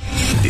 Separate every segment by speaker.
Speaker 1: The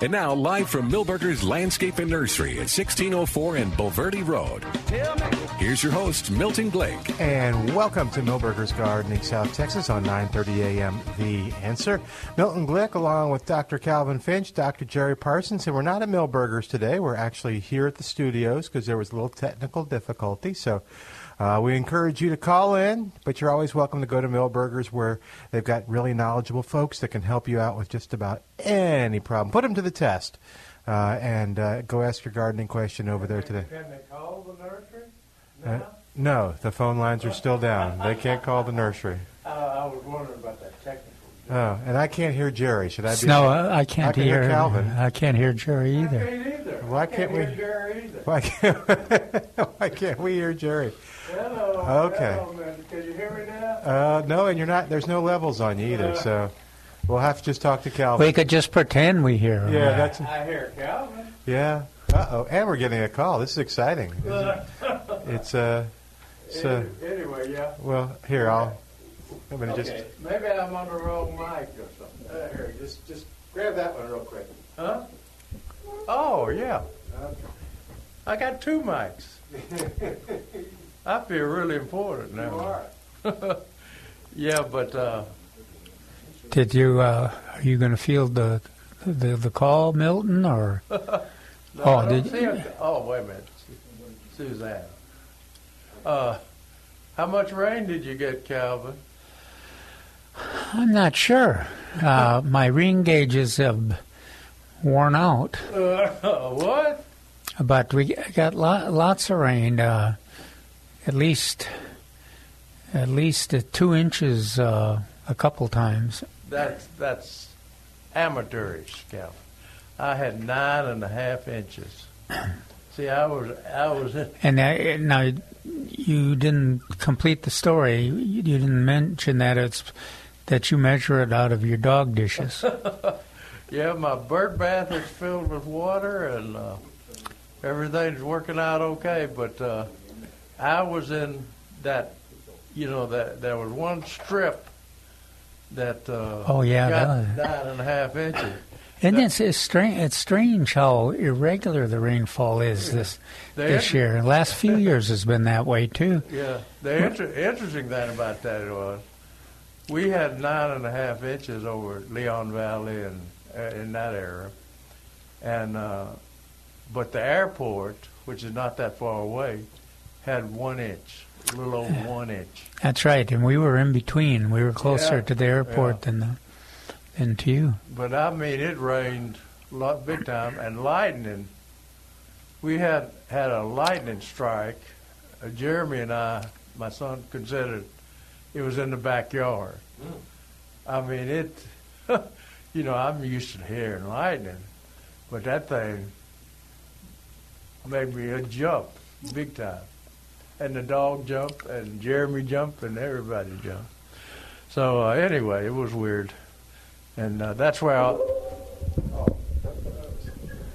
Speaker 2: And now, live from Millburgers Landscape and Nursery at 1604 and Bulverde Road, here's your host, Milton Blake.
Speaker 3: And welcome to Milberger's Gardening, South Texas on 9:30 a.m. The Answer. Milton Glick, along with Dr. Calvin Finch, Dr. Jerry Parsons, and we're not at Milberger's today. We're actually here at the studios because there was a little technical difficulty. So. Uh, we encourage you to call in, but you're always welcome to go to Millburgers where they've got really knowledgeable folks that can help you out with just about any problem. Put them to the test uh, and uh, go ask your gardening question over there today.
Speaker 4: Can they call the nursery?
Speaker 3: Uh, no, the phone lines are still down. They can't call the nursery.
Speaker 4: Uh, I was wondering about that technical.
Speaker 3: Oh, and I can't hear Jerry. Should I be?
Speaker 5: No, I, I can't
Speaker 3: I can
Speaker 5: hear,
Speaker 3: Calvin.
Speaker 5: I can't hear Jerry
Speaker 4: I
Speaker 5: either.
Speaker 4: can't either.
Speaker 3: Why
Speaker 4: I
Speaker 3: can't we-
Speaker 4: Hear Jerry either.
Speaker 3: Why can't, why can't we hear Jerry?
Speaker 4: Hello.
Speaker 3: Okay.
Speaker 4: Hello, man. Can you hear me now?
Speaker 3: Uh, no, and you're not. There's no levels on you either, so we'll have to just talk to Calvin.
Speaker 5: We could just pretend we hear him.
Speaker 3: yeah, that's
Speaker 4: I hear Calvin.
Speaker 3: Yeah. Uh oh. And we're getting a call. This is exciting. It's uh. So
Speaker 4: Any- anyway, yeah.
Speaker 3: well, here I'll. I'm gonna
Speaker 4: Okay.
Speaker 3: just.
Speaker 4: Maybe I'm on the wrong mic or something. Uh, here, just, just grab that one real quick. Huh?
Speaker 3: Oh yeah.
Speaker 4: I got two mics. I feel really important now. yeah, but uh,
Speaker 5: Did you? Uh, are you going to field the, the the call, Milton, or?
Speaker 4: no,
Speaker 5: Oh,
Speaker 4: I don't
Speaker 5: did-
Speaker 4: see it. Oh, wait a minute, Su- Suzanne. Uh, how much rain did you get, Calvin?
Speaker 5: I'm not sure. Uh, my rain gauges have worn out,
Speaker 4: Uh, what?
Speaker 5: but we got lo- lots of rain. Uh, at least, at least uh, two inches uh, a couple times.
Speaker 4: That's that's amateurish, Calvin. I had nine and a half inches. See, I was I was in
Speaker 5: And uh, now you didn't complete the story. You didn't mention that it's that you measure it out of your dog dishes.
Speaker 4: Yeah, my bird bath is filled with water and uh, everything's working out okay. But uh, I was in that, you know, that there was one strip that uh,
Speaker 5: Oh, yeah,
Speaker 4: got
Speaker 5: that-
Speaker 4: nine and a half inches.
Speaker 5: And it's, it's strange. It's strange how irregular the rainfall is this
Speaker 4: They
Speaker 5: this
Speaker 4: are-
Speaker 5: year. Last few years has been that way too.
Speaker 4: Yeah, the inter- interesting thing about that was we had nine and a half inches over at Leon Valley and uh, in that area, and uh, but the airport, which is not that far away, had one inch, a little over one inch.
Speaker 5: That's right. And we were in between. We were closer
Speaker 4: Yeah,
Speaker 5: to the airport than the than to you.
Speaker 4: But I mean, it rained lot big time and lightning. We had had a lightning strike. Uh, Jeremy and I, my son, considered it was in the backyard. I mean, it. you know, I'm used to hearing lightning, but that thing made me a jump big time. And the dog jumped, and Jeremy jumped, and everybody jumped. So uh, anyway, it was weird. And uh, that's where I,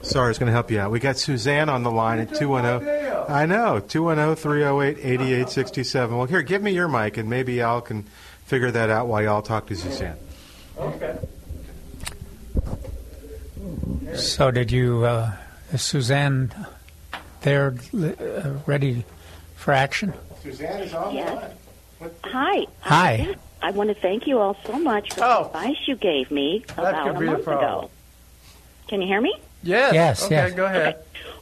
Speaker 3: Sorry, it's gonna help you out. We got Suzanne on the line at two one zero. I know two one zero three zero eight eighty eight sixty seven. Well, here, give me your mic, and maybe I'll can figure that out while y'all talk to Suzanne.
Speaker 4: Okay.
Speaker 5: So did you, uh, is Suzanne? There, li- uh, ready for action.
Speaker 3: Suzanne is on
Speaker 6: Yes. Hi.
Speaker 5: Hi.
Speaker 7: I want to thank you all so much for
Speaker 4: Oh.
Speaker 7: the advice you gave me
Speaker 4: That
Speaker 7: about
Speaker 4: could
Speaker 7: a
Speaker 4: be the
Speaker 7: month
Speaker 4: problem.
Speaker 7: ago. Can you hear me?
Speaker 4: Yes.
Speaker 5: Yes,
Speaker 4: Okay,
Speaker 5: yes.
Speaker 4: go ahead.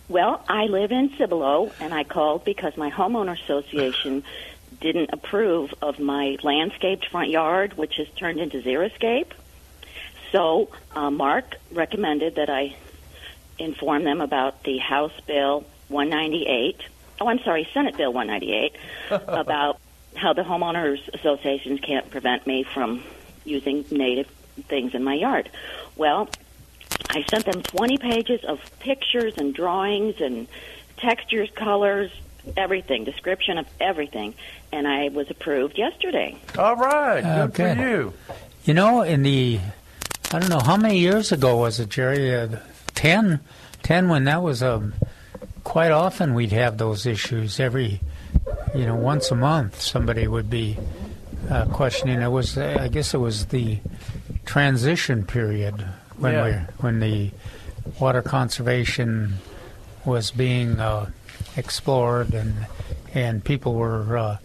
Speaker 7: Well, I live in Cibolo, and I called because my homeowner association didn't approve of my landscaped front yard, which has turned into xeriscape. So uh, Mark recommended that I inform them about the House Bill 198. Oh, I'm sorry, Senate Bill 198 about how the homeowners associations can't prevent me from using native things in my yard. Well, I sent them 20 pages of pictures and drawings and textures, colors, everything, description of everything, and I was approved yesterday.
Speaker 4: All right. Good
Speaker 5: Uh,
Speaker 4: for
Speaker 5: good.
Speaker 4: you.
Speaker 5: You know, in the, I don't know, how many years ago was it, Jerry? Uh, 10? 10 when that was um quite often we'd have those issues every, you know, once a month somebody would be uh, questioning. It was, uh, I guess it was the transition period when
Speaker 4: Yeah.
Speaker 5: we when the water conservation was being uh, explored and and people were uh,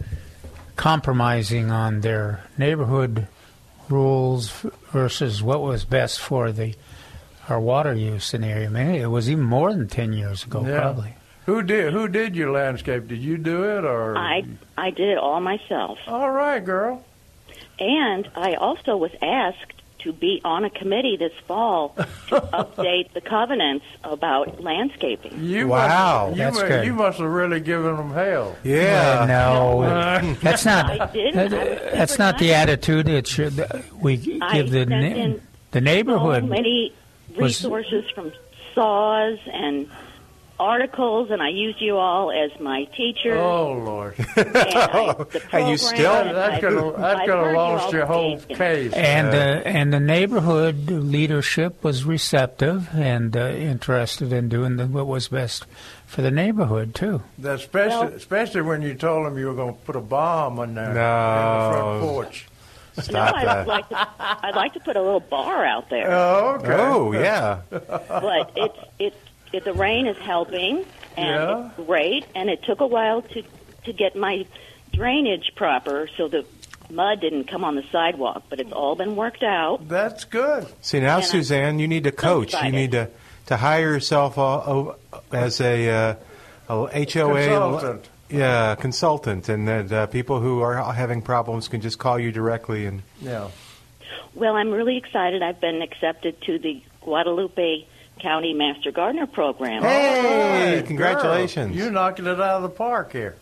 Speaker 5: compromising on their neighborhood rules versus what was best for the our water use in the area. I mean, it was even more than ten years ago,
Speaker 4: Yeah.
Speaker 5: probably.
Speaker 4: Who did who did your landscape? Did you do it or
Speaker 7: I I did it all myself,
Speaker 4: All right, girl.
Speaker 7: and I also was asked to be on a committee this fall to update the covenants about landscaping.
Speaker 4: You
Speaker 3: Wow,
Speaker 4: must, you
Speaker 5: that's
Speaker 4: mu-
Speaker 5: good.
Speaker 4: You must have really given them hell.
Speaker 5: Uh,
Speaker 3: Yeah. Hmm,
Speaker 5: no, that's
Speaker 7: I
Speaker 5: not.
Speaker 7: did.
Speaker 5: that-
Speaker 7: I was
Speaker 5: that's
Speaker 7: super
Speaker 5: not the
Speaker 7: nice.
Speaker 5: attitude. It should we
Speaker 7: I
Speaker 5: give the
Speaker 7: sent
Speaker 5: na-
Speaker 7: in
Speaker 5: the neighborhood.
Speaker 7: So many
Speaker 5: was-
Speaker 7: resources from saws and articles, and I used you all as my teacher.
Speaker 4: Oh Lord.
Speaker 7: and, I, the
Speaker 3: And
Speaker 7: program,
Speaker 3: you still-
Speaker 7: and
Speaker 4: That
Speaker 7: I've-
Speaker 4: could have that
Speaker 7: I've
Speaker 4: could
Speaker 7: heard
Speaker 4: have
Speaker 7: you
Speaker 4: lost
Speaker 7: all
Speaker 4: your whole
Speaker 7: speak, and
Speaker 4: case.
Speaker 5: And uh, and the neighborhood leadership was receptive and uh, interested in doing the, what was best for the neighborhood too.
Speaker 4: That especially,
Speaker 7: Well-
Speaker 4: especially when you told them you were going to put a bomb on there in the front
Speaker 3: No.
Speaker 4: porch.
Speaker 7: No,
Speaker 3: Stop
Speaker 7: I'd
Speaker 3: that.
Speaker 7: like, to, I'd like to put a little bar out there,
Speaker 4: Oh, okay.
Speaker 3: Oh, yeah.
Speaker 7: but it's it, it the rain is helping, and
Speaker 4: Yeah.
Speaker 7: it's great. And it took a while to to get my drainage proper, so the mud didn't come on the sidewalk. But it's all been worked out.
Speaker 4: That's good.
Speaker 3: See now,
Speaker 7: And I-
Speaker 3: Suzanne, you need to coach. You
Speaker 7: excited.
Speaker 3: need to to hire yourself a, a, as a, uh, a HOA
Speaker 4: Consultant.
Speaker 3: Yeah, consultant, and that uh, people who are having problems can just call you directly. And
Speaker 4: Yeah.
Speaker 7: Well, I'm really excited. I've been accepted to the Guadalupe County Master Gardener Program.
Speaker 3: hey,
Speaker 4: Good
Speaker 3: congratulations!
Speaker 4: girl. You're knocking it out of the park here.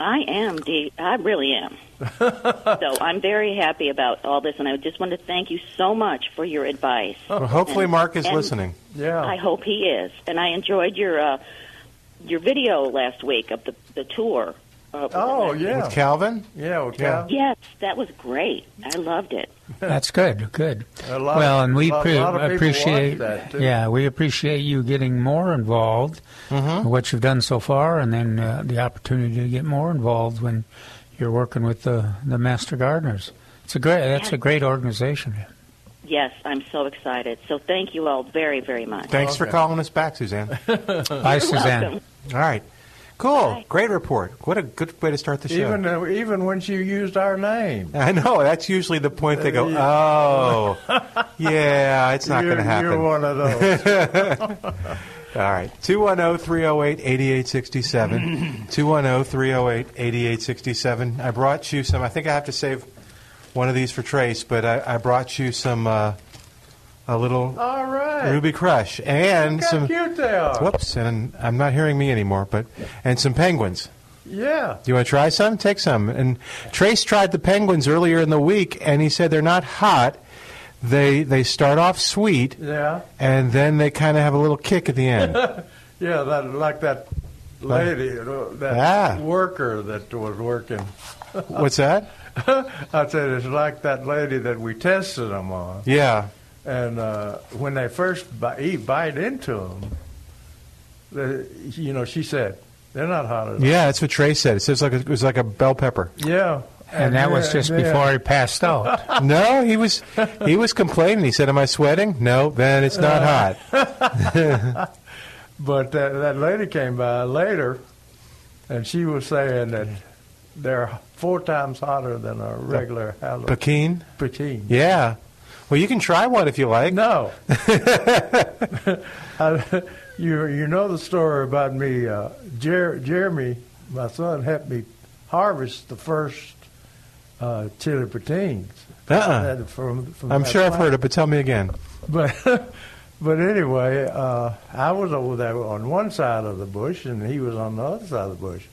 Speaker 7: I am, Dee. I really am. so I'm very happy about all this, and I just want to thank you so much for your advice.
Speaker 3: well, hopefully,
Speaker 7: And-
Speaker 3: Mark is
Speaker 7: and
Speaker 3: listening.
Speaker 4: Yeah.
Speaker 7: I hope he is. And I enjoyed your uh, your video last week of the the tour. Uh,
Speaker 4: oh, yeah.
Speaker 3: With Calvin,
Speaker 4: yeah, okay.
Speaker 3: Yeah.
Speaker 7: Yes, that was great. I loved it.
Speaker 5: That's good, good.
Speaker 4: A lot-
Speaker 5: well, and we
Speaker 4: a lot-
Speaker 5: pre-
Speaker 4: lot of people
Speaker 5: appreciate
Speaker 4: watch that, too.
Speaker 5: yeah, we appreciate you getting more involved,
Speaker 4: Mm-hmm.
Speaker 5: in what you've done so far, and then uh, the opportunity to get more involved when you're working with the the master gardeners. It's a great. That's a great organization.
Speaker 7: Yes, I'm so excited. So thank you all very, very much.
Speaker 3: thanks for
Speaker 4: Okay.
Speaker 3: calling us back, Suzanne.
Speaker 5: Bye, Suzanne.
Speaker 7: welcome.
Speaker 3: All right, cool,
Speaker 7: Bye.
Speaker 3: great report. What a good way to start the show.
Speaker 4: Even uh, even when she used our name.
Speaker 3: I know that's usually the point they go, oh, yeah, it's not
Speaker 4: You're-
Speaker 3: going to happen.
Speaker 4: You're one of those.
Speaker 3: All right. oh, 210 308 8867. 210 308 8867. I brought you some. I think I have to save one of these for Trace, but I, I brought you some, uh, a little
Speaker 4: All right.
Speaker 3: Ruby Crush and
Speaker 4: Look how
Speaker 3: some.
Speaker 4: cute they are.
Speaker 3: Whoops, and I'm not hearing me anymore, but. And some penguins.
Speaker 4: Yeah.
Speaker 3: Do you want to try some? Take some. And Trace tried the penguins earlier in the week, and he said they're not hot. They, they start off sweet,
Speaker 4: Yeah.
Speaker 3: and then they kind of have a little kick at the end.
Speaker 4: Yeah, that like that lady, you know, that
Speaker 3: Ah.
Speaker 4: worker that was working.
Speaker 3: What's that?
Speaker 4: I said it's like that lady that we tested them on.
Speaker 3: Yeah.
Speaker 4: And uh, when they first bite, eat, bite into them, they, you know, she said, they're not hot at all.
Speaker 3: Yeah, that's what Trey said. It says like it was like a bell pepper.
Speaker 4: Yeah.
Speaker 5: And that was
Speaker 4: then-
Speaker 5: just
Speaker 4: then-
Speaker 5: before he passed out.
Speaker 3: No, he was he was complaining. He said, "Am I sweating?" No, then it's not
Speaker 4: Uh,
Speaker 3: hot.
Speaker 4: But that, that lady came by later, and she was saying that they're four times hotter than a regular halibut.
Speaker 3: Pekin?
Speaker 4: Poutine.
Speaker 3: Yeah. Well, you can try one if you like.
Speaker 4: No. I- you you know the story about me. Uh, Jer- Jeremy, my son, helped me harvest the first uh, chili poutines.
Speaker 3: Uh-uh.
Speaker 4: That- From, from
Speaker 3: I'm
Speaker 4: that
Speaker 3: sure I've
Speaker 4: plant.
Speaker 3: heard it, but tell me again.
Speaker 4: But but anyway, uh, I was over there on one side of the bush, and he was on the other side of the bush.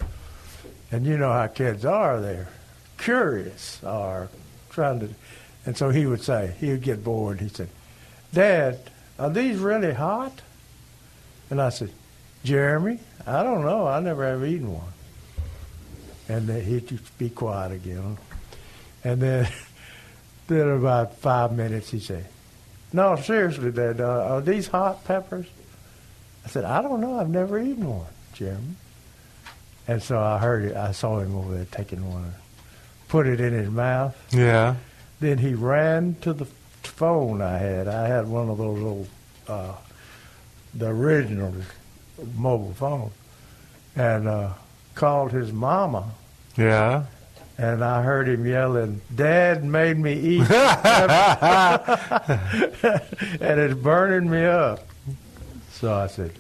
Speaker 4: And you know how kids are; they're curious, or trying to. And so he would say, he would get bored. He said, "Dad, are these really hot?" And I said, "Jeremy, I don't know. I never have eaten one." And then he'd just be quiet again. And then, then about five minutes, he said, no, seriously, Dad, uh, are these hot peppers? I said, I don't know. I've never eaten one, Jim. And so I heard it. I saw him over there taking one, and put it in his mouth.
Speaker 3: Yeah.
Speaker 4: Then he ran to the phone I had. I had one of those little, uh, the original mobile phone, and uh, called his mama.
Speaker 3: Yeah.
Speaker 4: And I heard him yelling, Dad made me eat. peppers." and it's burning me up. So I said,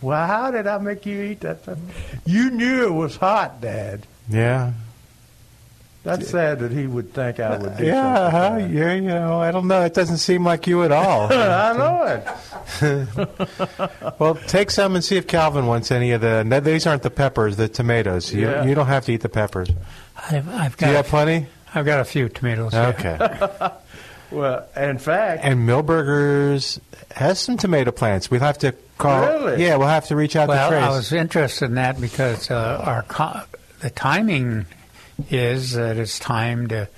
Speaker 4: Well, how did I make you eat that? pepper? You knew it was hot, Dad.
Speaker 3: Yeah.
Speaker 4: That's sad that he would think I would do
Speaker 3: Yeah, uh-huh.
Speaker 4: something. like
Speaker 3: yeah, you know, I don't know. It doesn't seem like you at all.
Speaker 4: that. I know it.
Speaker 3: well, take some and see if Calvin wants any of the. No, these aren't the peppers, the tomatoes. You,
Speaker 4: Yeah.
Speaker 3: you don't have to eat the peppers.
Speaker 5: I've, I've
Speaker 3: Do
Speaker 5: got
Speaker 3: you
Speaker 5: a
Speaker 3: have plenty?
Speaker 5: I've got a few tomatoes. yeah.
Speaker 3: Okay.
Speaker 4: Well, in fact,
Speaker 3: and Millburgers has some tomato plants. We'll have to call.
Speaker 4: Really?
Speaker 3: Yeah, we'll have to reach out
Speaker 5: Well,
Speaker 3: to Trace.
Speaker 5: I was interested in that because uh, our co- the timing is that it's time to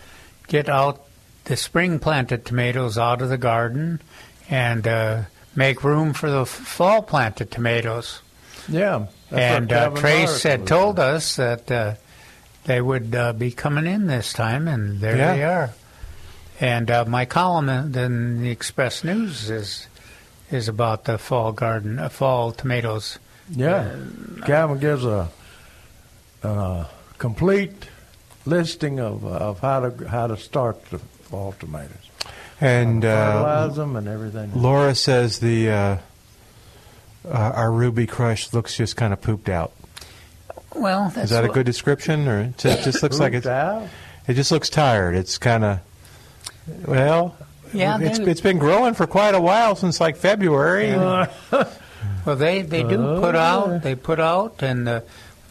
Speaker 5: get out the spring planted tomatoes out of the garden and uh, make room for the f- fall planted tomatoes.
Speaker 4: yeah. that's what
Speaker 5: and uh,
Speaker 4: Calvin
Speaker 5: Trace
Speaker 4: Myers
Speaker 5: had
Speaker 4: was.
Speaker 5: told us that uh, they would uh, be coming in this time, and there
Speaker 3: Yeah.
Speaker 5: they are. And uh, my column in in the Express News is is about the fall garden, uh, fall tomatoes.
Speaker 4: Yeah. Calvin gives a, a complete listing of, of how to how to start the fall tomatoes.
Speaker 3: and uh,
Speaker 4: Fertilize them and everything.
Speaker 3: Laura says the uh, uh, our ruby crush looks just kind of pooped out.
Speaker 5: Well, that's
Speaker 3: Is that a
Speaker 5: what-
Speaker 3: good description, or it just, just looks like
Speaker 4: Pooped
Speaker 3: it's
Speaker 4: out.
Speaker 3: It just looks tired. It's kind of well.
Speaker 5: Yeah,
Speaker 3: it's,
Speaker 5: they-
Speaker 3: it's been growing for quite a while since like February.
Speaker 5: Well, they they do
Speaker 3: Oh.
Speaker 5: put out. They put out, and uh,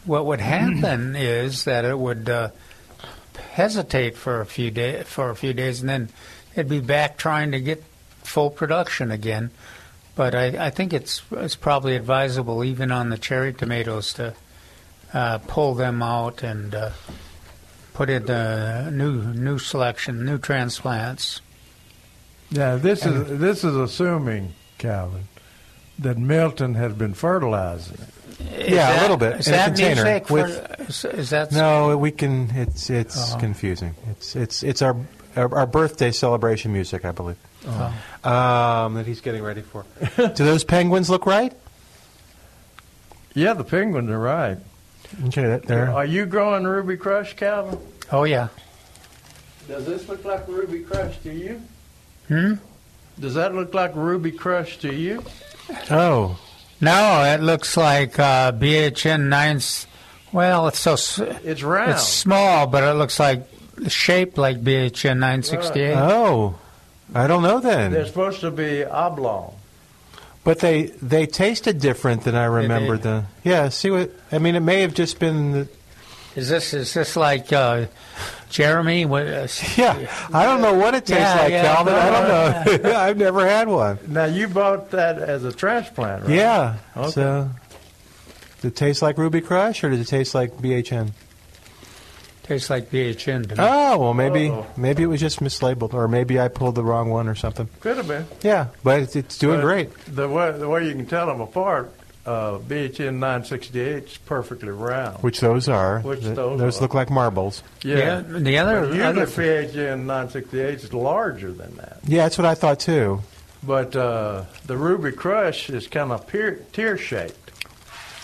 Speaker 5: what would happen is that it would uh, hesitate for a few day for a few days, and then it'd be back trying to get full production again. But I, I think it's it's probably advisable, even on the cherry tomatoes, to uh, pull them out and uh, put in uh, new new selection, new transplants.
Speaker 4: Yeah, this is this is assuming, Calvin, that Milton has been fertilizing. it.
Speaker 5: Is
Speaker 3: Yeah, a
Speaker 5: that-
Speaker 3: little bit,
Speaker 5: Is
Speaker 3: in a
Speaker 5: that
Speaker 3: container
Speaker 5: music? For,
Speaker 3: with-
Speaker 5: is, is that
Speaker 3: No, we can. It's it's
Speaker 4: Uh-huh.
Speaker 3: confusing. It's it's it's our our our birthday celebration music, I believe,
Speaker 4: Uh-huh.
Speaker 3: um, that he's getting ready for. Do those penguins look right?
Speaker 4: Yeah, the penguins are right.
Speaker 3: Okay, that- there.
Speaker 4: Are you growing Ruby Crush, Calvin?
Speaker 5: Oh yeah.
Speaker 4: Does this look like Ruby Crush to you?
Speaker 5: Hmm.
Speaker 4: Does that look like Ruby Crush to you?
Speaker 3: Oh,
Speaker 5: No, it looks like uh, BHN 9's. Well, it's so s
Speaker 4: It's round.
Speaker 5: it's small, but it looks like shaped like BHN 968.
Speaker 3: oh, I don't know
Speaker 4: They're
Speaker 3: then.
Speaker 4: supposed to be oblong.
Speaker 3: But they they tasted different than I remembered.
Speaker 5: they?
Speaker 3: The yeah. See what I mean? It may have just been. The,
Speaker 5: Is this is this like uh, Jeremy? What, uh, s-
Speaker 3: Yeah, I don't know what it tastes
Speaker 5: Yeah,
Speaker 3: like,
Speaker 5: yeah.
Speaker 3: Calvin. I don't know. I've never had one.
Speaker 4: Now you bought that as a transplant, right?
Speaker 3: Yeah.
Speaker 4: Okay.
Speaker 3: So, does it taste like Ruby Crush or does it taste like BHN?
Speaker 5: tastes like BHN to me.
Speaker 3: Oh, well, maybe
Speaker 4: Mm-hmm. Uh-oh.
Speaker 3: maybe it was just mislabeled, or maybe I pulled the wrong one or something.
Speaker 4: could have been.
Speaker 3: Yeah, but it's, it's doing
Speaker 4: But
Speaker 3: great.
Speaker 4: The way the way you can tell them apart, uh, BHN 968 is perfectly round.
Speaker 3: Which those are?
Speaker 4: Which
Speaker 3: Th-
Speaker 4: those
Speaker 3: those
Speaker 4: are.
Speaker 3: look like marbles.
Speaker 5: yeah. The
Speaker 4: But
Speaker 5: other,
Speaker 4: Usually,
Speaker 5: other
Speaker 4: PHN 968 is larger than that.
Speaker 3: Yeah, that's what I thought too.
Speaker 4: But uh, the Ruby Crush is kind of pear- tear shaped.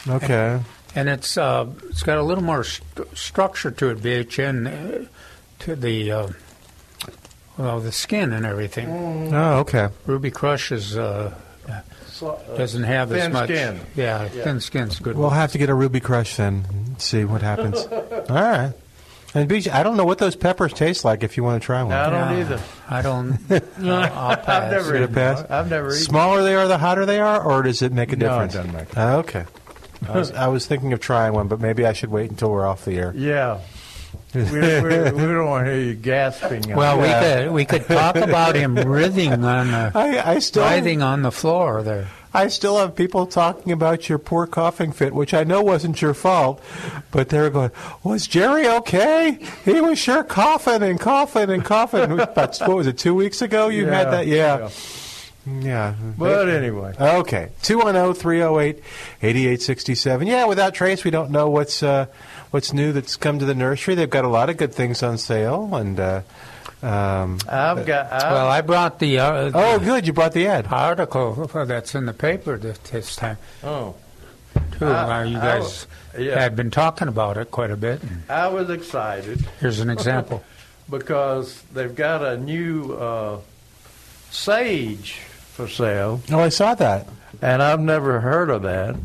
Speaker 3: Okay,
Speaker 5: and it's uh, it's got a little more st- structure to it. VHN uh, to the uh, well, the skin and everything.
Speaker 3: Oh, okay.
Speaker 5: Ruby Crush is uh,
Speaker 4: So, uh,
Speaker 5: doesn't have as
Speaker 4: thin
Speaker 5: much.
Speaker 4: skin.
Speaker 5: Yeah,
Speaker 4: Yeah.
Speaker 5: thin skin's good.
Speaker 3: We'll have to get a Ruby Crush then. and See what happens. All right. And BJ, I don't know what those peppers taste like. If you want to try one,
Speaker 5: Yeah,
Speaker 4: I don't either.
Speaker 5: I don't. I'll, I'll pass.
Speaker 4: I've never
Speaker 3: Did it
Speaker 4: eaten.
Speaker 3: pass?
Speaker 4: one. I've never eaten.
Speaker 3: smaller they are, the hotter they are, or does it make a
Speaker 4: No, it
Speaker 3: difference?
Speaker 4: doesn't make
Speaker 3: Ah, Okay. I was, I was thinking of trying one, but maybe I should wait until we're off the air.
Speaker 4: Yeah. we, we, we don't want to hear you gasping.
Speaker 5: Well,
Speaker 3: Yeah.
Speaker 5: we could we could talk about him writhing on the
Speaker 3: I, I still
Speaker 5: writhing on the floor there.
Speaker 3: I still have people talking about your poor coughing fit, which I know wasn't your fault, but they were going, "Was Jerry okay? He was sure coughing and coughing and coughing." About what was it? Two weeks ago, you had
Speaker 4: Yeah,
Speaker 3: that, yeah, yeah.
Speaker 4: but anyway,
Speaker 3: Okay, 210-308-8867. Yeah, without Trace, we don't know what's uh, what's new that's come to the nursery. They've got a lot of good things on sale, and uh, um,
Speaker 4: I've got. I've,
Speaker 5: Well, I brought the, uh,
Speaker 3: oh,
Speaker 5: the
Speaker 3: good, you brought the ad.
Speaker 5: article that's in the paper this, this time
Speaker 4: oh,
Speaker 5: too.
Speaker 4: I-
Speaker 3: Ah,
Speaker 5: Uh, you
Speaker 4: I
Speaker 5: guys
Speaker 4: was- yeah.
Speaker 5: had been talking about it quite a bit.
Speaker 4: I was excited
Speaker 5: Here's an example.
Speaker 4: because they've got a new uh, sage for sale.
Speaker 3: Oh, I saw that.
Speaker 4: and I've never heard of that.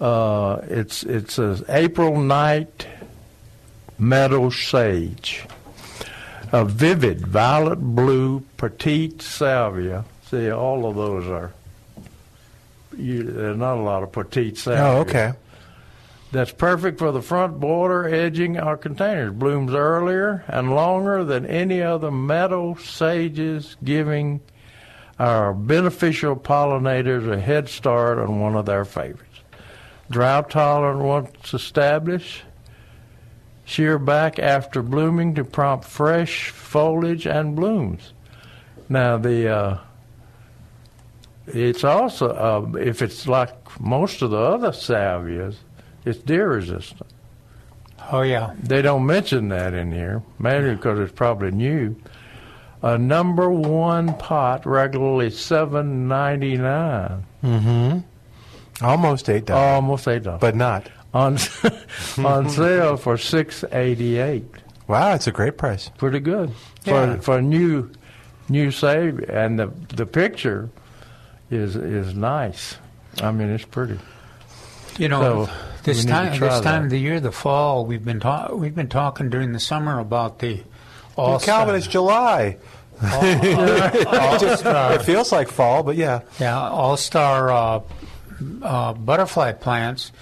Speaker 4: Uh, it's it's a April night meadow sage, a vivid violet blue petite salvia. See, all of those are. You, there's not a lot of petite salvia.
Speaker 3: Oh, okay.
Speaker 4: That's perfect for the front border, edging, or containers. Blooms earlier and longer than any other meadow sages, giving our beneficial pollinators a head start on one of their favorites. Drought tolerant once established, shear back after blooming to prompt fresh foliage and blooms. Now the uh, it's also uh, if it's like most of the other salvias, it's deer resistant.
Speaker 5: Oh yeah,
Speaker 4: They don't mention that in here, mainly because it's probably new. A number one pot regularly seven ninety nine,
Speaker 3: Mm-hmm. Almost eight dollars,
Speaker 4: almost eight dollars,
Speaker 3: but not.
Speaker 4: on
Speaker 3: hmm.
Speaker 4: on sale for six eighty eight.
Speaker 3: Wow, it's a great price.
Speaker 4: Pretty good
Speaker 3: Yeah.
Speaker 4: for for new new save, and the the picture is is nice. I mean, it's pretty.
Speaker 5: you know
Speaker 4: So,
Speaker 5: this
Speaker 4: we need to
Speaker 5: time
Speaker 4: try
Speaker 5: this time
Speaker 4: that.
Speaker 5: of the year, the fall. We've been ta- we've been talking during the summer about the all
Speaker 3: Calvin, it's July. It feels like fall, but yeah.
Speaker 5: Yeah, all star uh, uh, butterfly plants.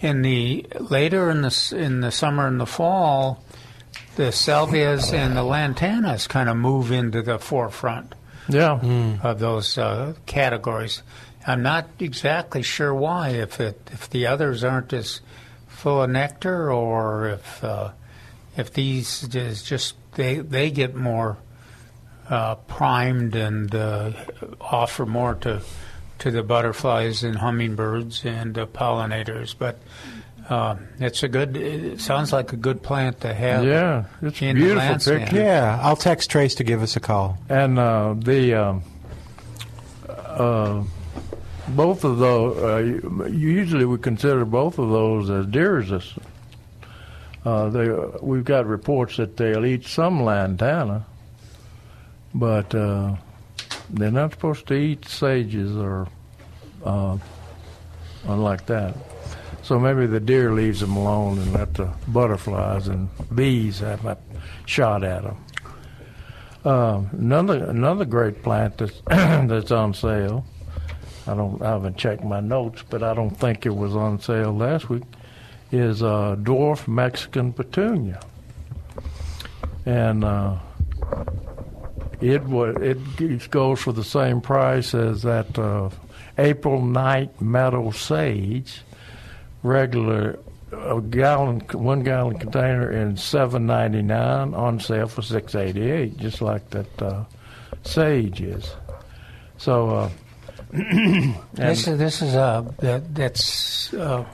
Speaker 5: In the later in the s- in the summer and the fall, the salvias and the lantanas kind of move into the forefront
Speaker 4: Yeah.
Speaker 5: of those uh, categories. I'm not exactly sure why. If it if the others aren't as full of nectar, or if uh, if these is just they they get more uh, primed and uh, offer more to to the butterflies and hummingbirds and uh, pollinators. But uh, it's a good. It sounds like a good plant to have.
Speaker 4: Yeah, it's a
Speaker 5: in the
Speaker 4: beautiful
Speaker 5: landscape.
Speaker 4: picture.
Speaker 3: Yeah, I'll text Trace to give us a call.
Speaker 4: And uh, the um, uh, both of those, uh, usually we consider both of those as deer resistant. Uh, they, we've got reports that they'll eat some lantana, but uh, they're not supposed to eat sages or uh, unlike that. So maybe the deer leaves them alone and let the butterflies and bees have a shot at them. Um, Another another great plant that's that's on sale. I don't I haven't checked my notes, but I don't think it was on sale last week. Is uh, dwarf Mexican petunia, and uh, it was it g- goes for the same price as that uh, April night meadow sage, regular a gallon one gallon container in seven ninety nine on sale for six eighty eight, just like that uh, sage is. So uh,
Speaker 5: This is this is a that, that's uh,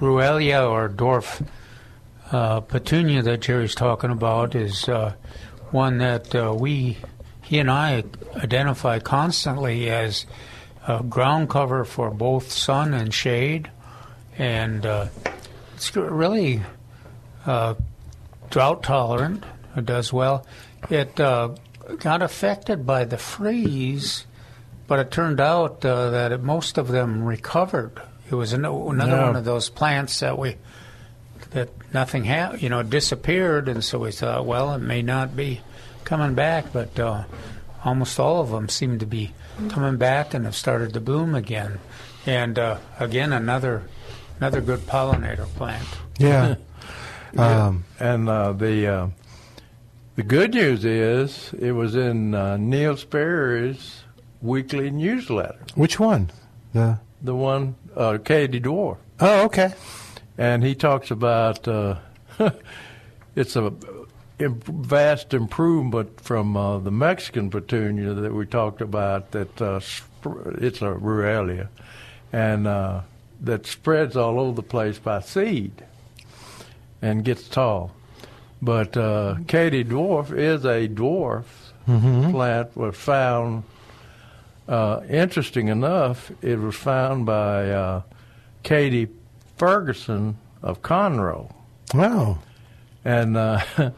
Speaker 5: Ruellia or dwarf uh, petunia that Jerry's talking about is uh, one that uh, we he and I identify constantly as a ground cover for both sun and shade, and uh, It's really uh, drought tolerant. It does well. It uh, got affected by the freeze, but it turned out uh, that it, most of them recovered. It was an, another
Speaker 4: Yeah.
Speaker 5: one of those plants that we that nothing happened. You know, it disappeared, and so we thought, well, it may not be coming back, but. Uh, Almost all of them seem to be coming back and have started to bloom again, and uh, again another another good pollinator plant.
Speaker 3: Yeah. um,
Speaker 4: And uh, the uh, the good news is it was in uh, Neil Sperry's weekly newsletter,
Speaker 3: which one? The
Speaker 4: the one uh, Katie Dwarf,
Speaker 3: oh, okay.
Speaker 4: and he talks about uh, it's a im- vast improvement from uh, the Mexican petunia that we talked about. That uh, sp- it's a ruralia, and uh, that spreads all over the place by seed. and gets tall. But uh, Katy dwarf is a dwarf
Speaker 3: Mm-hmm.
Speaker 4: plant. Was found uh, interesting enough. It was found by uh, Katie Ferguson of Conroe,
Speaker 3: Wow.
Speaker 4: and uh,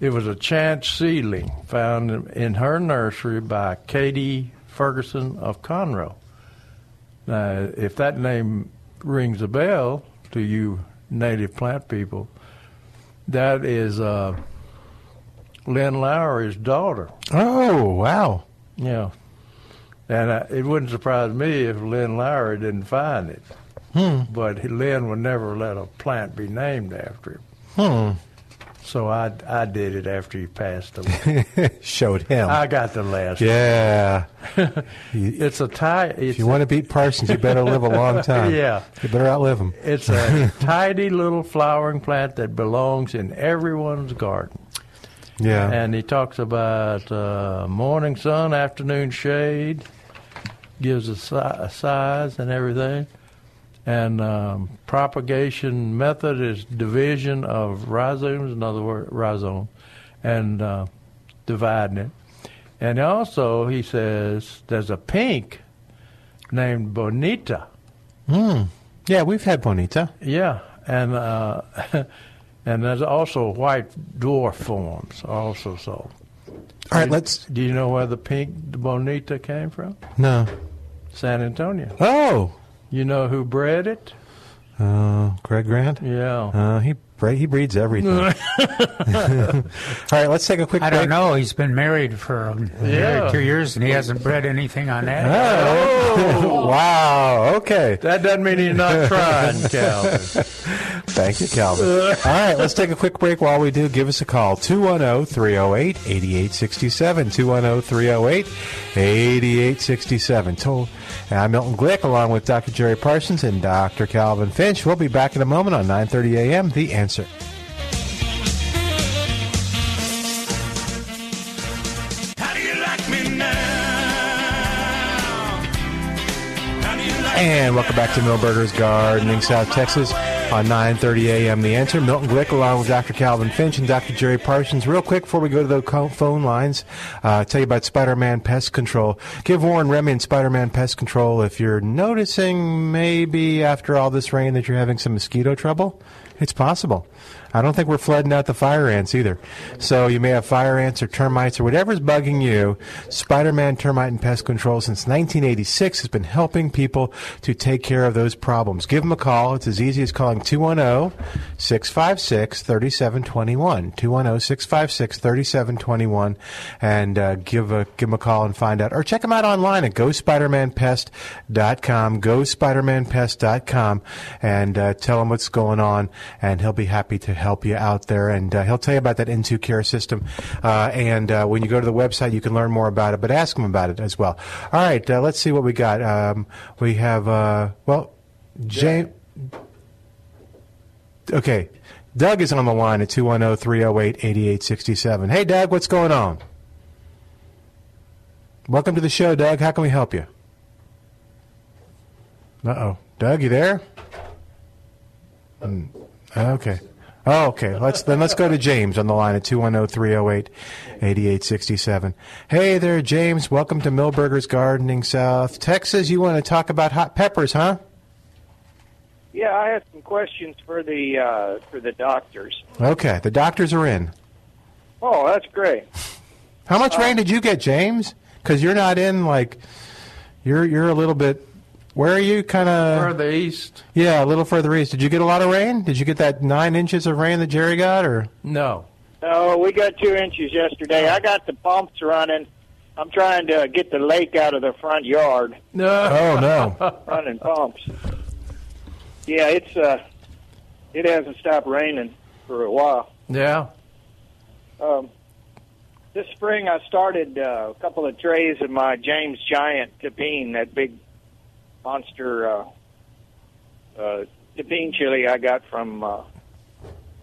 Speaker 4: it was a chance seedling found in her nursery by Katie Ferguson of Conroe. Now, if that name rings a bell to you native plant people, that is uh, Lynn Lowry's daughter.
Speaker 3: Oh, wow.
Speaker 4: Yeah. And I, it wouldn't surprise me if Lynn Lowry didn't find it.
Speaker 3: hmm,
Speaker 4: But Lynn would never let a plant be named after him.
Speaker 3: hmm.
Speaker 4: So I, I did it after he passed away.
Speaker 3: Showed him.
Speaker 4: I got the last.
Speaker 3: yeah. You-
Speaker 4: It's a tie. It's,
Speaker 3: if you want to beat Parsons, you better live a long time.
Speaker 4: Yeah.
Speaker 3: You better outlive him.
Speaker 4: it's a tidy little flowering plant that belongs in everyone's garden.
Speaker 3: Yeah.
Speaker 4: And he talks about uh, morning sun, afternoon shade, gives a, si- a size and everything. And um, propagation method is division of rhizomes, in other words, rhizome, and uh, dividing it. And also, he says there's a pink named Bonita.
Speaker 3: Hmm. yeah, we've had Bonita.
Speaker 4: Yeah, and uh, and there's also white dwarf forms also sold.
Speaker 3: All right, let's.
Speaker 4: Do you know where the pink bonita came from?
Speaker 3: No.
Speaker 4: San Antonio.
Speaker 3: Oh.
Speaker 4: You know who bred it?
Speaker 3: Uh, Greg Grant?
Speaker 4: Yeah.
Speaker 3: Uh, he bre- he breeds everything. All Oh, right, let's take a quick
Speaker 5: I
Speaker 3: break.
Speaker 5: don't know. He's been married for um,
Speaker 4: Yeah.
Speaker 5: married two years and he hasn't bred anything on that.
Speaker 3: Oh. wow. Okay.
Speaker 4: That doesn't mean he's not trying, Calvin.
Speaker 3: Thank you, Calvin. All right, let's take a quick break. While we do, give us a call oh, 210 308 8867. 210 308 8867. Toll- and I'm Milton Glick along with Dr. Jerry Parsons and Dr. Calvin Finch. We'll be back in a moment on 9:30 a.m. The Answer. And welcome back to Millburgers Gardening, South Texas, on 9:30 a.m. The Answer. Milton Glick, along with Dr. Calvin Finch and Dr. Jerry Parsons. Real quick, before we go to the co- phone lines, uh, tell you about Spider-Man Pest Control. Give Warren Remy and Spider-Man Pest Control if you're noticing maybe after all this rain that you're having some mosquito trouble. It's possible. I don't think we're flooding out the fire ants either. So you may have fire ants or termites or whatever's bugging you. Spider-Man Termite and Pest Control since 1986 has been helping people to take care of those problems. Give them a call. It's as easy as calling oh, 210-656-3721. 210-656-3721 and uh, give a give them a call and find out or check them out online at gospidermanpest.com. gospidermanpest.com and uh, tell him what's going on and he'll be happy to help you out there. And uh, he'll tell you about that N2 Care system. Uh, and uh, when you go to the website, you can learn more about it, but ask him about it as well. All right, uh, let's see what we got. Um, we have, uh, well, James. Okay. Doug is on the line at 210 308 8867. Hey, Doug, what's going on? Welcome to the show, Doug. How can we help you? Uh oh. Doug, you there? Okay. Oh, okay. Let's then let's go to James on the line at oh, 210-308-8867. Hey there, James. Welcome to Millburgers Gardening South Texas. You want to talk about hot peppers, huh?
Speaker 6: Yeah, I have some questions for the uh, for the doctors.
Speaker 3: Okay, the doctors are in.
Speaker 6: Oh, that's great.
Speaker 3: How much rain did you get, James? Because you're not in like you're you're a little bit. Where are you? Kind of
Speaker 4: Further east,
Speaker 3: yeah, a little further east. Did you get a lot of rain? Did you get that nine inches of rain that Jerry got, or
Speaker 4: no.
Speaker 6: No, we got two inches yesterday. I got the pumps running. I'm trying to get the lake out of the front yard.
Speaker 4: No.
Speaker 3: oh no?
Speaker 6: Running pumps. Yeah, it's uh, it hasn't stopped raining for a while.
Speaker 4: Yeah.
Speaker 6: Um, this spring, I started uh, a couple of trays of my James Giant Tapine, that big monster uh, uh, Tapine chili I got from uh,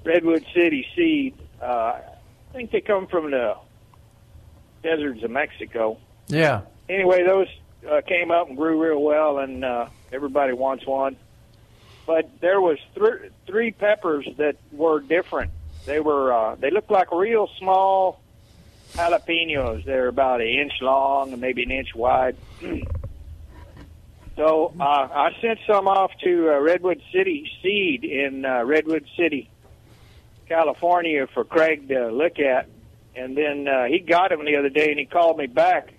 Speaker 6: Redwood City Seed. Uh, I think they come from the deserts of Mexico.
Speaker 4: Yeah.
Speaker 6: Anyway, those uh, came up and grew real well, and uh, everybody wants one. But there was thr three peppers that were different. They were uh, they looked like real small jalapenos. They're about an inch long and maybe an inch wide. so uh, I sent some off to uh, Redwood City Seed in uh, Redwood City, California, for Craig to look at. And then uh, he got them the other day, and he called me back,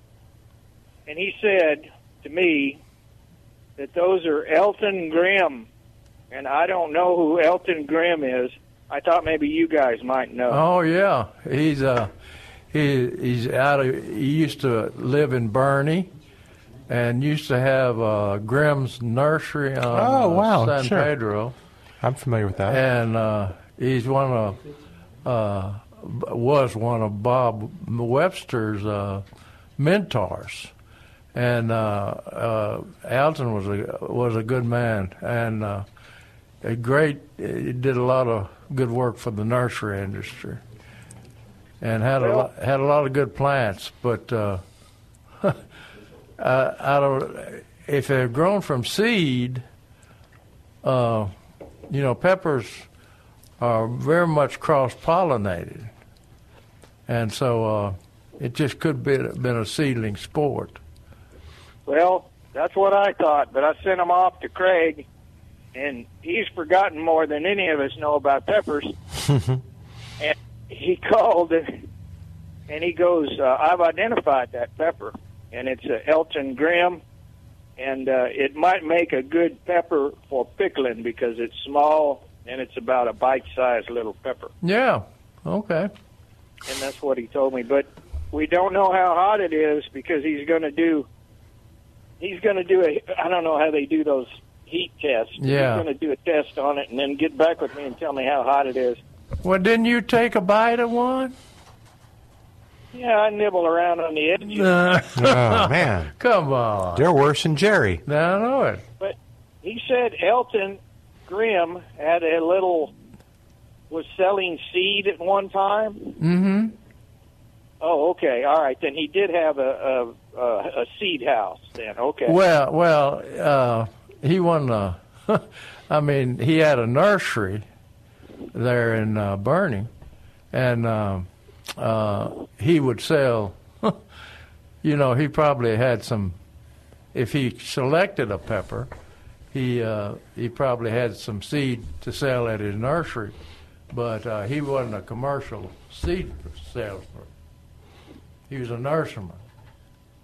Speaker 6: and he said to me that those are Elton Grimm, and I don't know who Elton Grimm is. I thought maybe you guys might know.
Speaker 4: Oh yeah. He's uh he he's out of he used to live in Bernie and used to have uh Grimm's nursery on uh,
Speaker 3: Oh, wow,
Speaker 4: San
Speaker 3: sure.
Speaker 4: Pedro.
Speaker 3: I'm familiar with that.
Speaker 4: And uh he's one of uh was one of Bob Webster's uh mentors. And uh uh Alton was a was a good man and uh a great he did a lot of good work for the nursery industry and had a lot, had a lot of good plants, but uh, I, I don't. If they're grown from seed, uh, you know, peppers are very much cross-pollinated, and so uh, it just could be been a seedling sport.
Speaker 6: Well, that's what I thought, but I sent them off to Craig, and he's forgotten more than any of us know about peppers. and he called, and, and he goes, uh, "I've identified that pepper, and it's uh, Elton Grimm, and uh, it might make a good pepper for pickling because it's small and it's about a bite-sized little pepper."
Speaker 4: Yeah. Okay.
Speaker 6: and that's what he told me. But we don't know how hot it is because he's going to do. He's going to do a. I don't know how they do those heat tests.
Speaker 4: Yeah.
Speaker 6: He's going to do a test on it and then get back with me and tell me how hot it is.
Speaker 4: Well, didn't you take a bite of one?
Speaker 6: Yeah, I nibble around on the edges,
Speaker 3: oh man,
Speaker 4: Come on.
Speaker 3: they're worse than Jerry.
Speaker 4: Now I know it.
Speaker 6: but he said Elton Grimm had a little was selling seed at one time. Mm-hmm. Oh, okay, all right. Then he did have a a, a, a seed house. Then okay.
Speaker 4: Well, well, uh, he won. A, I mean, he had a nursery there in uh, Bernie, and um uh, he would sell. you know, he probably had some. If he selected a pepper, he uh, he probably had some seed to sell at his nursery, but uh, he wasn't a commercial seed salesman. He was a nurseryman.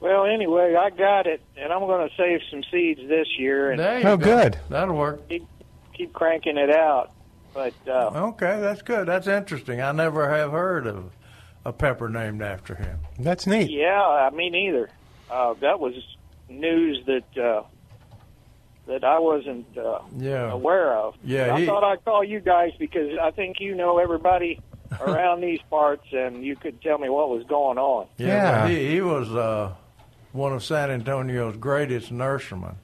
Speaker 6: Well, anyway, I got it, and I'm going to save some seeds this year and
Speaker 4: There you
Speaker 3: Oh,
Speaker 4: go.
Speaker 3: good.
Speaker 4: That'll work.
Speaker 6: keep, keep cranking it out. But uh,
Speaker 4: Okay, that's good. That's interesting. I never have heard of a pepper named after him.
Speaker 3: That's neat.
Speaker 6: yeah, I mean either. Uh, that was news that uh, that I wasn't uh,
Speaker 4: Yeah.
Speaker 6: aware of.
Speaker 4: Yeah,
Speaker 6: I
Speaker 4: he-
Speaker 6: thought I'd call you guys because I think you know everybody around these parts, and you could tell me what was going on.
Speaker 3: Yeah.
Speaker 4: but He, he was uh, one of San Antonio's greatest nurserymen.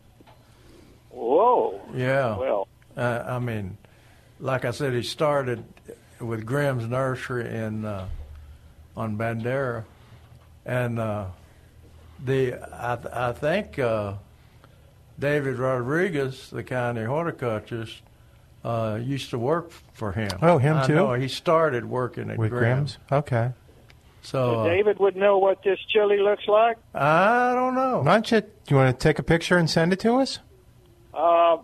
Speaker 6: Whoa!
Speaker 4: Yeah.
Speaker 6: Well,
Speaker 4: Uh, I mean, like I said, he started with Grimm's Nursery in uh, on Bandera, and uh, the I, th- I think uh, David Rodriguez, the county horticulturist, uh, used to work for him.
Speaker 3: Oh, him
Speaker 4: I
Speaker 3: too?
Speaker 4: Know, he started working at
Speaker 3: With Grimm's. Okay. Oh.
Speaker 4: So uh,
Speaker 6: David would know what this chili looks like.
Speaker 4: I don't know.
Speaker 3: Why don't you, you want to take a picture and send it to us?
Speaker 6: Uh,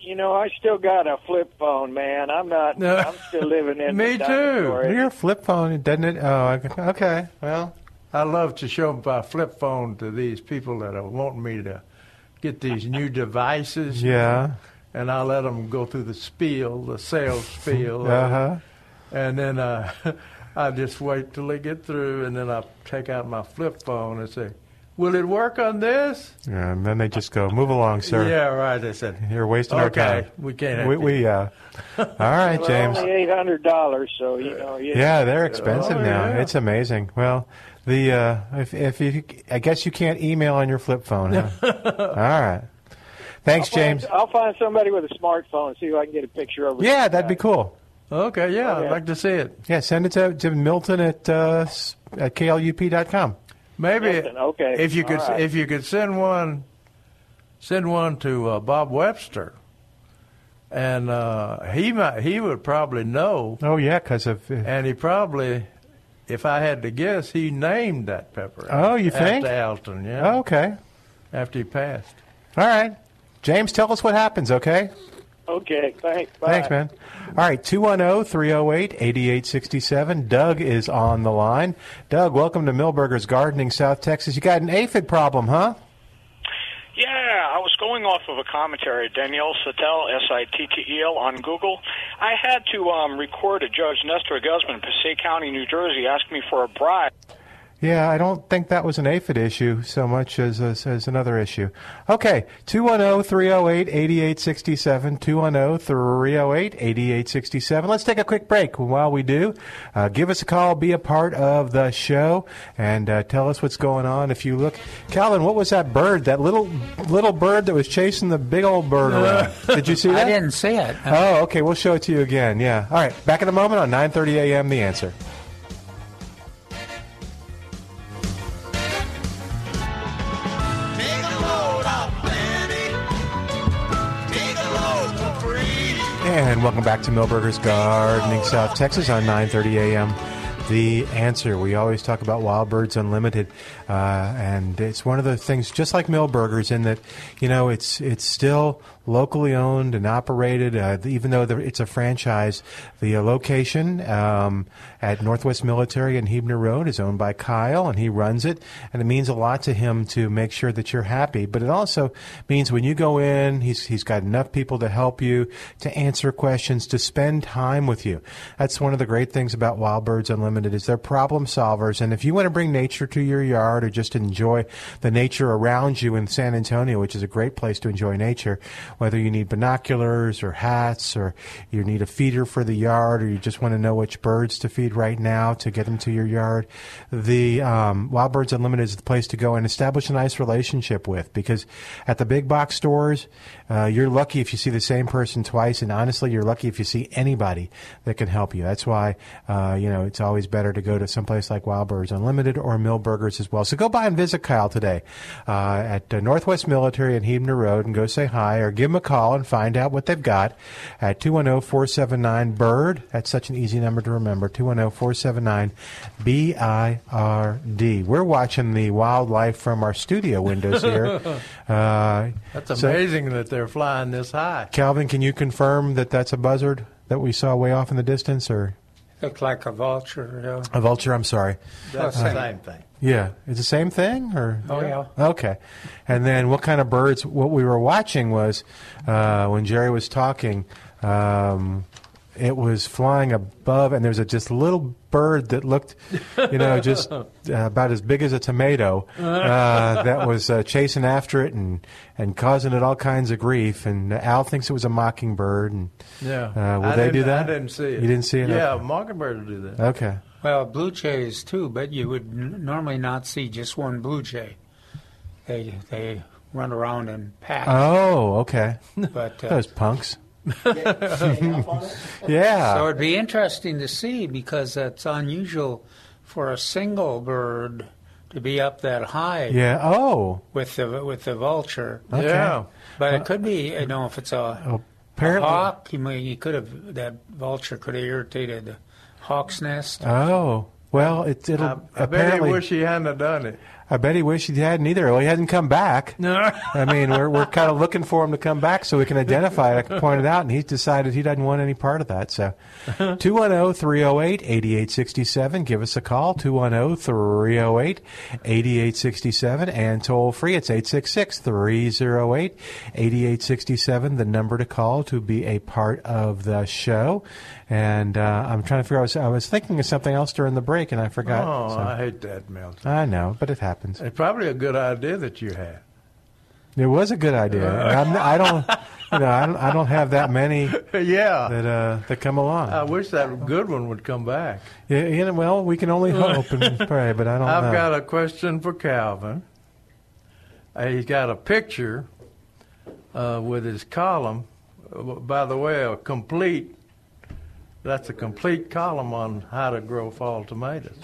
Speaker 6: You know, I still got a flip phone, man. I'm not.
Speaker 4: No.
Speaker 6: I'm still living in. the
Speaker 4: Me too.
Speaker 6: dinosaur age.
Speaker 3: Your flip phone, doesn't it? Oh, okay.
Speaker 4: Well, I love to show my flip phone to these people that are wanting me to get these new devices.
Speaker 3: Yeah.
Speaker 4: And I let them go through the spiel, the sales spiel.
Speaker 3: Uh huh.
Speaker 4: And then uh, I just wait till they get through, and then I take out my flip phone and say, Will it work on this?
Speaker 3: Yeah, and then they just go, move along, sir.
Speaker 4: Yeah, right. They said,
Speaker 3: You're wasting
Speaker 4: Okay,
Speaker 3: our time.
Speaker 4: we can't have
Speaker 3: We,
Speaker 4: you.
Speaker 3: we uh, all right,
Speaker 6: Well,
Speaker 3: James.
Speaker 6: Only eight hundred dollars, so you know. You,
Speaker 3: Yeah, they're expensive
Speaker 4: Oh,
Speaker 3: now.
Speaker 4: yeah.
Speaker 3: It's amazing. Well, the uh, if if you, I guess you can't email on your flip phone. Huh? All right. Thanks, James.
Speaker 6: I'll find somebody with a smartphone and see if I can get a picture of it.
Speaker 3: Yeah, that'd be cool.
Speaker 4: Okay, yeah, I'd
Speaker 6: Okay.
Speaker 4: like to see it.
Speaker 3: Yeah, send it to, to Milton at uh, s- at klup.com.
Speaker 4: Maybe
Speaker 6: Milton, okay,
Speaker 4: if you could
Speaker 6: all right.
Speaker 4: if you could send one send one to uh, Bob Webster and uh, he might he would probably know
Speaker 3: Oh yeah, because of uh,
Speaker 4: and he probably if I had to guess he named that pepper
Speaker 3: Oh, you
Speaker 4: after
Speaker 3: think?
Speaker 4: Alton yeah
Speaker 3: okay.
Speaker 4: after he passed
Speaker 3: All right, James, tell us what happens. Okay.
Speaker 6: Okay. Thanks. Bye.
Speaker 3: Thanks, man. All right, oh, 210 308 8867. Doug is on the line. Doug, welcome to Millburgers Gardening, South Texas. You got an aphid problem, huh?
Speaker 8: Yeah, I was going off of a commentary, Danielle Sattel, S I T T E L, on Google. I had to um, record a Judge Nestor Guzman, Passaic County, New Jersey, asked me for a bribe.
Speaker 3: Yeah, I don't think that was an aphid issue so much as as, as another issue. Okay, oh, 210-308-8867, oh, 210-308-8867. Let's take a quick break. While we do, uh, give us a call, be a part of the show, and uh, tell us what's going on. If you look, Calvin, what was that bird? That little little bird that was chasing the big old bird around. Did you see that?
Speaker 5: I didn't see it.
Speaker 3: Oh, okay. We'll show it to you again. Yeah. All right. Back in a moment on 9:30 a.m. The answer. And welcome back to Millburgers Gardening, South Texas, on 9:30 a.m. The answer. We always talk about Wild Birds Unlimited, uh, and it's one of the things, just like Millburgers, in that you know it's it's still locally owned and operated, uh, even though the, it's a franchise. The uh, location um, at Northwest Military and Hebner Road is owned by Kyle, and he runs it, and it means a lot to him to make sure that you're happy. But it also means when you go in, he's he's got enough people to help you, to answer questions, to spend time with you. That's one of the great things about Wild Birds Unlimited is they're problem solvers. And if you want to bring nature to your yard or just enjoy the nature around you in San Antonio, which is a great place to enjoy nature, whether you need binoculars or hats or you need a feeder for the yard or you just want to know which birds to feed right now to get them to your yard, the um, Wild Birds Unlimited is the place to go and establish a nice relationship with because at the big box stores, uh, you're lucky if you see the same person twice, and honestly, you're lucky if you see anybody that can help you. That's why uh, you know it's always better to go to someplace like Wild Birds Unlimited or Mill Burgers as well. So go by and visit Kyle today uh, at uh, Northwest Military and Hebner Road, and go say hi or give them a call and find out what they've got at oh, 210-479 Bird. That's such an easy number to remember. oh, 210-479 B I R D. We're watching the wildlife from our studio windows here. uh,
Speaker 4: that's
Speaker 3: so-
Speaker 4: amazing that they're flying this high
Speaker 3: Calvin, can you confirm that that's a buzzard that we saw way off in the distance, or
Speaker 9: Looked like a vulture. Yeah.
Speaker 3: a Uh, vulture? I'm sorry. Uh,
Speaker 4: that's the same thing
Speaker 3: Yeah, it's the same thing, or
Speaker 9: Oh yeah.
Speaker 3: okay. And then, what kind of birds? What we were watching was uh, when Jerry was talking. Um, it was flying above, and there's a just little bird that looked, you know, just uh, about as big as a tomato uh, that was uh, chasing after it and and causing it all kinds of grief. And Al thinks it was a mockingbird, and
Speaker 4: yeah
Speaker 3: Uh, will
Speaker 4: I
Speaker 3: they
Speaker 4: didn't-
Speaker 3: do that?
Speaker 4: I didn't see it
Speaker 3: You didn't see it?
Speaker 4: yeah
Speaker 3: Okay.
Speaker 4: mockingbird will do that
Speaker 3: okay.
Speaker 5: Well, blue jays too, but you would n- normally not see just one blue jay. They they run around in packs.
Speaker 3: Oh, okay.
Speaker 5: but uh,
Speaker 3: Those punks. yeah.
Speaker 5: so it'd be interesting to see because it's unusual for a single bird to be up that high
Speaker 3: yeah. Oh.
Speaker 5: with the with the vulture.
Speaker 3: Okay. Uh,
Speaker 4: yeah
Speaker 5: But it could be, you know, if it's a, a
Speaker 3: Apparently.
Speaker 5: hawk, you, may, you could have that vulture could have irritated the hawk's nest.
Speaker 3: Oh. Well, it, it'll
Speaker 4: Um, I, I bet he
Speaker 3: apparently.
Speaker 4: wish he hadn't have done it
Speaker 3: I bet he wished he hadn't either. Well, he hadn't come back.
Speaker 4: No.
Speaker 3: I mean, we're, we're kind of looking for him to come back so we can identify it. I point it out, and he's decided he doesn't want any part of that. So oh, 210 308 8867. Give us a call oh, 210 308 8867 and toll free. It's 866 308 8867, the number to call to be a part of the show. And uh, I'm trying to figure out, I was, I was thinking of something else during the break, and I forgot.
Speaker 4: Oh,
Speaker 3: so.
Speaker 4: I hate that, Milton.
Speaker 3: I know, but it happens.
Speaker 4: It's probably a good idea that you had.
Speaker 3: It was a good idea.
Speaker 4: Uh.
Speaker 3: I'm, I don't, you know, I don't, I don't have that many
Speaker 4: yeah.
Speaker 3: that uh, that come along.
Speaker 4: I wish that good one would come back.
Speaker 3: yeah, you know, well, we can only hope and pray, but I don't.
Speaker 4: I've
Speaker 3: know.
Speaker 4: got a question for Calvin. Uh, He's got a picture uh, with his column. Uh, By the way, a complete. That's a complete column on how to grow fall tomatoes.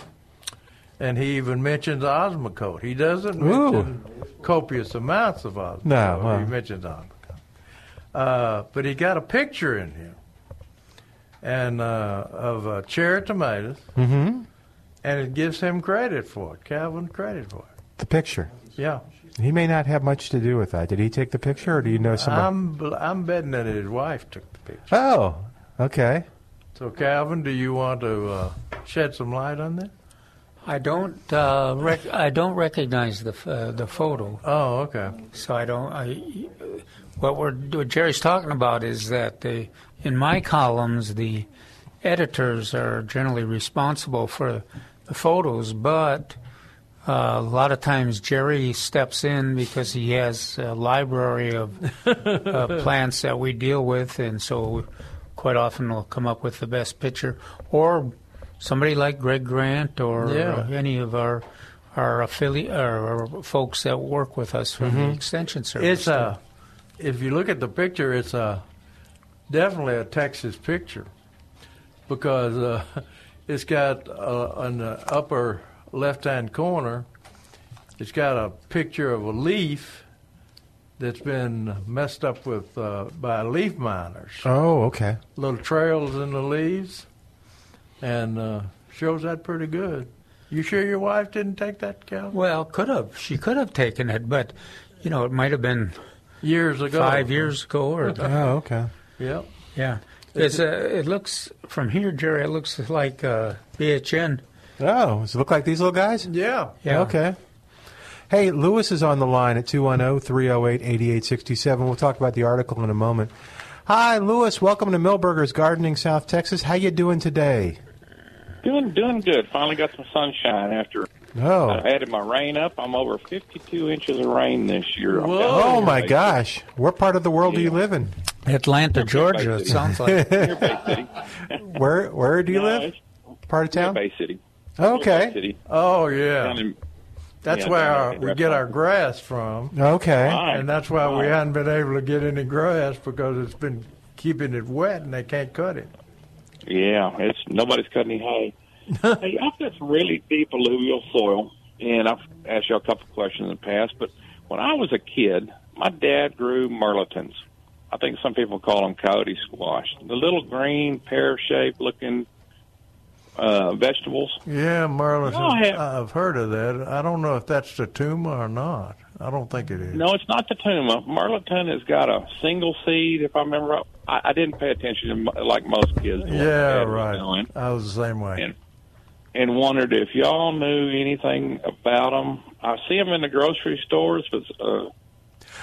Speaker 4: And he even mentions Osmocote. He doesn't
Speaker 3: Ooh.
Speaker 4: mention copious amounts of Osmocote.
Speaker 3: No, uh-huh. well.
Speaker 4: He mentions Osmocote. Uh, but he got a picture in here and uh, of uh, cherry tomatoes.
Speaker 3: Mhm.
Speaker 4: And it gives him credit for it, Calvin credit for it.
Speaker 3: the picture.
Speaker 4: Yeah.
Speaker 3: He may not have much to do with that. Did he take the picture, or do you know somebody?
Speaker 4: I'm, bl- I'm betting that his wife took the picture.
Speaker 3: oh, okay.
Speaker 4: So, Calvin, do you want to uh, shed some light on that?
Speaker 5: I don't. Uh, rec- I don't recognize the f- uh, the photo.
Speaker 4: Oh, okay.
Speaker 5: So I don't. I, what we're what Jerry's talking about is that the in my columns the editors are generally responsible for the photos, but uh, a lot of times Jerry steps in because he has a library of uh, plants that we deal with, and so quite often we'll come up with the best picture. Or somebody like Greg Grant or
Speaker 4: Yeah.
Speaker 5: uh, any of our our affiliate or our folks that work with us from the
Speaker 3: Mm-hmm.
Speaker 4: Mhm.
Speaker 5: Extension Service.
Speaker 4: It's
Speaker 3: uh,
Speaker 4: a, if you look at the picture, it's a, definitely a Texas picture because uh, it's got uh, on the upper left hand corner, it's got a picture of a leaf that's been messed up with uh, by leaf miners.
Speaker 3: Oh, okay.
Speaker 4: Little trails in the leaves and uh, shows that pretty good. You sure your wife didn't take that, Cal?
Speaker 5: Well, could have she could have taken it, but you know it might have been
Speaker 4: Years ago.
Speaker 5: five years ago, or
Speaker 3: Oh, okay.
Speaker 4: Yep.
Speaker 5: yeah. It's a, it looks from here, Jerry. It looks like uh, BHN.
Speaker 3: Oh, does it look like these little guys?
Speaker 4: Yeah.
Speaker 5: Yeah.
Speaker 3: Okay. Hey, Lewis is on the line at 210 308 8867. We'll talk about the article in a moment. Hi, Lewis. Welcome to Millburgers Gardening, South Texas. How you doing today?
Speaker 10: Doing doing good. Finally got some sunshine after
Speaker 3: Oh.
Speaker 10: I added my rain up. I'm over 52 inches of rain this year. I'm down
Speaker 3: Oh,
Speaker 10: here
Speaker 3: my
Speaker 10: based-
Speaker 3: gosh. What part of the world do you live in?
Speaker 5: Atlanta, Georgia. It
Speaker 10: based-
Speaker 5: sounds like.
Speaker 10: Near Bay City.
Speaker 3: Where Where do you
Speaker 10: No,
Speaker 3: live? Part of
Speaker 10: Near
Speaker 3: town?
Speaker 10: Bay City. Bay
Speaker 3: Okay.
Speaker 10: City.
Speaker 4: Oh, yeah.
Speaker 10: Down in-
Speaker 4: That's
Speaker 10: Yeah,
Speaker 4: where
Speaker 10: down
Speaker 4: our,
Speaker 10: in
Speaker 4: we
Speaker 10: Red
Speaker 4: get
Speaker 10: Rock.
Speaker 4: our grass from,
Speaker 3: Okay.
Speaker 10: Fine.
Speaker 4: and that's why we
Speaker 10: Fine.
Speaker 4: haven't been able to get any grass because it's been keeping it wet and they can't cut it.
Speaker 10: Yeah, it's nobody's cutting any hay. hey, I've got some really deep alluvial soil, and I've asked you a couple of questions in the past. But when I was a kid, my dad grew merlotins. I think some people call them coyote squash. The little green pear-shaped looking uh, vegetables.
Speaker 4: Yeah, Marlon,
Speaker 10: No, I haven't.
Speaker 4: I've heard of that. I don't know if that's the tumor or not. I don't think it is.
Speaker 10: No, it's not the tuma. Merlotin has got a single seed, if I remember. right. I, I didn't pay attention to mo- like most kids. to what my
Speaker 4: Yeah,
Speaker 10: dad was
Speaker 4: right.
Speaker 10: doing.
Speaker 4: I was the same way.
Speaker 10: And- and wondered if y'all knew anything about them. I see them in the grocery stores, but uh,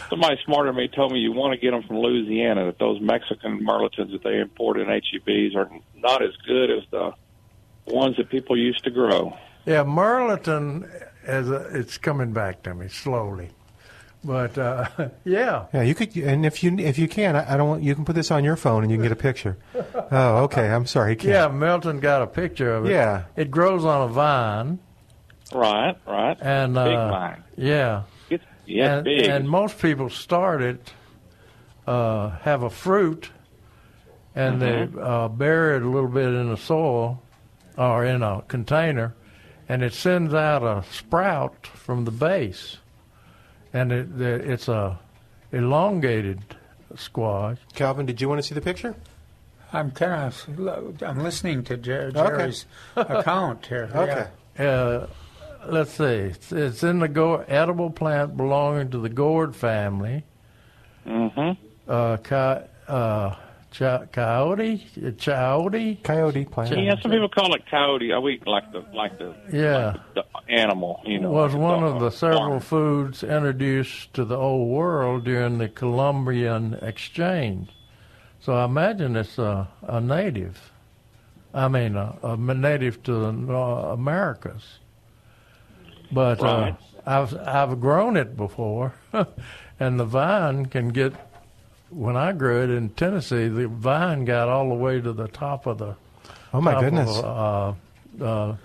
Speaker 10: somebody smarter than me told me you want to get them from Louisiana. That those Mexican merlotins that they import in HEBs are not as good as the ones that people used to grow.
Speaker 4: Yeah, Marlton, as a, it's coming back to me slowly, but uh, yeah,
Speaker 3: Yeah, you could, and if you if you can, I, I don't want you can put this on your phone and you can get a picture. Oh, okay. I'm sorry. He can't.
Speaker 4: yeah. Milton got a picture of it.
Speaker 3: Yeah.
Speaker 4: it grows on a vine,
Speaker 10: Right, right.
Speaker 4: and
Speaker 10: big
Speaker 4: uh,
Speaker 10: vine.
Speaker 4: Yeah.
Speaker 10: It's, yeah,
Speaker 4: and,
Speaker 10: big.
Speaker 4: and most people start it, uh, have a fruit, and they uh, bury it a little bit in the soil or in a container, and it sends out a sprout from the base, and it, the, it's a elongated squash.
Speaker 3: Calvin, did you want to see the picture?
Speaker 5: I'm kind of I'm listening to Jer-
Speaker 3: Okay.
Speaker 5: Jerry's account here.
Speaker 3: Okay.
Speaker 4: Uh, let's see. It's, it's in the go- edible plant belonging to the gourd family.
Speaker 10: Mm-hmm.
Speaker 4: Uh, co- uh, cho- coyote, coyote,
Speaker 3: coyote plant.
Speaker 10: Yeah, some people call it coyote. I eat like the like the
Speaker 4: Yeah.
Speaker 10: the animal. You know,
Speaker 4: was
Speaker 10: like
Speaker 4: one
Speaker 10: the-
Speaker 4: of the several foods introduced to the old world during the Columbian exchange. So I imagine it's a, a native. I mean, a, a native to the Nor- Americas. But
Speaker 10: Right.
Speaker 4: uh, I've I've grown it before, and the vine can get. When I grew it in Tennessee, the vine got all the way to the top of the.
Speaker 3: Oh, my
Speaker 4: top of,
Speaker 3: goodness.
Speaker 4: uh, uh,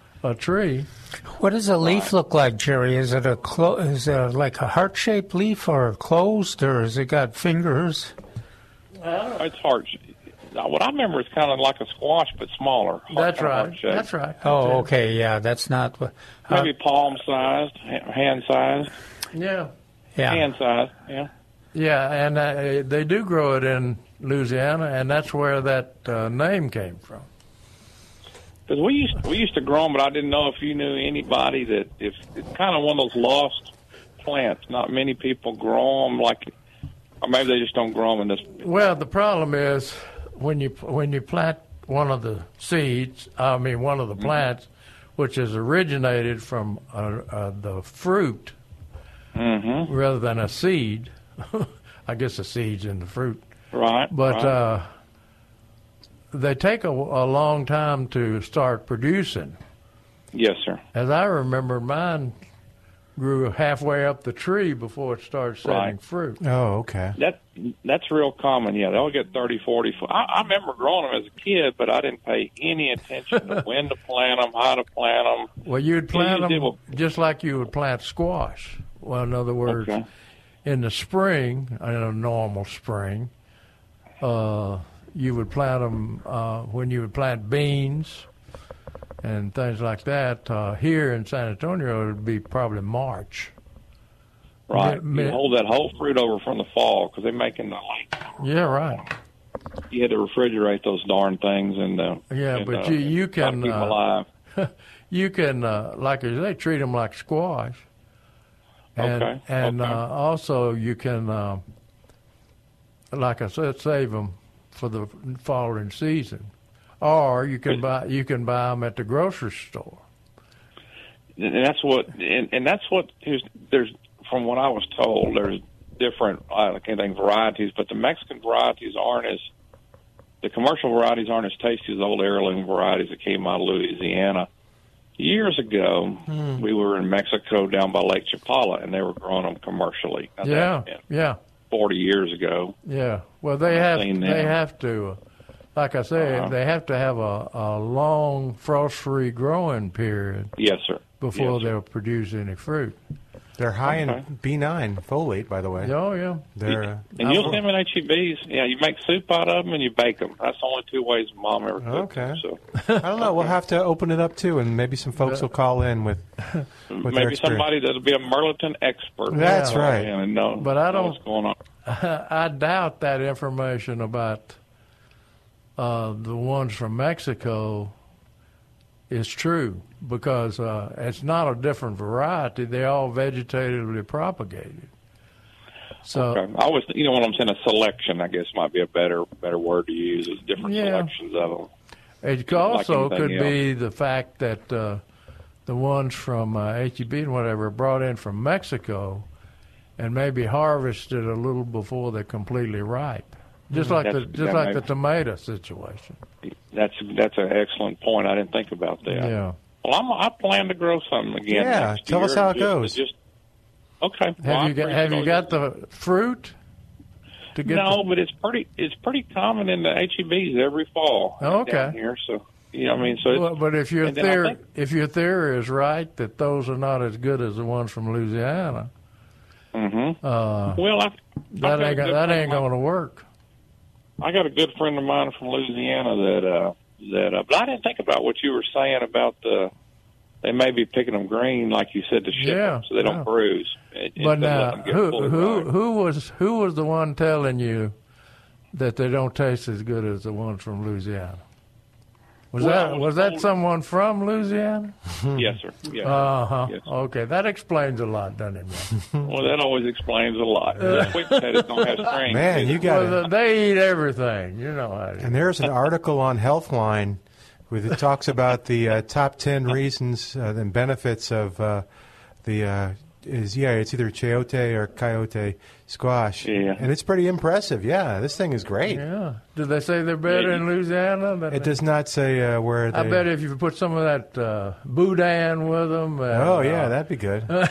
Speaker 4: a tree.
Speaker 9: What does a leaf look like, Jerry? Is it a clo- is it like a heart shaped leaf or closed, or has it got fingers?
Speaker 10: It's hard. What I remember is kind of like a squash, but smaller.
Speaker 9: That's
Speaker 10: Kind of
Speaker 9: right.
Speaker 10: shape.
Speaker 4: That's right.
Speaker 9: Oh, okay, yeah, that's not. what- Uh,
Speaker 10: Maybe palm sized, hand sized,
Speaker 4: Yeah.
Speaker 10: hand sized. Yeah.
Speaker 4: Yeah, and uh, they do grow it in Louisiana, and that's where that uh, name came from.
Speaker 10: Because we used we used to grow them, but I didn't know if you knew anybody that if it's kind of one of those lost plants. Not many people grow them, like, or maybe they just don't grow them in this.
Speaker 4: Well, the problem is when you when you plant one of the seeds, I mean one of
Speaker 10: Mm-hmm.
Speaker 4: the plants, which is originated from uh, uh, the fruit
Speaker 10: Mm-hmm.
Speaker 4: rather than a seed. I guess the seeds in the fruit,
Speaker 10: Right.
Speaker 4: but
Speaker 10: right.
Speaker 4: uh, they take a, a long time to start producing.
Speaker 10: yes, sir.
Speaker 4: As I remember, mine grew halfway up the tree before it started setting
Speaker 10: Right.
Speaker 4: fruit.
Speaker 3: Oh, okay.
Speaker 10: That that's real common. Yeah, they'll get thirty, forty. fo- I, I remember growing them as a kid, but I didn't pay any attention to when to plant them, how to plant them.
Speaker 4: Well, you'd
Speaker 10: Yeah, you
Speaker 4: plant
Speaker 10: did
Speaker 4: them
Speaker 10: well.
Speaker 4: just like you would plant squash. Well, in other words,
Speaker 10: Okay.
Speaker 4: in the spring, in a normal spring, uh, you would plant them uh, when you would plant beans and things like that. Uh, here in San Antonio, it would be probably March.
Speaker 10: Right. You
Speaker 4: Yeah, yeah.
Speaker 10: hold that whole fruit over from the fall because they make them the late.
Speaker 4: Yeah, right.
Speaker 10: You had to refrigerate those darn things and uh,
Speaker 4: Yeah,
Speaker 10: and,
Speaker 4: but
Speaker 10: uh,
Speaker 4: you you
Speaker 10: try to
Speaker 4: can
Speaker 10: keep 'em
Speaker 4: uh,
Speaker 10: alive.
Speaker 4: you can uh, like I say, treat them like squash, and
Speaker 10: Okay,
Speaker 4: and
Speaker 10: okay.
Speaker 4: Uh, also you can uh, like I said, save them for the following season, or you can buy you can buy them at the grocery store.
Speaker 10: and that's what and, and that's what is there's from what I was told there's different uh, I can't think varieties, but the Mexican varieties aren't as the commercial varieties aren't as tasty as the old heirloom varieties that came out of Louisiana. Years ago,
Speaker 3: Hmm.
Speaker 10: we were in Mexico down by Lake Chapala, and they were growing them commercially. I think
Speaker 4: yeah, yeah,
Speaker 10: forty years ago.
Speaker 4: yeah. Well, they have
Speaker 10: I've seen
Speaker 4: they
Speaker 10: them.
Speaker 4: have to, uh, like I say,
Speaker 10: Uh-huh.
Speaker 4: they have to have a, a long frost-free growing period
Speaker 10: Yes, sir.
Speaker 4: before
Speaker 10: Yes, sir.
Speaker 4: they'll produce any fruit.
Speaker 3: They're high
Speaker 10: Okay.
Speaker 3: in B9 folate, by the way.
Speaker 4: Oh yeah.
Speaker 3: They're uh,
Speaker 10: And you'll eliminate your bees. E Yeah, you make soup out of them and you bake them. That's the only two ways mom ever cooked them,
Speaker 3: Okay.
Speaker 10: So.
Speaker 3: I don't know. We'll have to open it up too, and maybe some folks will call in with with their
Speaker 10: Maybe
Speaker 3: experience.
Speaker 10: somebody that'll be a Merleton expert.
Speaker 3: That's
Speaker 10: Yeah.
Speaker 3: right.
Speaker 10: And know,
Speaker 4: But I
Speaker 10: know
Speaker 4: don't-
Speaker 10: what's going on.
Speaker 4: I doubt that information about uh, the ones from Mexico is true because uh, it's not a different variety. They're all vegetatively propagated. So
Speaker 10: Okay. I was, you know, when I'm saying a selection, I guess might be a better better word to use is different
Speaker 4: Yeah.
Speaker 10: selections of them.
Speaker 4: it could also
Speaker 10: anything
Speaker 4: could be the fact that uh, the ones from uh, HEB and whatever brought in from Mexico and maybe harvested a little before they're completely ripe. Just like the
Speaker 10: Mm-hmm. That's-
Speaker 4: just
Speaker 10: that
Speaker 4: like
Speaker 10: may-
Speaker 4: the tomato situation.
Speaker 10: That's that's an excellent point. I didn't think about that.
Speaker 4: yeah.
Speaker 10: Well, I'm, I plan to grow something again.
Speaker 3: Yeah,
Speaker 10: next
Speaker 3: tell
Speaker 10: year
Speaker 3: us how
Speaker 10: and
Speaker 3: it
Speaker 10: just-
Speaker 3: goes.
Speaker 10: Just okay. Well, I
Speaker 4: Have you got
Speaker 10: appreciate
Speaker 4: Have you
Speaker 10: all
Speaker 4: got the fruit? To get
Speaker 10: no, but it's pretty it's pretty common in the HEBs every fall.
Speaker 4: Oh, okay.
Speaker 10: Down here, so you know, what I mean, so
Speaker 4: the,
Speaker 10: it's,
Speaker 4: well, but if your
Speaker 10: and then I
Speaker 4: theory
Speaker 10: think-
Speaker 4: if your theory is right that those are not as good as the ones from Louisiana,
Speaker 10: mhm.
Speaker 4: uh,
Speaker 10: well, I,
Speaker 4: that ain't go- that ain't going to work.
Speaker 10: I got a good friend of mine from Louisiana that uh that uh, but I didn't think about what you were saying about the they may be picking them green like you said to ship 'em,
Speaker 4: Yeah,
Speaker 10: so they don't
Speaker 4: yeah.
Speaker 10: bruise. It- it doesn't let
Speaker 4: But now,
Speaker 10: them get
Speaker 4: who
Speaker 10: fully
Speaker 4: who
Speaker 10: ripe.
Speaker 4: who was who was the one telling you that they don't taste as good as the ones from Louisiana? Was
Speaker 10: Well, I
Speaker 4: that
Speaker 10: was
Speaker 4: was that
Speaker 10: told-
Speaker 4: someone from Louisiana?
Speaker 10: yes, sir. Yes. sir.
Speaker 4: Uh huh.
Speaker 10: Yes.
Speaker 4: Okay, that explains a lot, doesn't it? man?
Speaker 10: Well, that always explains a lot. The quick potatoes don't have strings.
Speaker 3: Man, you got
Speaker 4: Uh, Well,
Speaker 3: it.
Speaker 4: They eat everything. You know how it is.
Speaker 3: And there's an article on Healthline where it talks about the uh, top 10 reasons uh, and benefits of uh, the uh, is yeah, it's either chayote or coyote squash.
Speaker 10: Yeah.
Speaker 3: And it's pretty impressive. Yeah, this thing is great.
Speaker 4: Yeah. Do they say they're better in Louisiana? Than
Speaker 3: It does not say uh, where they
Speaker 4: I bet if you put some of that uh, boudin with them. And,
Speaker 3: Oh, yeah,
Speaker 4: uh,
Speaker 3: that'd be good. Ah,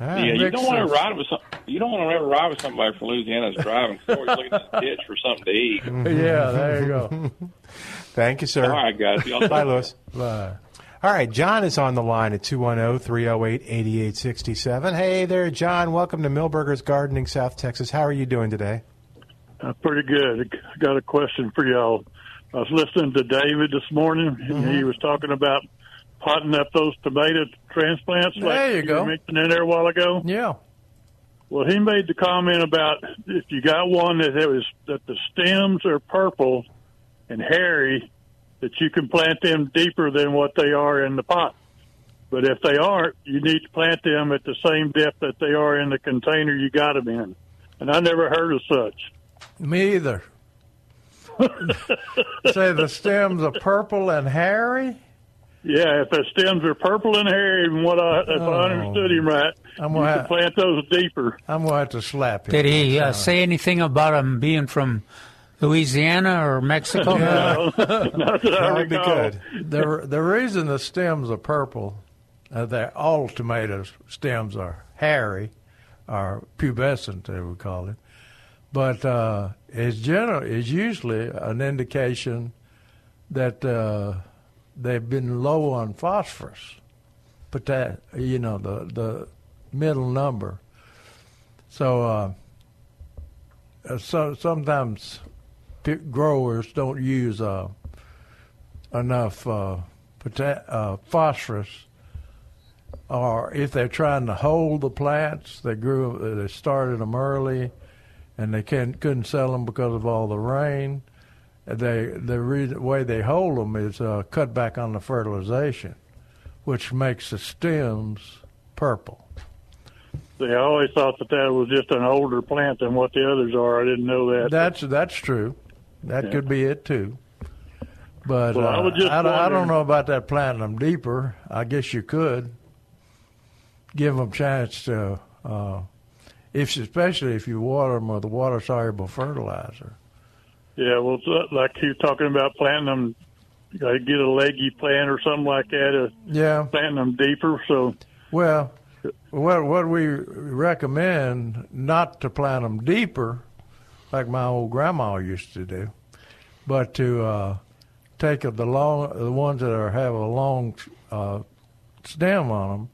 Speaker 10: Yeah, you don't want to
Speaker 4: Mixes.
Speaker 10: ride with some. You don't want to ever ride with somebody from Louisiana that's driving. He's always looking at the ditch for something to eat.
Speaker 4: Yeah, there you go.
Speaker 3: Mm-hmm. Thank you, sir.
Speaker 10: All right, guys. Y'all
Speaker 3: Bye, Louis.
Speaker 4: Bye.
Speaker 3: All right, John is on the line at oh, 210 308 8867. Hey there, John. Welcome to Millburgers Gardening, South Texas. How are you doing today?
Speaker 11: Uh, pretty good. I got a question for y'all. I was listening to David this morning, and
Speaker 4: Mm-hmm.
Speaker 11: he was talking about potting up those tomato transplants.
Speaker 4: There
Speaker 11: like
Speaker 4: you go.
Speaker 11: Were mentioning in there a while ago.
Speaker 4: Yeah.
Speaker 11: Well, he made the comment about if you got one that it was that the stems are purple and hairy, that you can plant them deeper than what they are in the pot. But if they aren't, you need to plant them at the same depth that they are in the container you got them in. And I never heard of such.
Speaker 4: Me either. Say the stems are purple and hairy.
Speaker 11: Yeah, if the stems are purple and hairy, and what I, if I understood him right,
Speaker 4: Oh. I'm
Speaker 11: you
Speaker 4: gonna
Speaker 11: can
Speaker 4: have-
Speaker 11: plant those deeper.
Speaker 4: I'm gonna have to slap him.
Speaker 5: Did he uh, say anything about him being from Louisiana or Mexico?
Speaker 11: Not that I
Speaker 3: That would be
Speaker 11: recall.
Speaker 3: good.
Speaker 4: the the reason the stems are purple, uh, they're all tomatoes stems are hairy, or pubescent they would call it, but uh, is general is usually an indication that uh, they've been low on phosphorus, but that you know the the middle number, so. Uh, uh, so, sometimes p- growers don't use uh, enough uh, pota- uh, phosphorus, or if they're trying to hold the plants, they grew, uh, they started them early, and they can couldn't sell them because of all the rain. And They the reason, way they hold them is uh, cut back on the fertilization, which makes the stems purple.
Speaker 11: They always thought that that was just an older plant than what the others are. I didn't know that.
Speaker 4: That's that's true. That
Speaker 11: Yeah.
Speaker 4: could be it too. But
Speaker 11: Well, I
Speaker 4: uh,
Speaker 11: was just
Speaker 4: I, don't- I don't
Speaker 11: wondering-
Speaker 4: know about that planting them deeper. I guess you could give them chance to, uh, if especially if you water them with a water soluble fertilizer.
Speaker 11: yeah, well, it's uh, like you were talking about planting them, you got to get a leggy plant or something like that, uh,
Speaker 4: Yeah.
Speaker 11: planting them deeper. So,
Speaker 4: Well, what what we recommend not to plant them deeper, like my old grandma used to do, but to uh, take of the long the ones that are have a long uh, stem on them,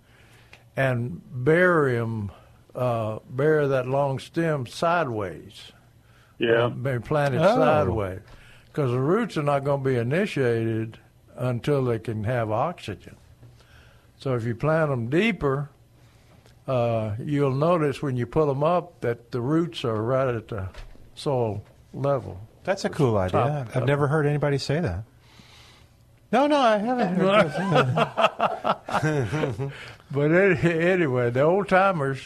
Speaker 4: and bury them, uh, bury that long stem sideways.
Speaker 11: yeah.
Speaker 4: Uh, Be planted
Speaker 3: Oh.
Speaker 4: sideways, because the roots are not going to be initiated until they can have oxygen. So if you plant them deeper, uh, you'll notice when you pull them up that the roots are right at the soil level.
Speaker 3: That's a cool idea.
Speaker 4: Top-
Speaker 3: I've never heard anybody say that. No, no, I haven't heard that.
Speaker 4: But it, anyway, the old timers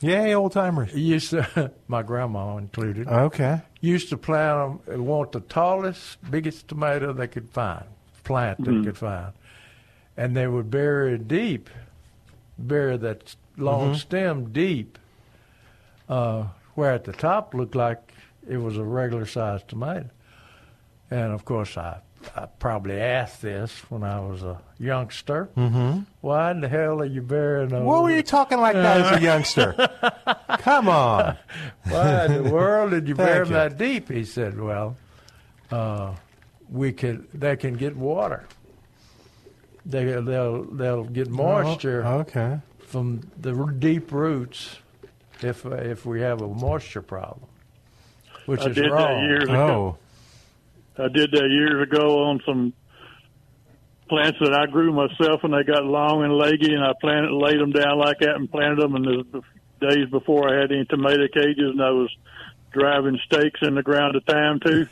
Speaker 3: Yay, old timers.
Speaker 4: used to, my grandma included,
Speaker 3: Okay.
Speaker 4: used to plant them, want the tallest, biggest tomato they could find, plant they could find. And they would bury it deep, bury that s- long
Speaker 3: Mm-hmm.
Speaker 4: stem deep, uh, where at the top looked like it was a regular sized tomato. And of course, I, I probably asked this when I was a youngster. Mm-hmm. Why in the hell are you burying those?
Speaker 3: What were you talking like that as a youngster? Come on.
Speaker 4: Why in the world did you bury
Speaker 3: Thank
Speaker 4: 'em
Speaker 3: you.
Speaker 4: that deep? He said, Well, uh, we could. They can get water. They they'll they'll get moisture
Speaker 3: Oh, okay.
Speaker 4: from the r- deep roots if if we have a moisture problem, which
Speaker 11: I
Speaker 4: is
Speaker 11: did
Speaker 4: wrong.
Speaker 11: that years
Speaker 3: Oh,
Speaker 11: ago. I did that years ago on some plants that I grew myself, and they got long and leggy, and I planted, laid them down like that, and planted them. And the days before, I had any tomato cages, and I was driving stakes in the ground at time too.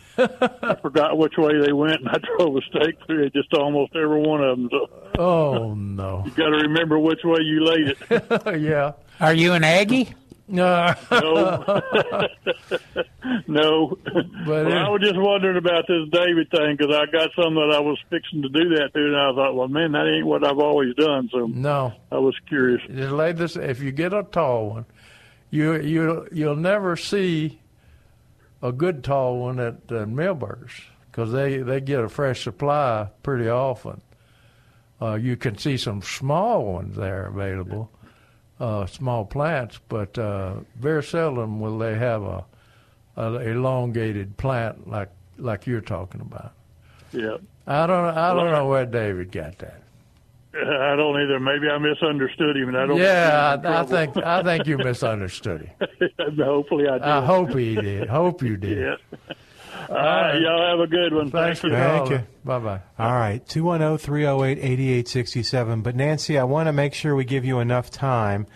Speaker 11: I forgot which way they went, and I drove a stake through it, just almost every one of them. So
Speaker 4: Oh no!
Speaker 11: you got to remember which way you laid it.
Speaker 4: yeah.
Speaker 5: Are you an Aggie?
Speaker 4: No.
Speaker 11: No. no.
Speaker 4: But
Speaker 11: well, I was just wondering about this David thing because I got some that I was fixing to do that to, and I thought, well, man, that ain't what I've always done. So
Speaker 4: No.
Speaker 11: I was curious.
Speaker 4: Just lay this. If you get a tall one, you you you'll never see a good tall one at uh, Millburgers because they they get a fresh supply pretty often. Uh, you can see some small ones there available, uh, small plants, but uh, very seldom will they have a, a elongated plant like like you're talking about.
Speaker 11: Yeah.
Speaker 4: I don't I don't know where David got that.
Speaker 11: I don't either. Maybe I misunderstood him, and I don't.
Speaker 4: Yeah, I, I think I think you misunderstood him.
Speaker 11: Hopefully, I did.
Speaker 4: I hope he did. Hope you did.
Speaker 11: Yeah. All right, y'all have a good one.
Speaker 4: Thanks
Speaker 11: Thank
Speaker 4: for
Speaker 11: you.
Speaker 4: calling. Bye bye.
Speaker 3: All right, oh, 210 308 8867. But Nancy, I want to make sure we give you enough time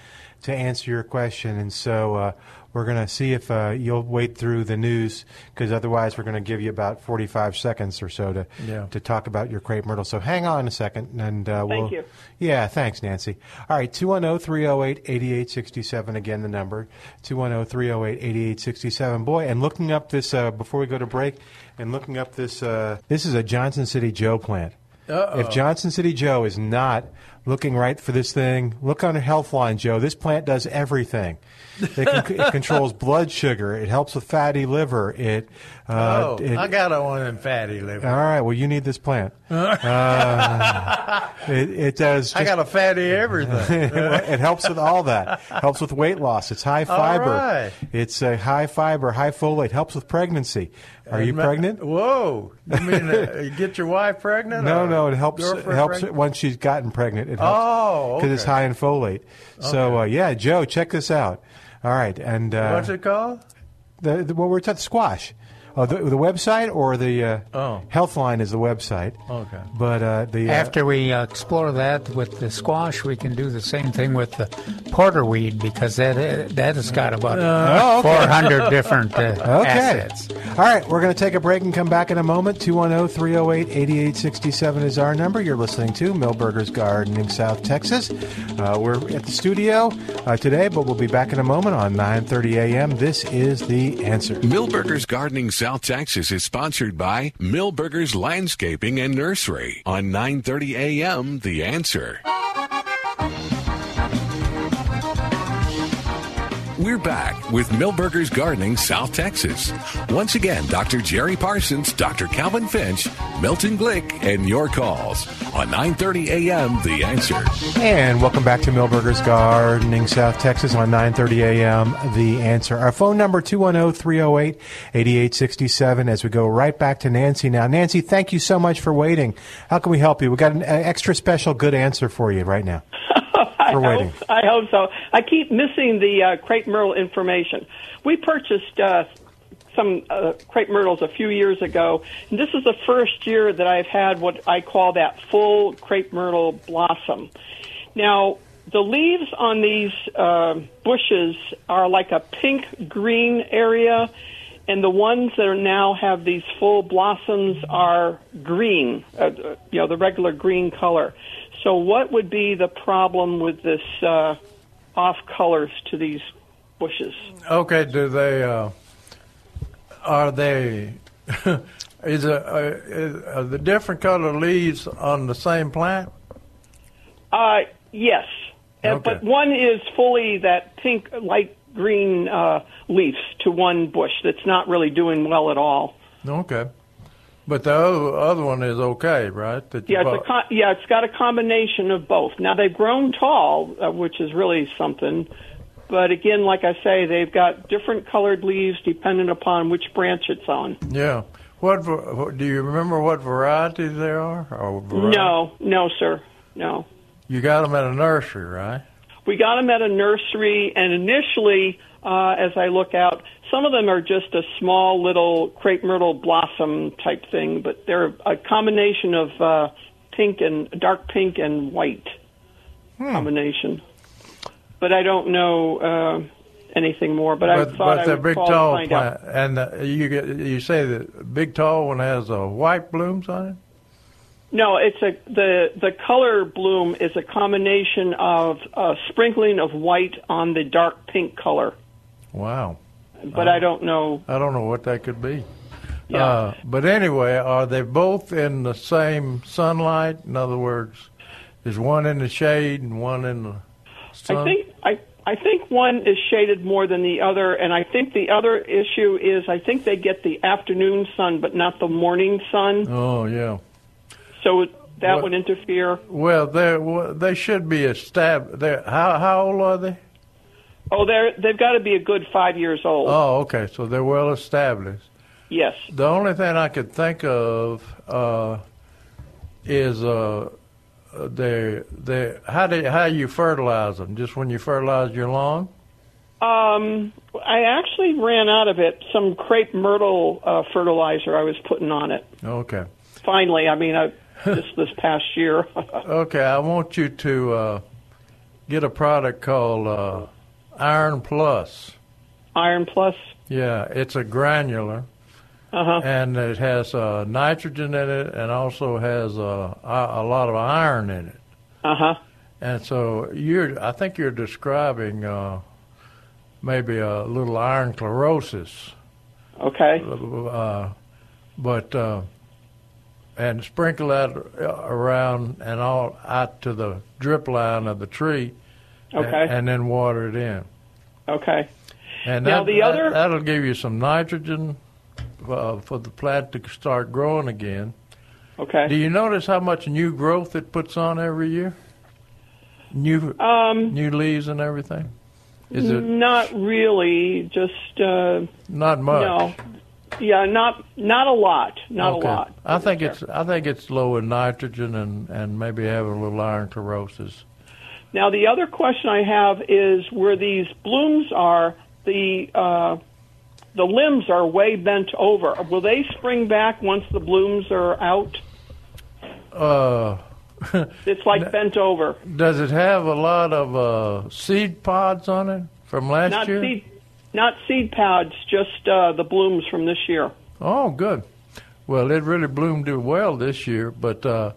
Speaker 3: to answer your question. And so uh, we're going to see if uh, you'll wait through the news, because otherwise we're going to give you about 45 seconds or so to,
Speaker 4: Yeah.
Speaker 3: to talk about your crepe myrtle. So hang on a second. and uh,
Speaker 12: Thank
Speaker 3: we'll,
Speaker 12: you.
Speaker 3: Yeah, thanks, Nancy. All right, oh, 210 308 8867. Again, the number oh, 210 308 8867. Boy, and looking up this, uh, before we go to break, and looking up this, uh, this is a Johnson City Joe plant.
Speaker 4: Uh-oh.
Speaker 3: If Johnson City Joe is not looking right for this thing, look on Healthline Joe. This plant does everything. It, con- it controls blood sugar. It helps with fatty liver. It. Uh,
Speaker 4: oh,
Speaker 3: it-
Speaker 4: I got a one in fatty liver.
Speaker 3: all right. Well, you need this plant. Uh, it, it does.
Speaker 4: I
Speaker 3: just-
Speaker 4: got a fatty everything.
Speaker 3: it helps with all that. Helps with weight loss. It's high
Speaker 4: All
Speaker 3: fiber.
Speaker 4: right.
Speaker 3: It's uh, high fiber, high folate. Helps with pregnancy. Are you
Speaker 4: And ma-
Speaker 3: pregnant?
Speaker 4: Whoa! You mean uh, you get your wife pregnant?
Speaker 3: No,
Speaker 4: or
Speaker 3: no. It helps. It
Speaker 4: girlfriend
Speaker 3: helps
Speaker 4: pregnant?
Speaker 3: once she's gotten pregnant. It helps
Speaker 4: Oh,
Speaker 3: because it's
Speaker 4: okay.
Speaker 3: high in folate. So uh, yeah, Joe, check this out. All right, and uh,
Speaker 4: What's it called?
Speaker 3: The, the well, we're talking squash. Oh, the, the website or the uh,
Speaker 4: Oh.
Speaker 3: Healthline is the website.
Speaker 4: Okay.
Speaker 3: But uh, the uh,
Speaker 5: After we uh, explore that with the squash, we can do the same thing with the porterweed because that that has got about
Speaker 3: Uh, okay.
Speaker 5: 400 different uh,
Speaker 3: Okay.
Speaker 5: assets.
Speaker 3: All right, we're going to take a break and come back in a moment. oh, 210 308 8867 is our number. You're listening to Millburgers Gardening, South Texas. Uh, we're at the studio uh, today, but we'll be back in a moment on 9.30 a.m. This is The Answer.
Speaker 2: Millburgers Gardening South Texas is sponsored by Millburgers Landscaping and Nursery on 9:30 a.m. The Answer. We're back with Millburgers Gardening South Texas. Once again, Dr. Jerry Parsons, Dr. Calvin Finch, Milton Glick, and your calls on 9:30 a.m. The Answer.
Speaker 3: And welcome back to Millburgers Gardening, South Texas on 9:30 a.m. The Answer. Our phone number oh, 210-308-8867 as we go right back to Nancy now. Nancy, thank you so much for waiting. How can we help you? We got an uh, extra special good answer for you right now. For waiting.
Speaker 12: I hope so. I keep missing the uh, crepe myrtle information. We purchased uh, some uh, crepe myrtles a few years ago, and this is the first year that I've had what I call that full crepe myrtle blossom. Now, the leaves on these uh, bushes are like a pink green area, and the ones that are now have these full blossoms are green, uh, uh, you know, the regular green color. So, what would be the problem with this uh, off colors to these bushes?
Speaker 4: Okay. Do they? Uh, are they? is, a, uh, is are the different color leaves on the same plant?
Speaker 12: Uh, yes, Uh,
Speaker 4: Okay.
Speaker 12: but one is fully that pink, light green uh, leaves to one bush that's not really doing well at all.
Speaker 4: Okay. But the other, other one is okay, right? That you
Speaker 12: Yeah, it's
Speaker 4: bought-
Speaker 12: a con- yeah, it's got a combination of both. Now they've grown tall, uh, which is really something. But again, like I say, they've got different colored leaves depending upon which branch it's on.
Speaker 4: Yeah. What, va- what do you remember? What varieties there are? Or variety?
Speaker 12: No, no, sir, no.
Speaker 4: You got them at a nursery, right?
Speaker 12: We got them at a nursery, and initially, uh, as I look out, some of them are just a small little crepe myrtle blossom type thing, but they're a combination of uh, pink and dark pink
Speaker 4: Hmm.
Speaker 12: and white combination. But I don't know. Uh, anything more, but, I
Speaker 4: but,
Speaker 12: thought
Speaker 4: but
Speaker 12: I
Speaker 4: the
Speaker 12: would
Speaker 4: big
Speaker 12: call
Speaker 4: tall
Speaker 12: to find out.
Speaker 4: plant, and uh, you get, you say the big tall one has the white blooms on it.
Speaker 12: No, it's a the the color bloom is a combination of uh, sprinkling of white on the dark pink color,
Speaker 4: Wow.
Speaker 12: but
Speaker 4: Oh.
Speaker 12: I don't know.
Speaker 4: I don't know what that could be.
Speaker 12: Yeah.
Speaker 4: Uh, but anyway, are they both in the same sunlight? In other words, is one in the shade and one in the sun?
Speaker 12: I think I I think one is shaded more than the other, and I think the other issue is I think they get the afternoon sun, but not the morning sun.
Speaker 4: Oh yeah.
Speaker 12: So that
Speaker 4: What-
Speaker 12: would interfere.
Speaker 4: Well, they well, they should be established. How how old are they?
Speaker 12: Oh, they're they've got to be a good five years old.
Speaker 4: Oh, okay. So they're well established.
Speaker 12: Yes.
Speaker 4: The only thing I could think of uh, is uh, the the how do how you fertilize them? Just when you fertilize your lawn?
Speaker 12: Um, I actually ran out of it. Some crepe myrtle uh, fertilizer I was putting on it.
Speaker 4: Okay.
Speaker 12: Finally, I mean, I, just this past year.
Speaker 4: Okay, I want you to uh, get a product called uh, Iron Plus.
Speaker 12: Iron Plus.
Speaker 4: Yeah, it's a granular,
Speaker 12: Uh-huh.
Speaker 4: and it has uh, nitrogen in it, and also has uh, a, a lot of iron in it.
Speaker 12: Uh huh.
Speaker 4: And so you're, I think you're describing uh, maybe a little iron chlorosis.
Speaker 12: Okay.
Speaker 4: Uh, but uh, and sprinkle that around and all out to the drip line of the tree. and-
Speaker 12: Okay.
Speaker 4: And, then water it in.
Speaker 12: Okay.
Speaker 4: And
Speaker 12: Now,
Speaker 4: that,
Speaker 12: the other-
Speaker 4: that, will give you some nitrogen uh, for the plant to start growing again.
Speaker 12: Okay.
Speaker 4: Do you notice how much new growth it puts on every year? New
Speaker 12: Um,
Speaker 4: new leaves and everything. Is it
Speaker 12: Not really. Just uh,
Speaker 4: not much?
Speaker 12: No. Yeah, not not a lot. Not
Speaker 4: Okay.
Speaker 12: a lot.
Speaker 4: I think it's I think it's low in nitrogen and and maybe having a little iron chlorosis.
Speaker 12: Now, the other question I have is where these blooms are, the uh, the limbs are way bent over. Will they spring back once the blooms are out?
Speaker 4: Uh,
Speaker 12: It's like bent over.
Speaker 4: does it have a lot of uh, seed pods on it from last
Speaker 12: not
Speaker 4: year?
Speaker 12: seed, not seed pods, just uh, the blooms from this year.
Speaker 4: Oh, good. Well, it really bloomed it well this year, but uh,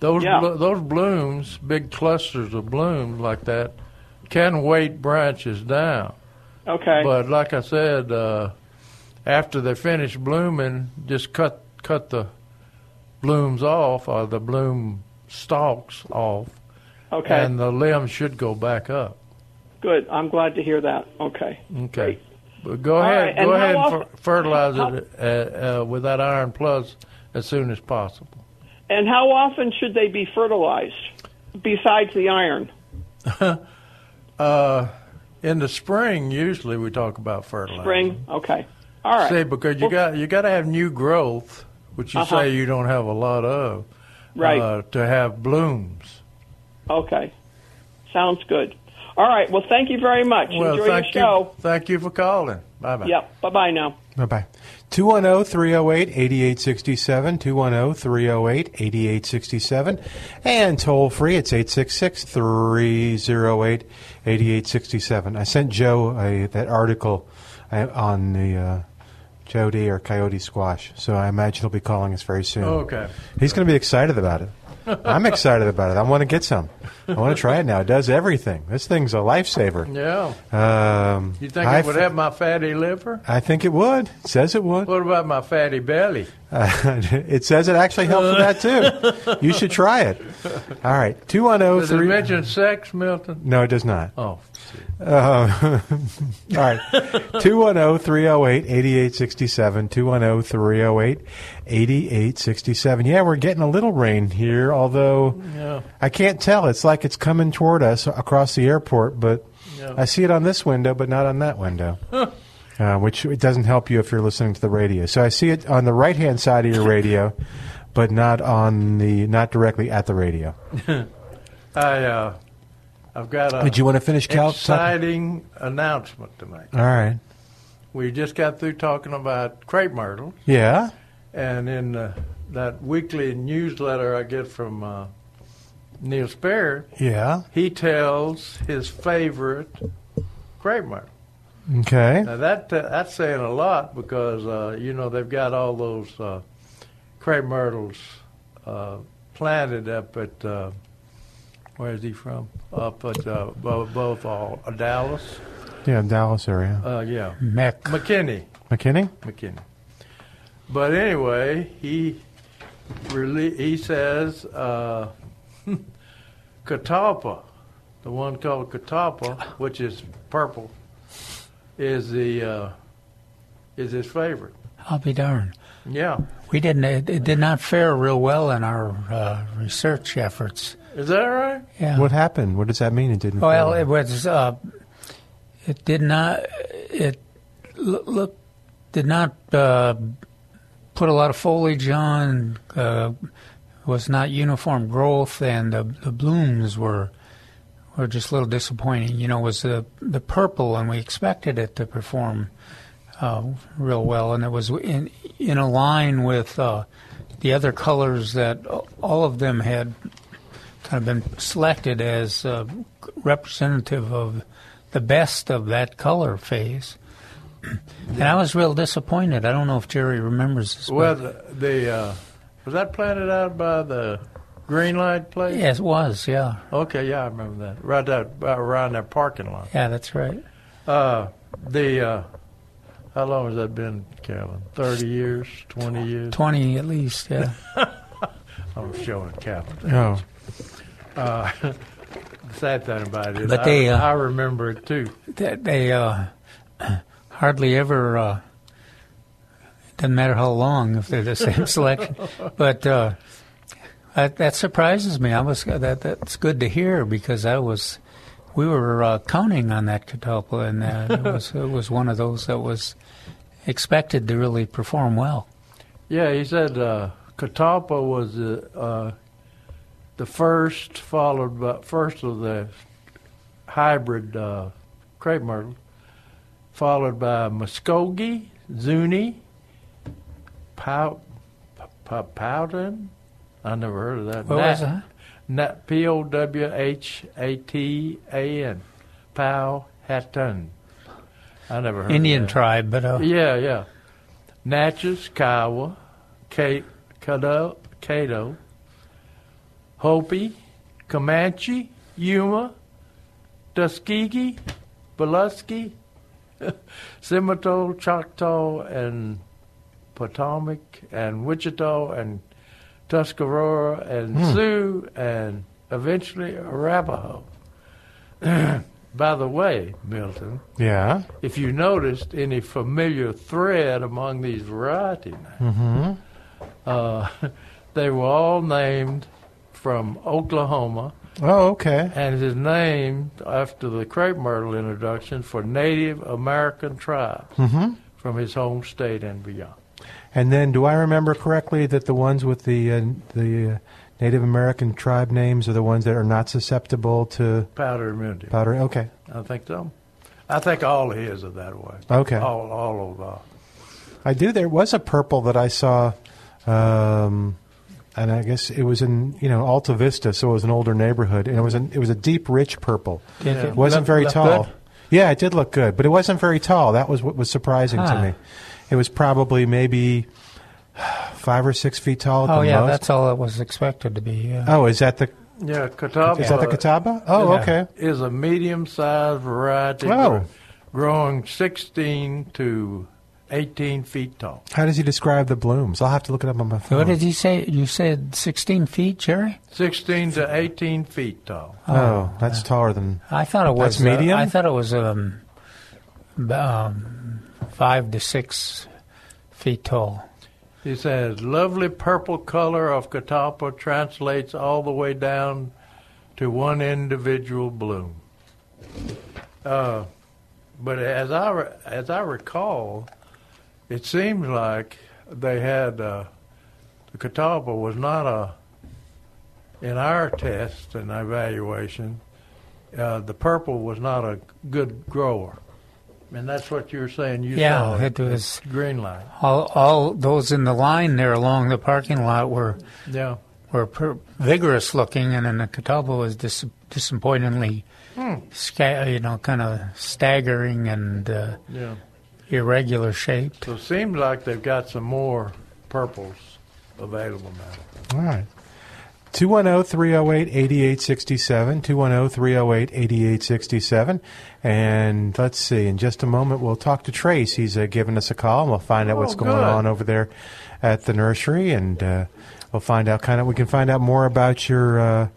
Speaker 4: those
Speaker 12: Yeah.
Speaker 4: blo- those blooms, big clusters of blooms like that, can weight branches down.
Speaker 12: Okay.
Speaker 4: But like I said, uh, after they finish blooming, just cut cut the blooms off or the bloom stalks off,
Speaker 12: okay.
Speaker 4: and the limbs should go back up.
Speaker 12: Good. I'm glad to hear that. Okay.
Speaker 4: Okay. But go
Speaker 12: All
Speaker 4: ahead,
Speaker 12: right, and
Speaker 4: go
Speaker 12: how
Speaker 4: ahead and
Speaker 12: often-
Speaker 4: fer- fertilize
Speaker 12: how-
Speaker 4: it uh, uh, with that iron plus as soon as possible.
Speaker 12: And how often should they be fertilized besides the iron?
Speaker 4: Uh, in the spring, usually we talk about fertilizing.
Speaker 12: Spring. Okay. All right.
Speaker 4: See, because you got you got to have new growth, which you
Speaker 12: Uh-huh.
Speaker 4: say you don't have a lot of,
Speaker 12: Right.
Speaker 4: Uh, to have blooms.
Speaker 12: Okay. Sounds good. All right. Well, thank you very much.
Speaker 4: Well,
Speaker 12: Enjoy
Speaker 4: thank
Speaker 12: your show.
Speaker 4: you, thank you for calling. Bye bye.
Speaker 12: Yep. Bye bye now.
Speaker 3: Bye bye. 210 308 8867. 210 308 8867. And toll free, it's 866 308 8867. I sent Joe a, that article uh, on the uh, Jody or Coyote Squash, so I imagine he'll be calling us very soon.
Speaker 4: Okay.
Speaker 3: He's going to be excited about it. I'm excited about it. I want to get some. I want to try it now. It does everything. This thing's a lifesaver.
Speaker 4: Yeah.
Speaker 3: Um,
Speaker 4: You think
Speaker 3: I
Speaker 4: it would
Speaker 3: f-
Speaker 4: have my fatty liver?
Speaker 3: I think it would. It says it would.
Speaker 4: What about my fatty belly?
Speaker 3: Uh, it says it actually helps with that too. You should try it. All right, two one zero
Speaker 4: Does it
Speaker 3: three.
Speaker 4: mention sex, Milton?
Speaker 3: No, it does not.
Speaker 4: Oh.
Speaker 3: Uh, all right. 210 308 8867. 210 308 8867. Yeah, we're getting a little rain here, although
Speaker 4: Yeah.
Speaker 3: I can't tell. It's like it's coming toward us across the airport, but
Speaker 4: Yeah.
Speaker 3: I see it on this window, but not on that window. Uh, which it doesn't help you if you're listening to the radio. So I see it on the right hand side of your radio, but not on the not directly at the radio.
Speaker 4: I uh, I've got a.
Speaker 3: Did you wanna finish, Cal-
Speaker 4: Exciting announcement to make.
Speaker 3: All right.
Speaker 4: We just got through talking about crepe myrtle,
Speaker 3: Yeah.
Speaker 4: and in uh, that weekly newsletter I get from uh, Neil Sperry,
Speaker 3: Yeah.
Speaker 4: he tells his favorite crepe myrtle.
Speaker 3: Okay.
Speaker 4: Now that uh, that's saying a lot because uh, you know they've got all those uh, crepe myrtles uh, planted up at uh, where is he from? Up at uh, both, both all uh, Dallas.
Speaker 3: Yeah, Dallas area.
Speaker 4: Uh, yeah.
Speaker 5: Mech.
Speaker 4: McKinney.
Speaker 3: McKinney?
Speaker 4: McKinney. But anyway, he rele- he says uh, catalpa, the one called catalpa, which is purple, is the uh, is his favorite.
Speaker 5: I'll be darned.
Speaker 4: Yeah.
Speaker 5: We didn't. It, it did not fare real well in our uh, research efforts.
Speaker 4: Is that right?
Speaker 5: Yeah.
Speaker 3: What happened? What does that mean? It didn't.
Speaker 5: Well,
Speaker 3: fail?
Speaker 5: it was. Uh, it did not. It look, look did not uh, put a lot of foliage on. Uh, was not uniform growth, and the, the blooms were were just a little disappointing. You know, it was the the purple, and we expected it to perform uh, real well, and it was in in a line with uh, the other colors that all of them had kind of been selected as uh, representative of the best of that color phase. And I was real disappointed. I don't know if Jerry remembers this. but-
Speaker 4: Well, the, the uh, was that planted out by the Green Light place?
Speaker 5: yes, it was. Yeah,
Speaker 4: Okay, yeah, I remember that. Right out around that parking lot.
Speaker 5: yeah, that's right.
Speaker 4: Uh, the uh, how long has that been, Calvin? Thirty years, twenty years?
Speaker 5: Twenty at least. Yeah.
Speaker 4: I'm showing Calvin.
Speaker 5: Oh.
Speaker 4: Uh, the sad thing about it is,
Speaker 5: But
Speaker 4: I,
Speaker 5: they, uh,
Speaker 4: I remember it too.
Speaker 5: They, they uh, hardly ever. Uh, doesn't matter how long if they're the same selection, but uh, that, that surprises me. I was that that's good to hear because I was. We were uh, counting on that catalpa, and uh, it, was, it was one of those that was expected to really perform well.
Speaker 4: Yeah, he said uh, Catalpa was the uh, the first, followed by first of the hybrid uh, crepe myrtle, followed by Muskogee, Zuni, Pow, Pow, Powden. I never heard of that.
Speaker 5: What was that?
Speaker 4: Nat P O W H A T A N, Powhatan. I never heard
Speaker 5: Indian
Speaker 4: of that.
Speaker 5: tribe, but uh,
Speaker 4: Yeah, yeah. Natchez, Kiowa, Ca- Caddo- Cato, Hopi, Comanche, Yuma, Tuskegee, Biloxi, Seminole, Choctaw, and Potomac, and Wichita, and Tuscarora, and
Speaker 13: Hmm.
Speaker 4: Sioux, and eventually Arapaho. By the way, Milton,
Speaker 3: yeah.
Speaker 4: if you noticed any familiar thread among these varieties,
Speaker 3: Mm-hmm.
Speaker 4: uh, they were all named from Oklahoma,
Speaker 3: Oh, okay.
Speaker 4: and it is named after the crepe myrtle introduction for Native American tribes
Speaker 3: Mm-hmm.
Speaker 4: from his home state and beyond.
Speaker 3: And then, do I remember correctly that the ones with the uh, the uh, Native American tribe names are the ones that are not susceptible to
Speaker 4: Powder immunity.
Speaker 3: powder? Okay.
Speaker 4: I think so. I think all his are that way.
Speaker 3: Okay.
Speaker 4: All, all of uh, them.
Speaker 3: I do. There was a purple that I saw, um, and I guess it was in you know Alta Vista, so it was an older neighborhood, and it was an, it was a deep, rich purple.
Speaker 5: Did it
Speaker 3: It wasn't
Speaker 5: look-
Speaker 3: very
Speaker 5: look
Speaker 3: tall.
Speaker 5: good?
Speaker 3: Yeah, it did look good, but it wasn't very tall. That was what was surprising
Speaker 5: Huh.
Speaker 3: to me. It was probably maybe five or six feet tall. At
Speaker 5: oh
Speaker 3: the
Speaker 5: yeah,
Speaker 3: most.
Speaker 5: that's all it was expected to be. Yeah.
Speaker 3: Oh, is that the
Speaker 4: Yeah, Catawba.
Speaker 3: Is that the Catawba? Oh,
Speaker 4: Yeah.
Speaker 3: okay.
Speaker 4: Is a medium-sized variety
Speaker 3: Oh.
Speaker 4: gr- growing 16 to 18 feet tall.
Speaker 3: How does he describe the blooms? I'll have to look it up on my phone.
Speaker 5: What did you say? You said 16 feet, Jerry?
Speaker 4: 16 to 18 feet tall.
Speaker 3: Oh, that's taller than.
Speaker 5: Uh, I thought it was.
Speaker 3: That's medium.
Speaker 5: uh, I thought it was um, b- um, five to six feet tall.
Speaker 4: He says, lovely purple color of catalpa translates all the way down to one individual bloom. Uh, but as I, re- as I recall, it seems like they had, uh, the catalpa was not a, in our test and evaluation, uh, the purple was not a good grower. And that's what you were saying you
Speaker 5: Yeah,
Speaker 4: saw.
Speaker 5: it was-
Speaker 4: Green light.
Speaker 5: All, all those in the line there along the parking lot were
Speaker 4: Yeah.
Speaker 5: were per- vigorous looking, and then the Catawba was dis- disappointingly,
Speaker 3: Hmm.
Speaker 5: sca- you know, kind of staggering and uh,
Speaker 4: Yeah.
Speaker 5: irregular shape.
Speaker 4: So it seems like they've got some more purples available now.
Speaker 3: All right. oh, 210 308 8867. 210 308 8867. And let's see, in just a moment, we'll talk to Trace. He's uh, giving us a call, and we'll find out what's
Speaker 4: Oh,
Speaker 3: going
Speaker 4: good.
Speaker 3: on over there at the nursery. And uh, we'll find out kind of, we can find out more about your, uh,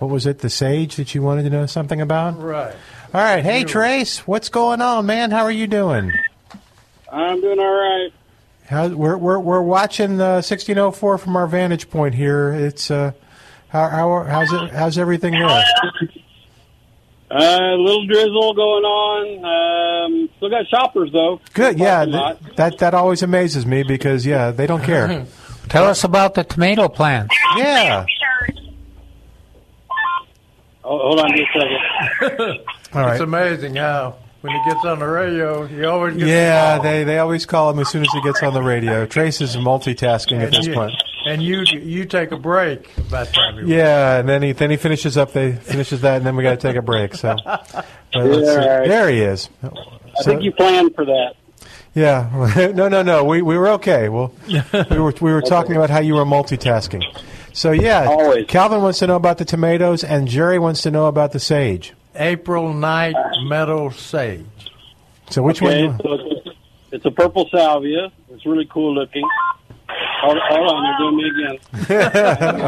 Speaker 3: what was it, the sage that you wanted to know something about?
Speaker 4: Right.
Speaker 3: All right. Hey, Trace, what's going on, man? How are you doing?
Speaker 13: I'm doing all right.
Speaker 3: How, we're, we're, we're watching uh, 1604 from our vantage point here. It's, uh, how, how, how's, it, how's everything there?
Speaker 13: Uh, A little drizzle going on. Um, still got shoppers though.
Speaker 3: Good, yeah.
Speaker 13: Parking lot.
Speaker 3: th- that that always amazes me because yeah, they don't care.
Speaker 5: Tell us about the tomato plant.
Speaker 3: Yeah.
Speaker 13: Oh, hold on just a second.
Speaker 3: All right.
Speaker 4: It's amazing how when he gets on the radio, he always gets
Speaker 3: Yeah, they, they always call him as soon as he gets on the radio. Trace is multitasking at this
Speaker 4: you,
Speaker 3: point.
Speaker 4: And you you take a break about time. you-
Speaker 3: Yeah, and then he then he finishes up. They finishes that, and then we got to take a break. So, But let's
Speaker 13: Yeah,
Speaker 3: see.
Speaker 13: all right.
Speaker 3: there he is.
Speaker 13: I think you planned for that.
Speaker 3: Yeah, no, no, no. We we were okay. Well, we were we were talking about how you were multitasking. So yeah, Calvin wants to know about the tomatoes, and Jerry wants to know about the sage.
Speaker 4: April night meadow sage.
Speaker 3: So which
Speaker 13: okay,
Speaker 3: one?
Speaker 13: So it's, it's a purple salvia. It's really cool looking. Hold, hold on, they're doing me again.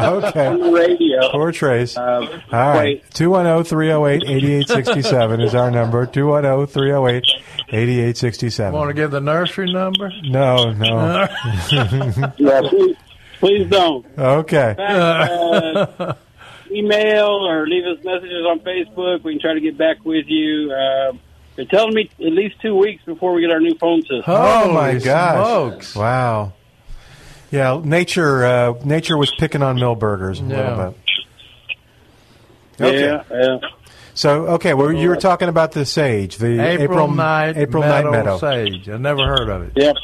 Speaker 3: okay.
Speaker 13: On the radio.
Speaker 3: Poor Trace.
Speaker 13: Um,
Speaker 3: All
Speaker 13: wait.
Speaker 3: right. oh, 210 308 8867 is our number. oh, 210 308 8867.
Speaker 4: Want to give the nursery number?
Speaker 3: No, no.
Speaker 13: Yeah, please, please don't.
Speaker 3: okay.
Speaker 13: Uh, email or leave us messages on Facebook. We can try to get back with you. Uh, they're telling me at least two weeks before we get our new phone system.
Speaker 3: Oh, my gosh. Wow. Yeah, nature uh, nature was picking on Millburgers a
Speaker 13: Yeah.
Speaker 3: little bit. Okay.
Speaker 13: Yeah, yeah.
Speaker 3: So, okay, well, you were talking about the sage, the
Speaker 4: April, night
Speaker 3: April
Speaker 4: meadow,
Speaker 3: night meadow.
Speaker 4: sage. I never heard of it.
Speaker 13: Yep.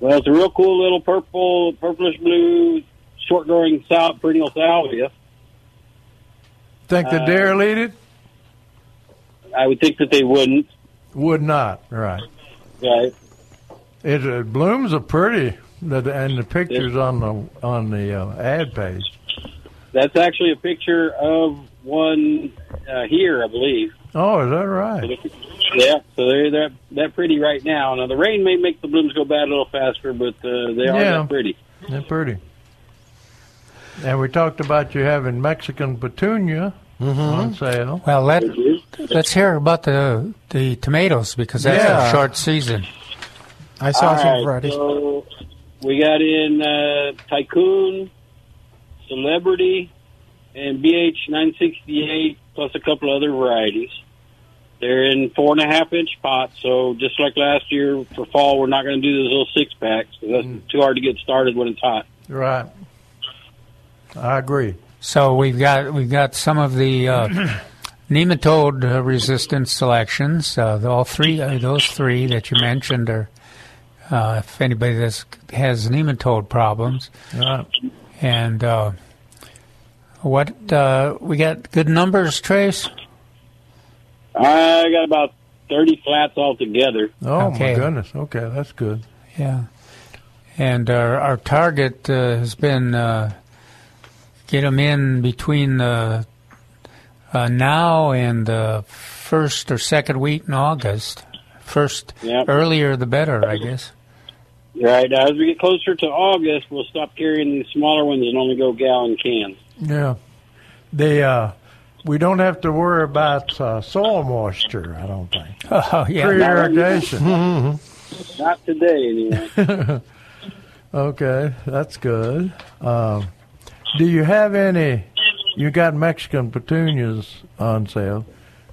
Speaker 13: Well, it's a real cool little purple, purplish blue, short growing sal- perennial salvia.
Speaker 4: Think the
Speaker 13: Uh,
Speaker 4: deer will eat it?
Speaker 13: I would think that they wouldn't.
Speaker 4: Would not. Right.
Speaker 13: Right.
Speaker 4: It, uh blooms are pretty, that- and the pictures on the on the uh, ad page.
Speaker 13: That's actually a picture of one uh, here, I believe.
Speaker 4: Oh, is that right?
Speaker 13: Yeah, so they're that that pretty right now. Now the rain may make the blooms go bad a little faster, but uh, they are
Speaker 4: Yeah.
Speaker 13: that pretty.
Speaker 4: They're pretty. And we talked about you having Mexican petunia
Speaker 5: Mm-hmm.
Speaker 13: Mm-hmm.
Speaker 4: on sale.
Speaker 5: Well, let let's hear about the the tomatoes because that's
Speaker 4: Yeah.
Speaker 5: a short season.
Speaker 3: I
Speaker 13: All right, So we got in uh, Tycoon, Celebrity, and BH968, plus a couple other varieties. They're in four and a half inch pots, so just like last year for fall, we're not going to do those little six packs. 'cause That's
Speaker 4: Mm.
Speaker 13: too hard to get started when it's hot.
Speaker 4: Right. I agree.
Speaker 5: So we've got we've got some of the uh, nematode uh, resistant selections. Uh, the- all three uh, those three that you mentioned are uh, if anybody that's, has nematode problems.
Speaker 4: Right.
Speaker 5: And uh, what uh, we got good numbers, Trace.
Speaker 13: I got about 30 flats altogether.
Speaker 4: Oh
Speaker 5: Okay.
Speaker 4: my goodness. Okay, that's good.
Speaker 5: Yeah. And our, our target uh, has been uh, get them in between uh, uh, now and uh, first or second week in August. First,
Speaker 13: Yep.
Speaker 5: earlier the better, I guess.
Speaker 13: Right. As we get closer to August, we'll stop carrying these smaller ones and only go gallon cans.
Speaker 4: Yeah. The uh, we don't have to worry about uh, soil moisture. I don't think.
Speaker 5: Oh, yeah. Mm-hmm.
Speaker 4: Pre irrigation.
Speaker 13: Not today, anyway.
Speaker 4: Okay, that's good. Um, do you have any? You got Mexican petunias on sale.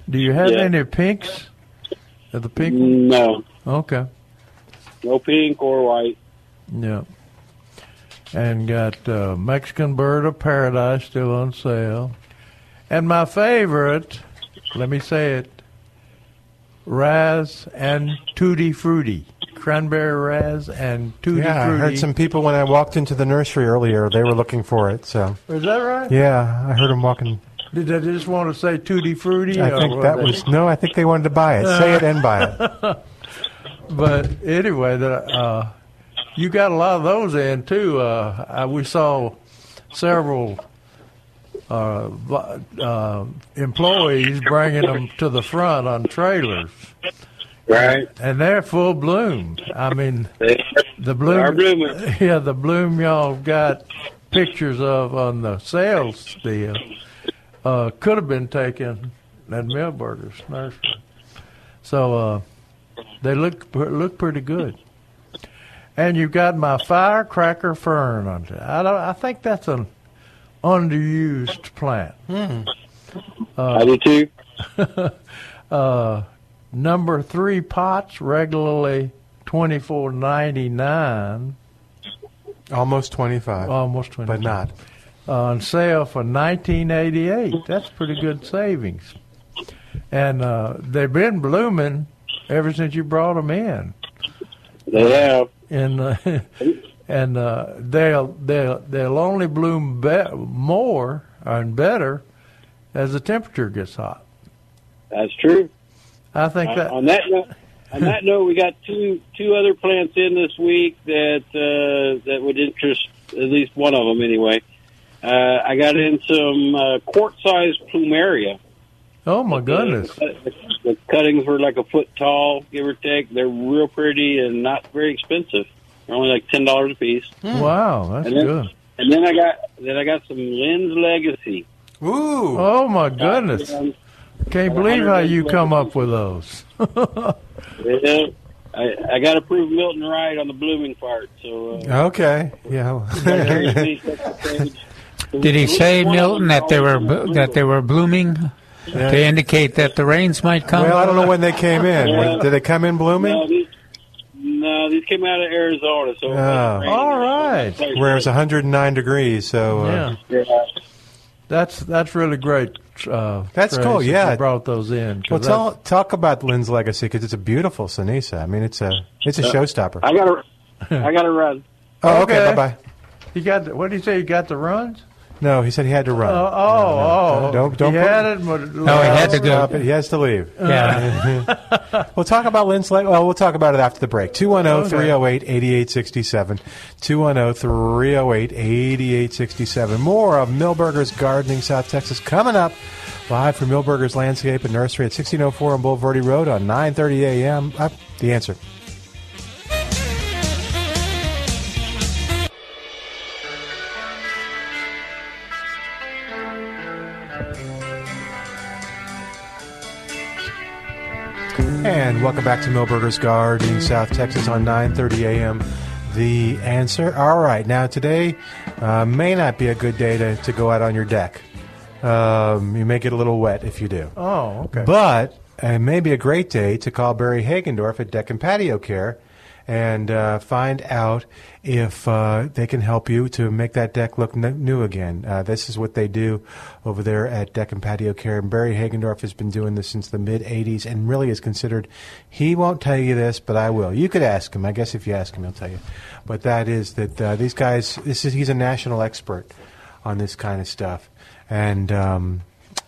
Speaker 4: Do you have
Speaker 13: Yeah. Mm.
Speaker 4: any pinks? Are the pink?
Speaker 13: No.
Speaker 4: Okay.
Speaker 13: No pink or white.
Speaker 4: Yeah. And got uh, Mexican Bird of Paradise still on sale. And my favorite, let me say it, Raz and Tutti Frutti. cranberry raz and tutti
Speaker 3: yeah, I heard
Speaker 4: frutti.
Speaker 3: some people when I walked into the nursery earlier, they were looking for it. So,
Speaker 4: Is that right?
Speaker 3: yeah, I heard them walking.
Speaker 4: Did they just want to say tutti frutti?
Speaker 3: I
Speaker 4: or
Speaker 3: think
Speaker 4: what
Speaker 3: that
Speaker 4: they- Uh,
Speaker 3: was no. I think they wanted to buy it. Say it and buy it.
Speaker 4: but anyway, the, uh, you got a lot of those in too. Uh, I, we saw several uh, bu- uh, employees bringing them to the front on trailers.
Speaker 13: Right.
Speaker 4: And they're full bloom. I mean,
Speaker 13: They-
Speaker 4: the bloom.
Speaker 13: they are blooming.
Speaker 4: Yeah, the bloom y'all got pictures of on the sales deal uh, could have been taken at Millburgers Nursery. So uh, they look pr- look pretty good. And you've got my firecracker fern on there. I don't. I think that's an underused plant. Uh,
Speaker 13: I do too.
Speaker 4: uh, number three pots regularly twenty four ninety nine.
Speaker 3: Almost twenty five.
Speaker 4: Almost twenty.
Speaker 3: But not.
Speaker 4: on sale for nineteen eighty eight. That's pretty good savings. And uh, they've been blooming ever since you brought them in.
Speaker 13: They have.
Speaker 4: And uh, and uh, they'll they'll they'll only bloom be- more and better as the temperature gets hot.
Speaker 13: That's true.
Speaker 4: I think
Speaker 13: On-
Speaker 4: that
Speaker 13: Uh, on that note, on that note, we got two two other plants in this week that uh, that would interest at least one of them anyway. Uh, I got in some uh, quart-sized plumeria.
Speaker 4: Oh my goodness!
Speaker 13: The, the cuttings were like a foot tall, give or take. They're real pretty and not very expensive. They're only like ten dollars a piece.
Speaker 4: Wow, that's
Speaker 13: And then-
Speaker 4: good.
Speaker 13: And then I got then I got some Lynn's Legacy.
Speaker 3: Ooh!
Speaker 4: Oh my goodness! Can't believe how you come up with those.
Speaker 13: Yeah, I, I got approved Milton Wright on the blooming part. So uh,
Speaker 3: Okay. Yeah.
Speaker 5: Did he say, Milton, that they were blo- that they were blooming to indicate that the rains might come?
Speaker 3: Well, I don't know when they came in. When- Did they come in blooming?
Speaker 13: No, these, no, these came out of Arizona. So uh, it
Speaker 3: Oh.
Speaker 13: wasn't
Speaker 4: All right.
Speaker 3: Where it was 109 degrees. So. Uh,
Speaker 4: Yeah. That's that's really great. Uh,
Speaker 3: That's
Speaker 4: Trace,
Speaker 3: cool,
Speaker 4: that you
Speaker 3: yeah.
Speaker 4: brought those in. 'cause
Speaker 3: Well,
Speaker 4: that's-
Speaker 3: tell, talk about Lynn's legacy because it's a beautiful Sinisa. I mean, it's a it's a
Speaker 4: Yeah.
Speaker 3: showstopper.
Speaker 13: Uh, I gotta, I gotta run.
Speaker 3: Oh, okay, bye-bye.
Speaker 4: You got the, what did you say? You got the runs?
Speaker 3: No, he said he had to run.
Speaker 4: Oh, oh, oh.
Speaker 3: Don't don't.
Speaker 4: He
Speaker 3: put-
Speaker 4: had it, but-
Speaker 5: No, he had to go.
Speaker 3: Stop it. He has to leave.
Speaker 5: Yeah.
Speaker 3: we'll talk about Lynn's leg. Well, we'll talk about it after the break. oh, 210 308 8867. 210 308 8867. More of Millburgers Gardening South Texas coming up live from Millburgers Landscape and Nursery at 1604 on Boulevardy Road on 930 a.m. Uh, the answer. And welcome back to Millburgers Gardening, South Texas on 9:30 a.m. The answer. All right, now today uh, may not be a good day to, to go out on your deck. Um, you may get a little wet if you do.
Speaker 4: Oh, okay.
Speaker 3: But it may be a great day to call Barry Hagendorf at Deck and Patio Care and uh, find out if uh, they can help you to make that deck look n- new again. Uh, this is what they do over there at Deck and Patio Care. And Barry Hagendorf has been doing this since the mid 80s and really is considered, he won't tell you this, but I will. You could ask him. I guess if you ask him, he'll tell you. But that is that uh, these guys, this is, he's a national expert on this kind of stuff. And um,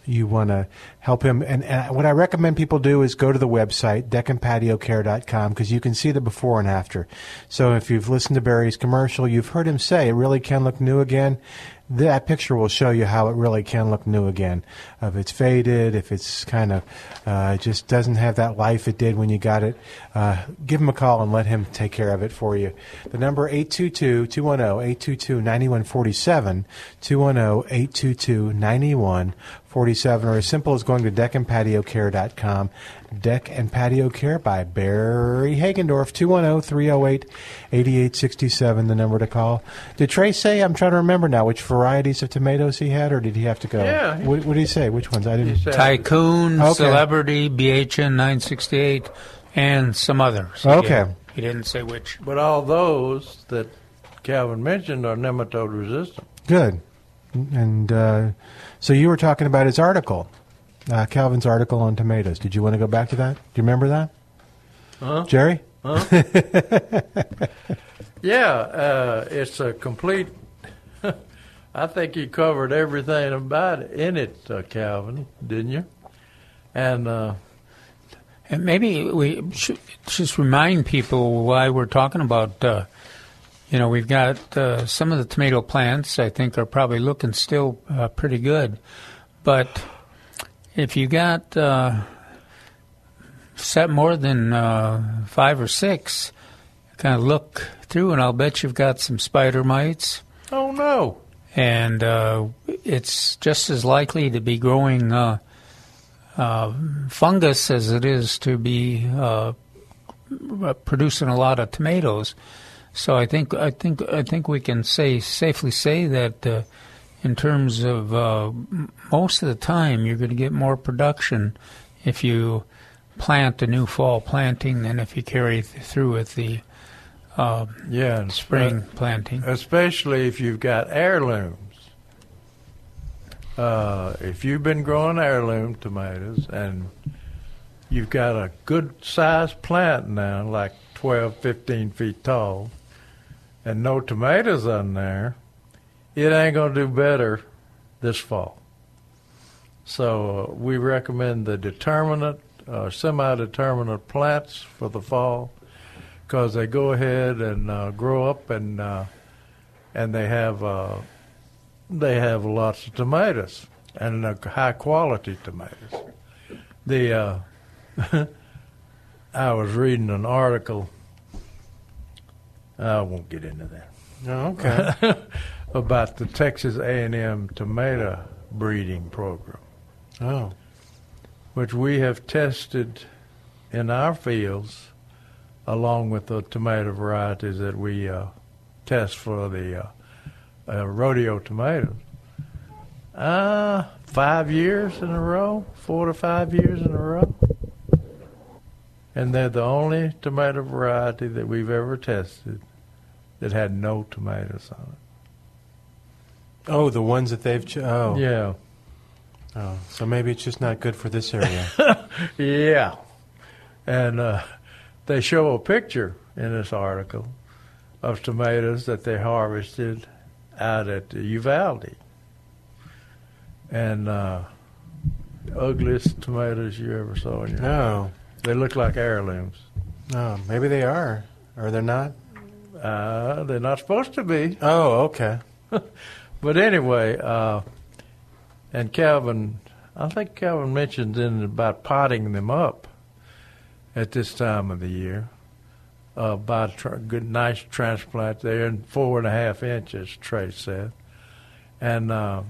Speaker 3: you want to help him. And, and what I recommend people do is go to the website, deckandpatiocare.com, because you can see the before and after. So if you've listened to Barry's commercial, you've heard him say it really can look new again. That picture will show you how it really can look new again. If it's faded, if it's kind of uh, just doesn't have that life it did when you got it, uh, give him a call and let him take care of it for you. The number oh, 822-210-822-9147, oh, 210-822-9147, or as simple as going to deckandpatiocare.com. Deck and Patio Care by Barry Hagendorf, oh, 210-308-8867, the number to call. Did Trey say, I'm trying to remember now, which varieties of tomatoes he had, or did he have to go?
Speaker 5: Yeah.
Speaker 3: What, what did he say? Which ones? I didn't.
Speaker 5: Tycoon,
Speaker 3: Okay.
Speaker 5: Celebrity, BHN 968, and some others. He
Speaker 3: Okay.
Speaker 5: did. He didn't say which.
Speaker 4: But all those that Calvin mentioned are nematode resistant.
Speaker 3: Good. And uh, so you were talking about his article, uh, Calvin's article on tomatoes. Did you want to go back to that? Do you remember that,
Speaker 4: Huh?
Speaker 3: Jerry?
Speaker 4: Uh-huh. yeah, uh, it's a complete. I think you covered everything about it in it, uh, Calvin, didn't you? And uh,
Speaker 5: And maybe we should just remind people why we're talking about. Uh, you know, we've got uh, some of the tomato plants. I think are probably looking still uh, pretty good, but if you got uh, set more than uh, five or six, kind of look through, and I'll bet you've got some spider mites
Speaker 4: oh no,
Speaker 5: and uh, it's just as likely to be growing uh, uh, fungus as it is to be uh, producing a lot of tomatoes. So I think I think I think we can say safely say that uh, in terms of uh, m- most of the time you're going to get more production if you plant a new fall planting than if you carry th- through with the uh,
Speaker 4: yeah, and
Speaker 5: spring
Speaker 4: spe-
Speaker 5: planting.
Speaker 4: especially if you've got heirlooms. Uh, if you've been growing heirloom tomatoes and you've got a good sized plant now, like 12, 15 feet tall, and no tomatoes on there, it ain't going to do better this fall. So uh, we recommend the determinate, uh, semi-determinate plants for the fall, because they go ahead and uh, grow up and uh, and they have uh, they have lots of tomatoes and uh, high quality tomatoes. The uh, I was reading an article. I won't get into that.
Speaker 3: Oh, okay.
Speaker 4: about the Texas A&M tomato breeding program.
Speaker 3: Oh.
Speaker 4: Which we have tested in our fields along with the tomato varieties that we uh, test for the uh, uh, rodeo tomatoes. Uh, five years in a row, four to five years in a row. And they're the only tomato variety that we've ever tested that had no tomatoes on it.
Speaker 3: Oh, the ones that they've. Ch- oh.
Speaker 4: Yeah.
Speaker 3: Oh, so maybe it's just not good for this area.
Speaker 4: yeah. And uh, they show a picture in this article of tomatoes that they harvested out at the Uvalde. And uh, ugliest tomatoes you ever saw in your
Speaker 3: No.
Speaker 4: They look like heirlooms.
Speaker 3: oh, maybe they are. Or they're not?
Speaker 4: Uh, they're not supposed to be.
Speaker 3: Oh, okay.
Speaker 4: But anyway, uh, and Calvin, I think Calvin mentioned in about potting them up at this time of the year uh, by tr good, nice transplant. They're in four and a half inches, Trey said, and uh,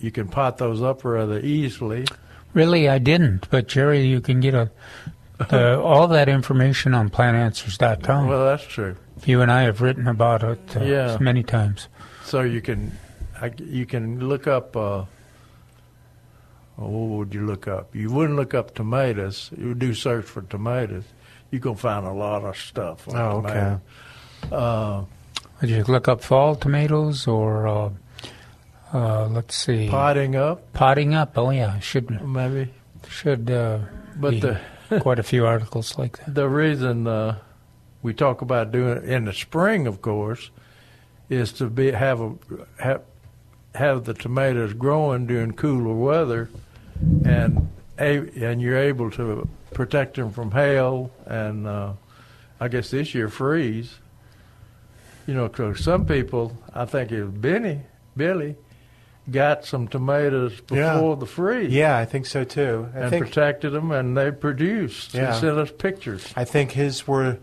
Speaker 4: you can pot those up rather easily.
Speaker 5: Really, I didn't. But Jerry, you can get a, the, all that information on PlantAnswers.com.
Speaker 4: Well, that's true.
Speaker 5: you and I have written about it uh,
Speaker 4: Yeah.
Speaker 5: many times.
Speaker 4: So you can, I, you can look up. Uh, oh, what would you look up? You wouldn't look up tomatoes. You would do search for tomatoes. You can find a lot of stuff. On
Speaker 5: Oh, okay.
Speaker 4: tomatoes. Uh,
Speaker 5: Did you look up fall tomatoes or uh, uh, let's see,
Speaker 4: potting up,
Speaker 5: potting up? Oh yeah, should
Speaker 4: maybe
Speaker 5: should. Uh,
Speaker 4: But
Speaker 5: be
Speaker 4: the-
Speaker 5: quite a few articles like that.
Speaker 4: the reason uh, we talk about doing it in the spring, of course, is to be have a have, have the tomatoes growing during cooler weather, and a, and you're able to protect them from hail and uh, I guess this year freeze. You know, 'cause some people, I think it was Benny, Billy, got some tomatoes before
Speaker 3: Yeah.
Speaker 4: the freeze
Speaker 3: Yeah, I think so too. I
Speaker 4: and
Speaker 3: think
Speaker 4: protected them, and they produced.
Speaker 3: Yeah.
Speaker 4: They sent us pictures.
Speaker 3: I think his were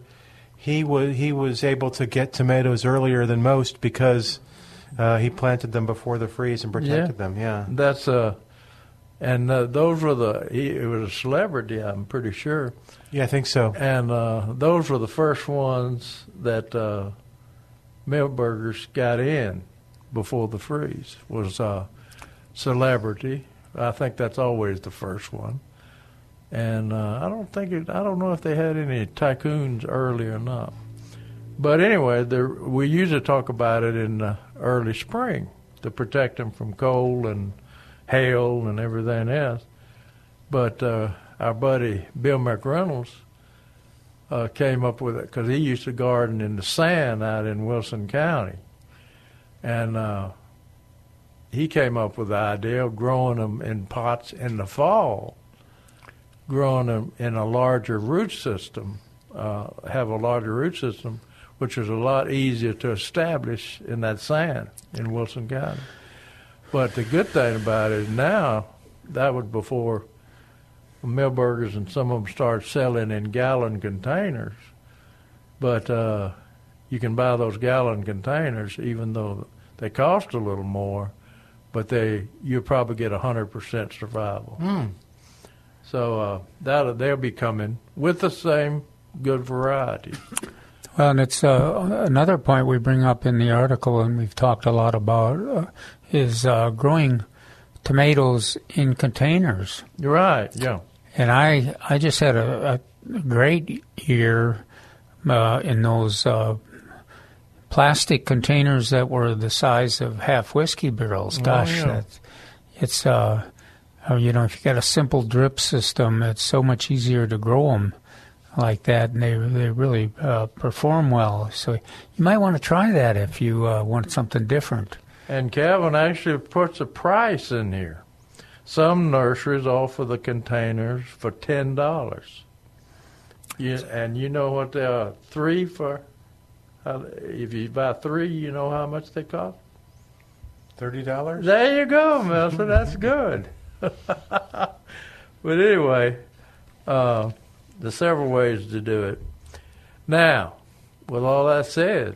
Speaker 3: he was he was able to get tomatoes earlier than most because uh, he planted them before the freeze and protected them. Yeah.
Speaker 4: That's uh, and uh, those were the. He, it was a celebrity, I'm pretty sure,
Speaker 3: Yeah, I think so.
Speaker 4: and uh, those were the first ones that uh, Millburgers got in before the freeze. Was uh, celebrity. I think that's always the first one. And uh, I don't think it, I don't know if they had any tycoons early or not. But anyway, there, we usually talk about it in uh, early spring to protect them from cold and hail and everything else. But uh, our buddy Bill McReynolds uh, came up with it because he used to garden in the sand out in Wilson County, and uh, he came up with the idea of growing them in pots in the fall, growing them in a larger root system, uh, have a larger root system, which is a lot easier to establish in that sand in Wilson County. But the good thing about it is now, that was before Millburgers and some of them started selling in gallon containers. But uh, you can buy those gallon containers, even though they cost a little more, but they you probably get 100% survival.
Speaker 3: Mm.
Speaker 4: So uh, that they'll be coming with the same good variety.
Speaker 5: Well, and it's uh, another point we bring up in the article, and we've talked a lot about uh, is uh, growing tomatoes in containers.
Speaker 4: You're right. Yeah.
Speaker 5: And I, I just had a, a great year uh, in those uh, plastic containers that were the size of half whiskey barrels.
Speaker 9: Oh,
Speaker 5: Gosh,
Speaker 9: yeah.
Speaker 5: that, it's uh, oh, you know, if you got a simple drip system, it's so much easier to grow them like that, and they they really uh, perform well. So you might want to try that if you uh, want something different.
Speaker 4: And Calvin actually puts a price in here. Some nurseries offer the containers for ten dollars. You, and you know what they are? Three for. how- If you buy three, you know how much they cost.
Speaker 3: Thirty dollars.
Speaker 4: There you go, Melissa. That's good. but anyway, uh, there's several ways to do it. Now, with all that said,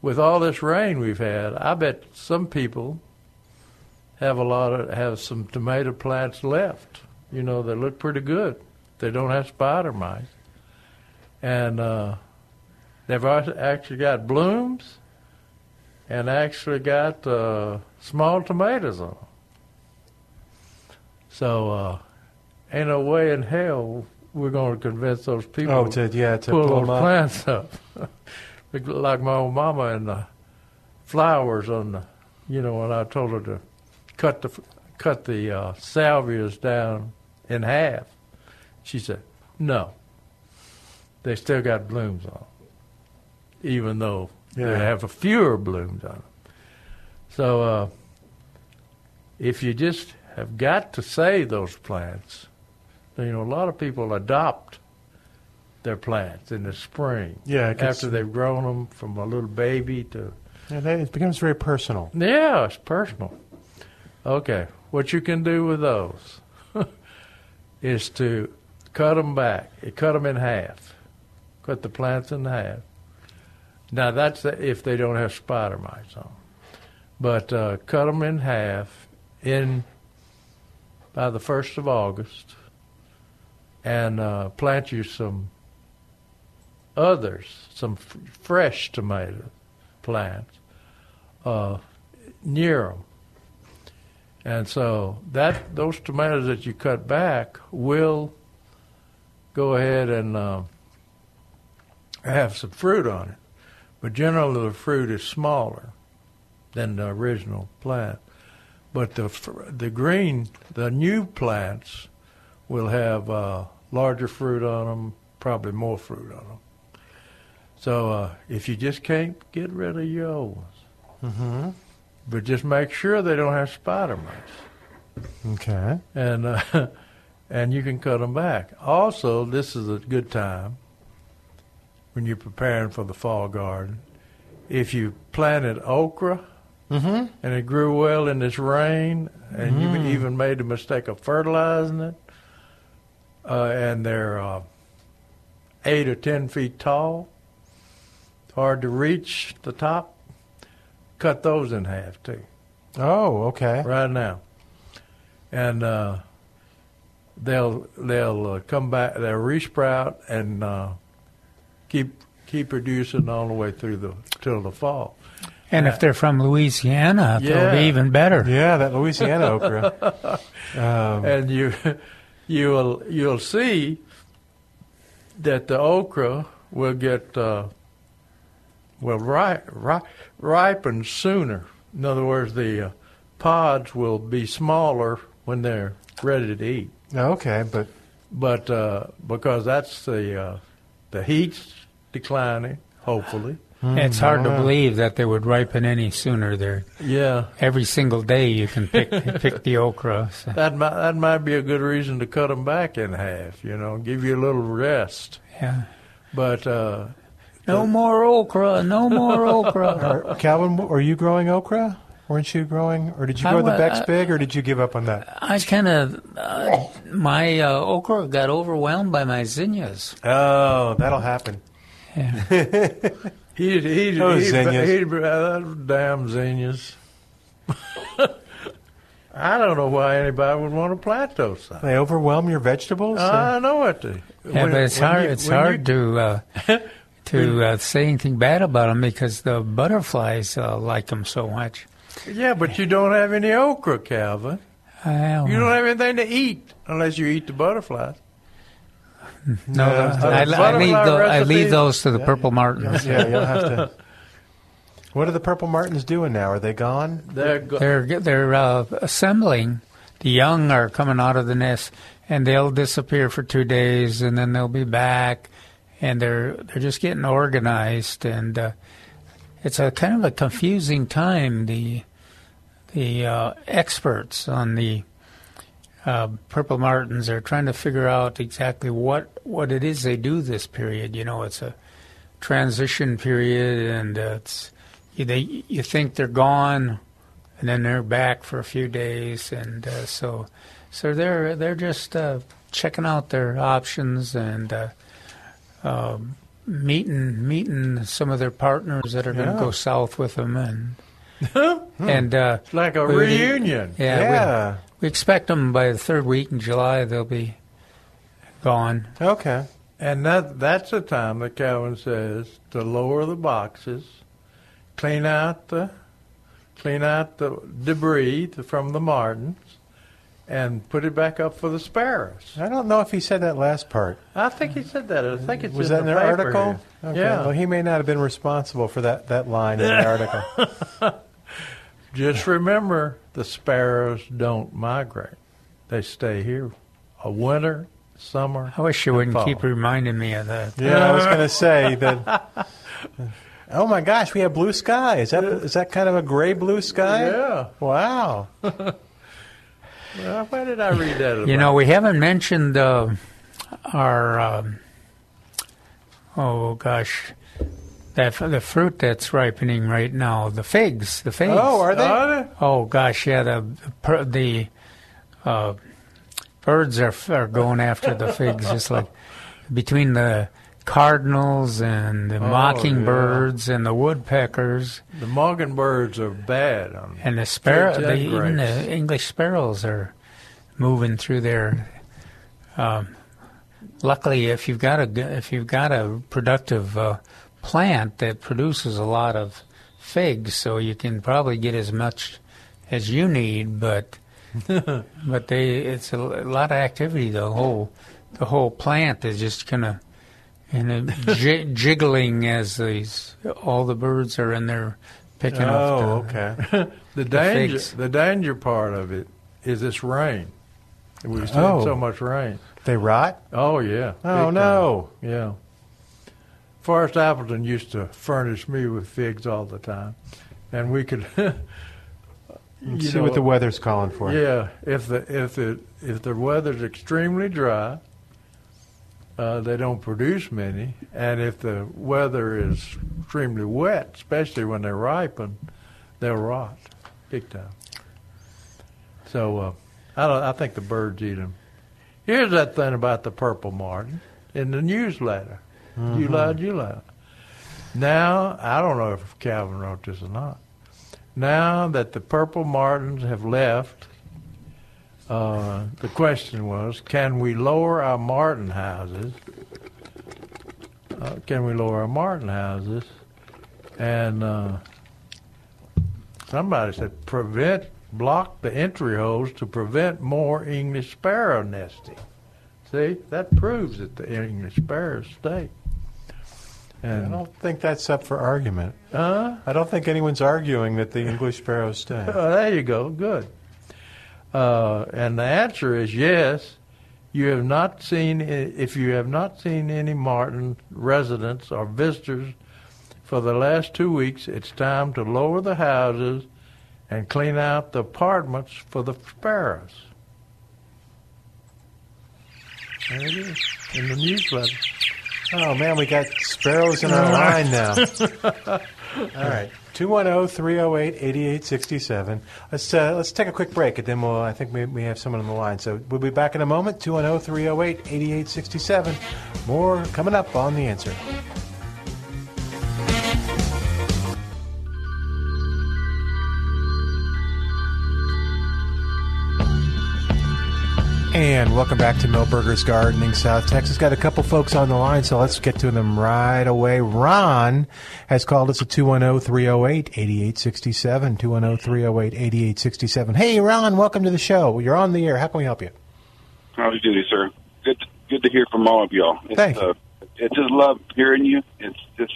Speaker 4: with all this rain we've had, I bet some people have a lot of have some tomato plants left. You know, they look pretty good. They don't have spider mites, and uh, they've also actually got blooms, and actually got uh, small tomatoes on. 'em. So, uh, ain't no way in hell we're going to convince those people
Speaker 3: Oh, to- yeah, to
Speaker 4: pull,
Speaker 3: pull 'em
Speaker 4: those
Speaker 3: up.
Speaker 4: plants up. Look like my old mama and the flowers on the, you know, when I told her to cut the cut the uh, salvias down in half, she said, "No, they still got blooms on, 'em, even though
Speaker 3: Yeah.
Speaker 4: they have a fewer blooms on them." So, uh, if you just have got to save those plants, you know, a lot of people adopt their plants in the spring.
Speaker 3: Yeah, it gets-
Speaker 4: after they've grown them from a little baby to
Speaker 3: And then it becomes very personal.
Speaker 4: yeah, it's personal. Okay, what you can do with those is to cut them back, cut them in half, cut the plants in half. Now that's the, if they don't have spider mites on, 'em. but uh, cut them in half in by the first of August, and uh, plant you some others, some f- fresh tomato plants uh, near them. And so that those tomatoes that you cut back will go ahead and uh, have some fruit on it, but generally the fruit is smaller than the original plant. But the fr- the green the new plants will have uh, larger fruit on them, probably more fruit on them. So uh, if you just can't get rid of your old ones,
Speaker 3: Mm-hmm.
Speaker 4: but just make sure they don't have spider mites,
Speaker 3: Okay.
Speaker 4: and uh, and you can cut them back. Also, this is a good time when you're preparing for the fall garden. If you planted okra
Speaker 3: Mm-hmm.
Speaker 4: and it grew well in this rain, and you even made the mistake of fertilizing it, uh, and they're uh, eight or ten feet tall, hard to reach the top, cut those in half too.
Speaker 3: Oh, okay.
Speaker 4: Right now, and uh, they'll they'll uh, come back. They'll resprout and uh, keep keep producing all the way through the till the fall. Uh,
Speaker 5: And if they're from Louisiana,
Speaker 4: Yeah.
Speaker 5: it'll be even better.
Speaker 3: Yeah, that Louisiana okra. Um,
Speaker 4: and you you will you'll see that the okra will get uh, will ri- ri- ripen sooner. In other words, the uh, pods will be smaller when they're ready to eat.
Speaker 3: Okay, but
Speaker 4: But uh, because that's the uh, the heat's declining, hopefully.
Speaker 3: Hmm,
Speaker 5: it's hard
Speaker 4: Mm,
Speaker 5: to believe that they would ripen any sooner. There,
Speaker 4: Yeah.
Speaker 5: Every single day you can pick pick the okra. so.
Speaker 4: That might that might be a good reason to cut them back in half. You know, give you a little rest.
Speaker 5: Yeah.
Speaker 4: But uh,
Speaker 5: No more okra. No more okra.
Speaker 3: Are, Calvin, are you growing okra? Weren't you growing, or did you
Speaker 5: I
Speaker 3: grow the
Speaker 5: wa-
Speaker 3: Beck's
Speaker 5: I-
Speaker 3: big, or did you give up on that?
Speaker 5: I kind of uh, my uh, okra got overwhelmed by my zinnias.
Speaker 3: Oh, that'll happen.
Speaker 4: he he he,
Speaker 5: Those zinnias.
Speaker 4: he, uh, damn zinnias. I don't know why anybody would want to plant those things.
Speaker 3: They overwhelm your vegetables.
Speaker 4: I know what they.
Speaker 5: Yeah,
Speaker 4: when-
Speaker 5: but it's
Speaker 4: when
Speaker 5: hard.
Speaker 4: you-
Speaker 5: it's
Speaker 4: when you-
Speaker 5: hard to uh, to uh, say anything bad about them because the butterflies uh, like them so much.
Speaker 4: Yeah, but you don't have any okra, Calvin.
Speaker 5: Well,
Speaker 4: You don't have anything to eat unless you eat the butterflies.
Speaker 5: no,
Speaker 4: Yeah,
Speaker 3: Uh,
Speaker 5: I, I
Speaker 4: butterfly
Speaker 5: leave tho- I leave
Speaker 4: recipes.
Speaker 5: those to the
Speaker 3: Yeah,
Speaker 5: purple
Speaker 3: yeah.
Speaker 5: martins.
Speaker 3: Yeah, you'll have to. What are the purple martins doing now? Are they gone?
Speaker 4: They're go-
Speaker 5: they're g- they're uh, assembling. The young are coming out of the nest, and they'll disappear for two days, and then they'll be back, and they're they're just getting organized, and uh, it's a kind of a confusing time. The the uh, experts on the uh, purple martins are trying to figure out exactly what what it is they do this period. You know, it's a transition period, and uh, it's you, they you think they're gone, and then they're back for a few days, and uh, so so they're they're just uh, checking out their options and. Uh, uh, meeting meeting some of their partners that are going to
Speaker 4: Yeah.
Speaker 5: go south with them and and uh,
Speaker 4: Hmm. It's like a
Speaker 5: we-
Speaker 4: reunion.
Speaker 5: Yeah,
Speaker 4: Yeah.
Speaker 5: We, we expect them by the third week in July. They'll be gone.
Speaker 3: Okay.
Speaker 4: And that that's the time that Calvin says to lower the boxes, clean out the clean out the debris from the martins, and put it back up for the sparrows.
Speaker 3: I don't know if he said that last part.
Speaker 4: I think he said that. I think it's
Speaker 3: Was
Speaker 4: in
Speaker 3: that in
Speaker 4: the
Speaker 3: their
Speaker 4: paper
Speaker 3: article?
Speaker 4: here.
Speaker 3: Okay.
Speaker 4: Yeah.
Speaker 3: Well, he may not have been responsible for that, that line in the article.
Speaker 4: Just remember, the sparrows don't migrate; they stay here, a winter, summer.
Speaker 5: I wish you
Speaker 4: and
Speaker 5: wouldn't
Speaker 4: fall.
Speaker 5: keep reminding me of that.
Speaker 3: Yeah, I was going to say that. Oh my gosh, we have blue sky. Is that is that kind of a gray blue sky?
Speaker 4: Yeah.
Speaker 3: Wow.
Speaker 4: Well, why did I read that?
Speaker 5: You
Speaker 4: about?
Speaker 5: know, we haven't mentioned uh, our um, oh gosh, that the fruit that's ripening right now, the figs, the figs.
Speaker 3: Oh, are they? Are they?
Speaker 5: Oh gosh, yeah, the the per- the uh, birds are are going after the figs, just like between the cardinals and the
Speaker 4: Oh,
Speaker 5: mockingbirds and the woodpeckers
Speaker 4: The Morgan birds are bad. On
Speaker 5: and the sparrow,
Speaker 4: Figs
Speaker 5: the,
Speaker 4: and
Speaker 5: even
Speaker 4: grapes.
Speaker 5: the English sparrows are moving through there. Um, luckily, if you've got a g- if you've got a productive uh, plant that produces a lot of figs, so you can probably get as much as you need. But but they it's a l- lot of activity. The whole the whole plant is just kind of and uh, j- jiggling as these all the birds are in there picking up.
Speaker 3: Oh,
Speaker 5: the-
Speaker 3: okay.
Speaker 4: the danger,
Speaker 5: figs.
Speaker 4: the danger part of it is this rain. We've seen
Speaker 3: Oh.
Speaker 4: so much rain.
Speaker 3: They rot.
Speaker 4: Oh yeah.
Speaker 3: Oh, no.
Speaker 4: time. Yeah. Forrest Appleton used to furnish me with figs all the time, and we could. you
Speaker 3: see
Speaker 4: know,
Speaker 3: what the weather's calling for.
Speaker 4: Yeah, if the if it if the weather's extremely dry, uh, they don't produce many, and if the weather is extremely wet, especially when they ripen, they'll rot big time. So uh, I don't, I think the birds eat them. Here's that thing about the purple martin in the newsletter,
Speaker 11: Mm-hmm.
Speaker 4: July July. Now I don't know if Calvin wrote this or not. Now that the purple martins have left, uh, the question was, can we lower our martin houses? Uh, can we lower our martin houses? And uh, somebody said, prevent, block the entry holes to prevent more English sparrow nesting. See, that proves that the English sparrows stay.
Speaker 3: I
Speaker 4: And
Speaker 3: don't think that's up for argument.
Speaker 4: uh,
Speaker 3: I don't think anyone's arguing that the English sparrows stay.
Speaker 4: Oh, there you go. Good. Uh, and the answer is yes. You have not seen, if you have not seen any Martin residents or visitors for the last two weeks, it's time to lower the houses and clean out the apartments for the sparrows. There it is in the newsletter.
Speaker 3: Oh man, we got sparrows in our line now. All right. oh, 210-308-8867. Let's uh, let's take a quick break, and then we'll, I think we, we have someone on the line. So we'll be back in a moment. oh, 210-308-8867. More coming up on the answer. And welcome back to Millburgers Gardening, South Texas. Got a couple folks on the line, so let's get to them right away. Ron has called us at oh, 210 308 8867. 210 308 8867. Hey, Ron, welcome to the show. You're on the air. How can we help you?
Speaker 14: Howdy doody, sir. Good, good to hear from all of y'all. It's,
Speaker 3: Thank
Speaker 14: Uh, I just love hearing you. It's just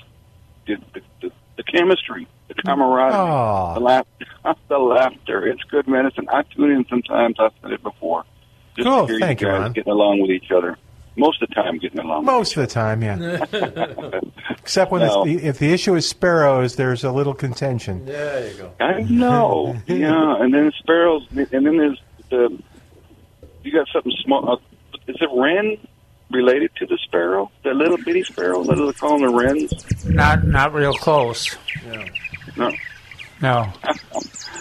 Speaker 14: it, the, the, the chemistry, the camaraderie,
Speaker 3: Aw.
Speaker 14: the laughter. The laughter. It's good medicine. I tune in sometimes. I've said it before. Just
Speaker 3: Cool.
Speaker 14: to hear
Speaker 3: Oh, Thank you,
Speaker 14: you guys
Speaker 3: Ron.
Speaker 14: getting along with each other. Most of the time, getting along.
Speaker 3: Most of the time, yeah. Except when
Speaker 14: No.
Speaker 3: it's, if the issue is sparrows, there's a little contention.
Speaker 14: There you go. I know. yeah, and then sparrows, and then there's the. You got something small. Uh, is it wren related to the sparrow? The little bitty sparrow. What do they call them? The wrens?
Speaker 9: Not not real close.
Speaker 14: No.
Speaker 9: No.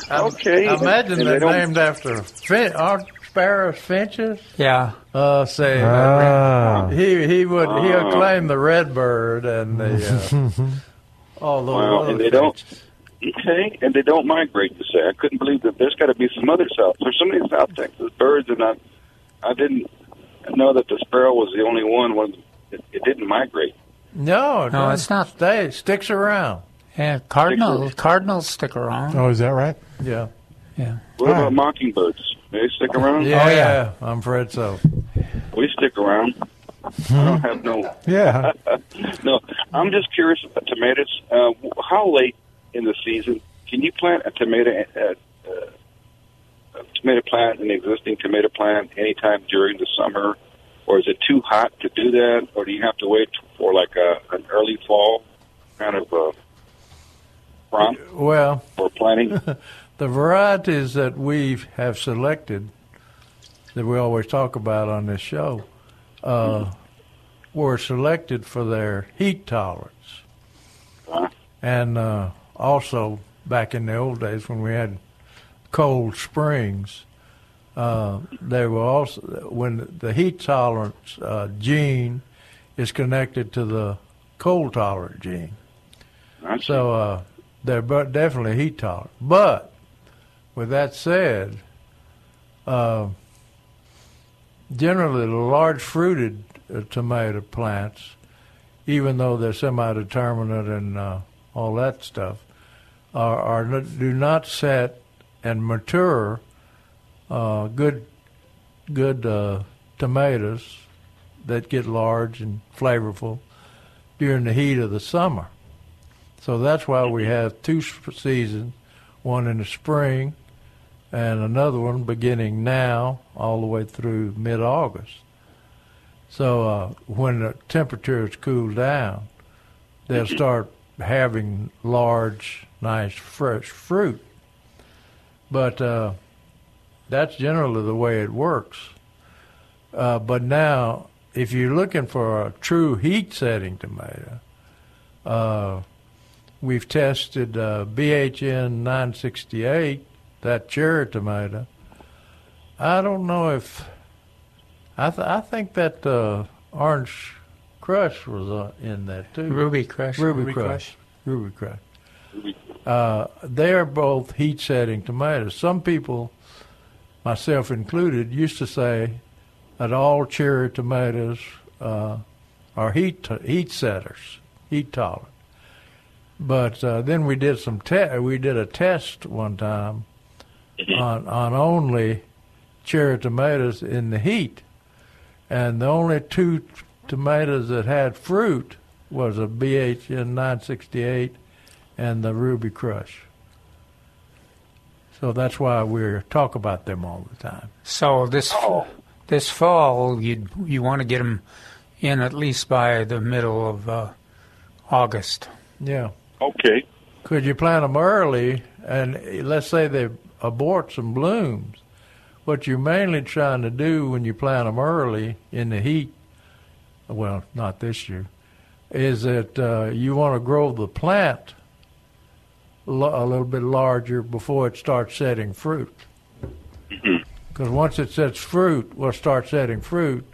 Speaker 14: Okay.
Speaker 4: I imagine
Speaker 9: And
Speaker 4: they're
Speaker 9: they don't-
Speaker 4: named after fin- aren't sparrows finches?
Speaker 9: Yeah.
Speaker 4: Uh, say
Speaker 3: Ah.
Speaker 4: he he would
Speaker 14: Ah.
Speaker 4: he'll claim the red bird and the uh, all those.
Speaker 14: Wow,
Speaker 4: other
Speaker 14: and they don't. Okay, and they don't migrate. To say, I couldn't believe that. There's got to be some other South. There's so many South Texas birds, and I, I didn't know that the sparrow was the only one. Was it, it didn't migrate?
Speaker 4: No,
Speaker 9: No,
Speaker 4: doesn't
Speaker 9: it's not.
Speaker 4: Stay it sticks around.
Speaker 9: Yeah, cardinals cardinals stick around.
Speaker 3: Oh, is that right?
Speaker 4: Yeah.
Speaker 9: Yeah.
Speaker 14: What about mockingbirds? They stick around.
Speaker 3: Oh,
Speaker 4: Oh, Yeah, I'm afraid so.
Speaker 14: we stick around. I don't have no.
Speaker 3: Yeah.
Speaker 14: no, I'm just curious about tomatoes. Uh, how late in the season can you plant a tomato? Uh, uh, a tomato plant, an existing tomato plant, anytime during the summer, or is it too hot to do that, or do you have to wait for like a, an early fall kind of uh, prompt
Speaker 4: Well,
Speaker 14: for planting?
Speaker 4: the varieties that we have selected, that we always talk about on this show, uh, were selected for their heat tolerance. And uh, also, back in the old days when we had cold springs, uh, they were also when the heat tolerance uh, gene is connected to the cold tolerant gene. So uh, they're bu- definitely heat tolerant. But with that said, uh, generally the large fruited uh, tomato plants, even though they're semi-determinate and uh, all that stuff, are, are not- do not set and mature uh, good good uh, tomatoes that get large and flavorful during the heat of the summer. So that's why we have two sp- seasons, one in the spring and another one beginning now all the way through mid August. So uh, when the temperatures cool down, they'll start having large, nice, fresh fruit. But uh, that's generally the way it works. Uh, but now, if you're looking for a true heat setting tomato, uh, we've tested uh, BHN 968, that cherry tomato. I don't know if I th- I think that uh, orange crush was uh, in that too.
Speaker 9: Ruby Crush.
Speaker 4: Ruby,
Speaker 9: Ruby
Speaker 4: crush.
Speaker 9: Crush.
Speaker 4: Ruby crush. Uh, they are both heat setting tomatoes. Some people, myself included, used to say that all cherry tomatoes uh, are heat heat setters, heat tolerant. But uh, then we did some te- we did a test one time on on only cherry tomatoes in the heat, and the only two t- tomatoes that had fruit was a BHN 968 and the Ruby Crush. So that's why we talk about them all the time.
Speaker 14: Oh.
Speaker 9: So this this fall, you you want to get them in at least by the middle of uh, August.
Speaker 4: Yeah.
Speaker 10: Okay.
Speaker 4: Could you plant them early and eh, let's say they abort some blooms? What you're mainly trying to do when you plant them early in the heat, well, not this year, is that uh, you want to grow the plant lo- a little bit larger before it starts setting fruit. Because once it sets fruit, will start setting fruit,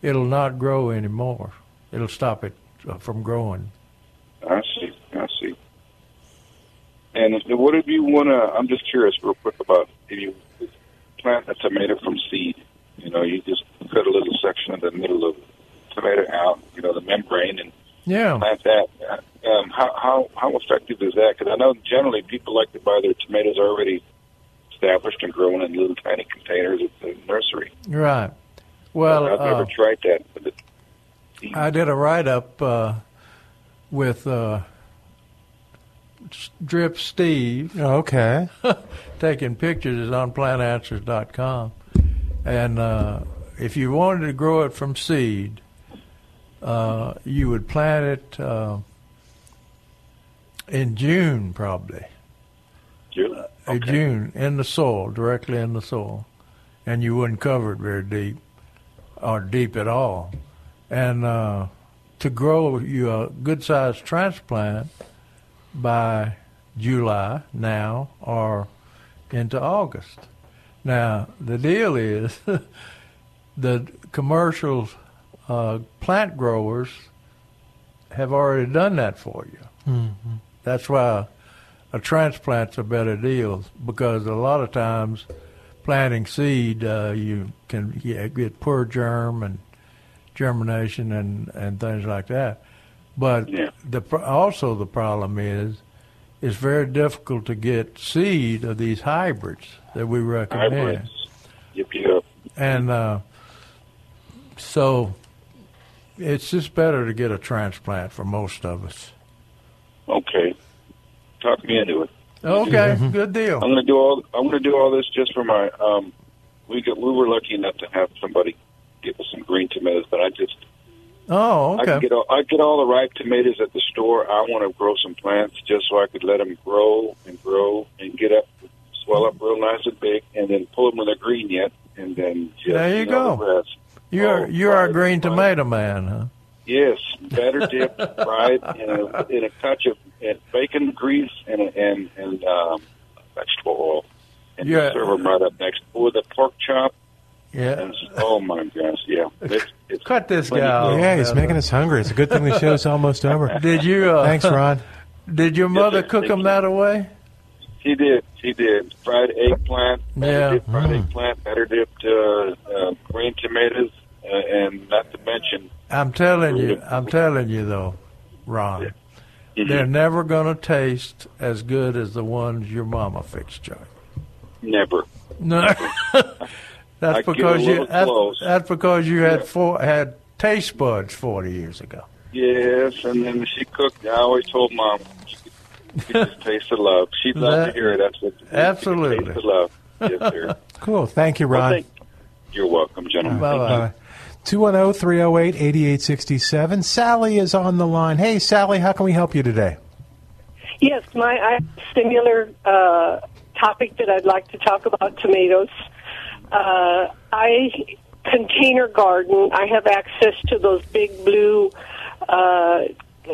Speaker 4: it'll not grow anymore. It'll stop it uh, from growing.
Speaker 14: I see. I see. And if- what if you want to? I'm just curious, real quick, about if you plant a tomato from seed. You know, you just cut a little section of the middle of the tomato out. You know, the membrane, and
Speaker 4: Yeah.
Speaker 14: plant that. Um, how how how effective is that? Because I know generally people like to buy their tomatoes already established and grown in little tiny containers at the nursery.
Speaker 4: Right. Well,
Speaker 14: I've
Speaker 4: uh,
Speaker 14: never tried that. But it,
Speaker 4: I did a write up uh, with uh, S- Drip Steve.
Speaker 3: Okay.
Speaker 4: taking pictures is on plantanswers.com. And uh, if you wanted to grow it from seed, uh, you would plant it uh, in June, probably.
Speaker 14: June.
Speaker 4: Uh, June in the soil, directly in the soil, and you wouldn't cover it very deep or deep at all. And uh, to grow you a good sized transplant by July now or into August. Now the deal is the commercial uh, plant growers have already done that for you.
Speaker 3: Mhm.
Speaker 4: That's why a transplant's a better deal because a lot of times planting seed uh, you can yeah, get poor germ and germination and, and things like that. But the pro- also the problem is it's very difficult to get seed of these hybrids that we recommend.
Speaker 14: Hybrids. Yep, yep.
Speaker 4: And uh, so it's just better to get a transplant for most of us.
Speaker 14: Okay, talk me into it.
Speaker 4: Okay, good deal.
Speaker 14: I'm gonna do all. I'm gonna do all this just for my. Um, we got, we were lucky enough to have somebody give us some green tomatoes, but I just
Speaker 4: Oh,
Speaker 14: I can
Speaker 4: okay.
Speaker 14: get all I get all the ripe tomatoes at the store. I want to grow some plants just so I could let them grow and grow and get up, swell up real nice and big, and then pull them when they're green yet, and then just
Speaker 4: There you
Speaker 14: know,
Speaker 4: go.
Speaker 14: the rest.
Speaker 4: You're you're our green tomato man, huh?
Speaker 14: Yes, batter dipped, fried in a, in a touch of and bacon grease and a, and and um, vegetable oil, and
Speaker 4: Yeah.
Speaker 14: serve them right up next with a pork chop.
Speaker 4: Yeah.
Speaker 14: And, oh my gosh, yeah, it's, it's
Speaker 4: Cut this guy.
Speaker 14: plenty
Speaker 4: off.
Speaker 14: good.
Speaker 3: yeah, he's making us hungry. It's a good thing the show's almost over.
Speaker 4: Did you? Uh,
Speaker 3: Thanks, Ron.
Speaker 4: Did your mother cook them that away?
Speaker 14: She did. She did. Fried eggplant. Batter
Speaker 3: Mm.
Speaker 4: Yeah.
Speaker 14: dipped fried eggplant. Batter dipped uh, uh, green tomatoes, uh, and not to mention
Speaker 4: I'm telling you, I'm telling you though, Ron, they're never going to taste as good as the ones your mama fixed you.
Speaker 14: never. I
Speaker 4: No, that's
Speaker 14: get a
Speaker 4: because you
Speaker 14: little
Speaker 4: that's,
Speaker 14: close.
Speaker 4: that's because you had four, had taste buds forty years ago.
Speaker 14: Yes, and then she cooked. I always told mom, she could- she could just taste the love. She'd love
Speaker 3: That-
Speaker 14: to hear it. That's what. she could
Speaker 4: Absolutely.
Speaker 14: Taste the love. Yes, sir.
Speaker 3: Cool. Thank you, Ron. Uh,
Speaker 14: thank- uh, You're welcome, gentlemen.
Speaker 3: Bye-bye. oh, 210-308-8867. Sally is on the line. Hey, Sally, how can we help you today?
Speaker 15: Yes, my I similar uh, topic that I'd like to talk about tomatoes. Uh, I container garden. I have access to those big blue uh,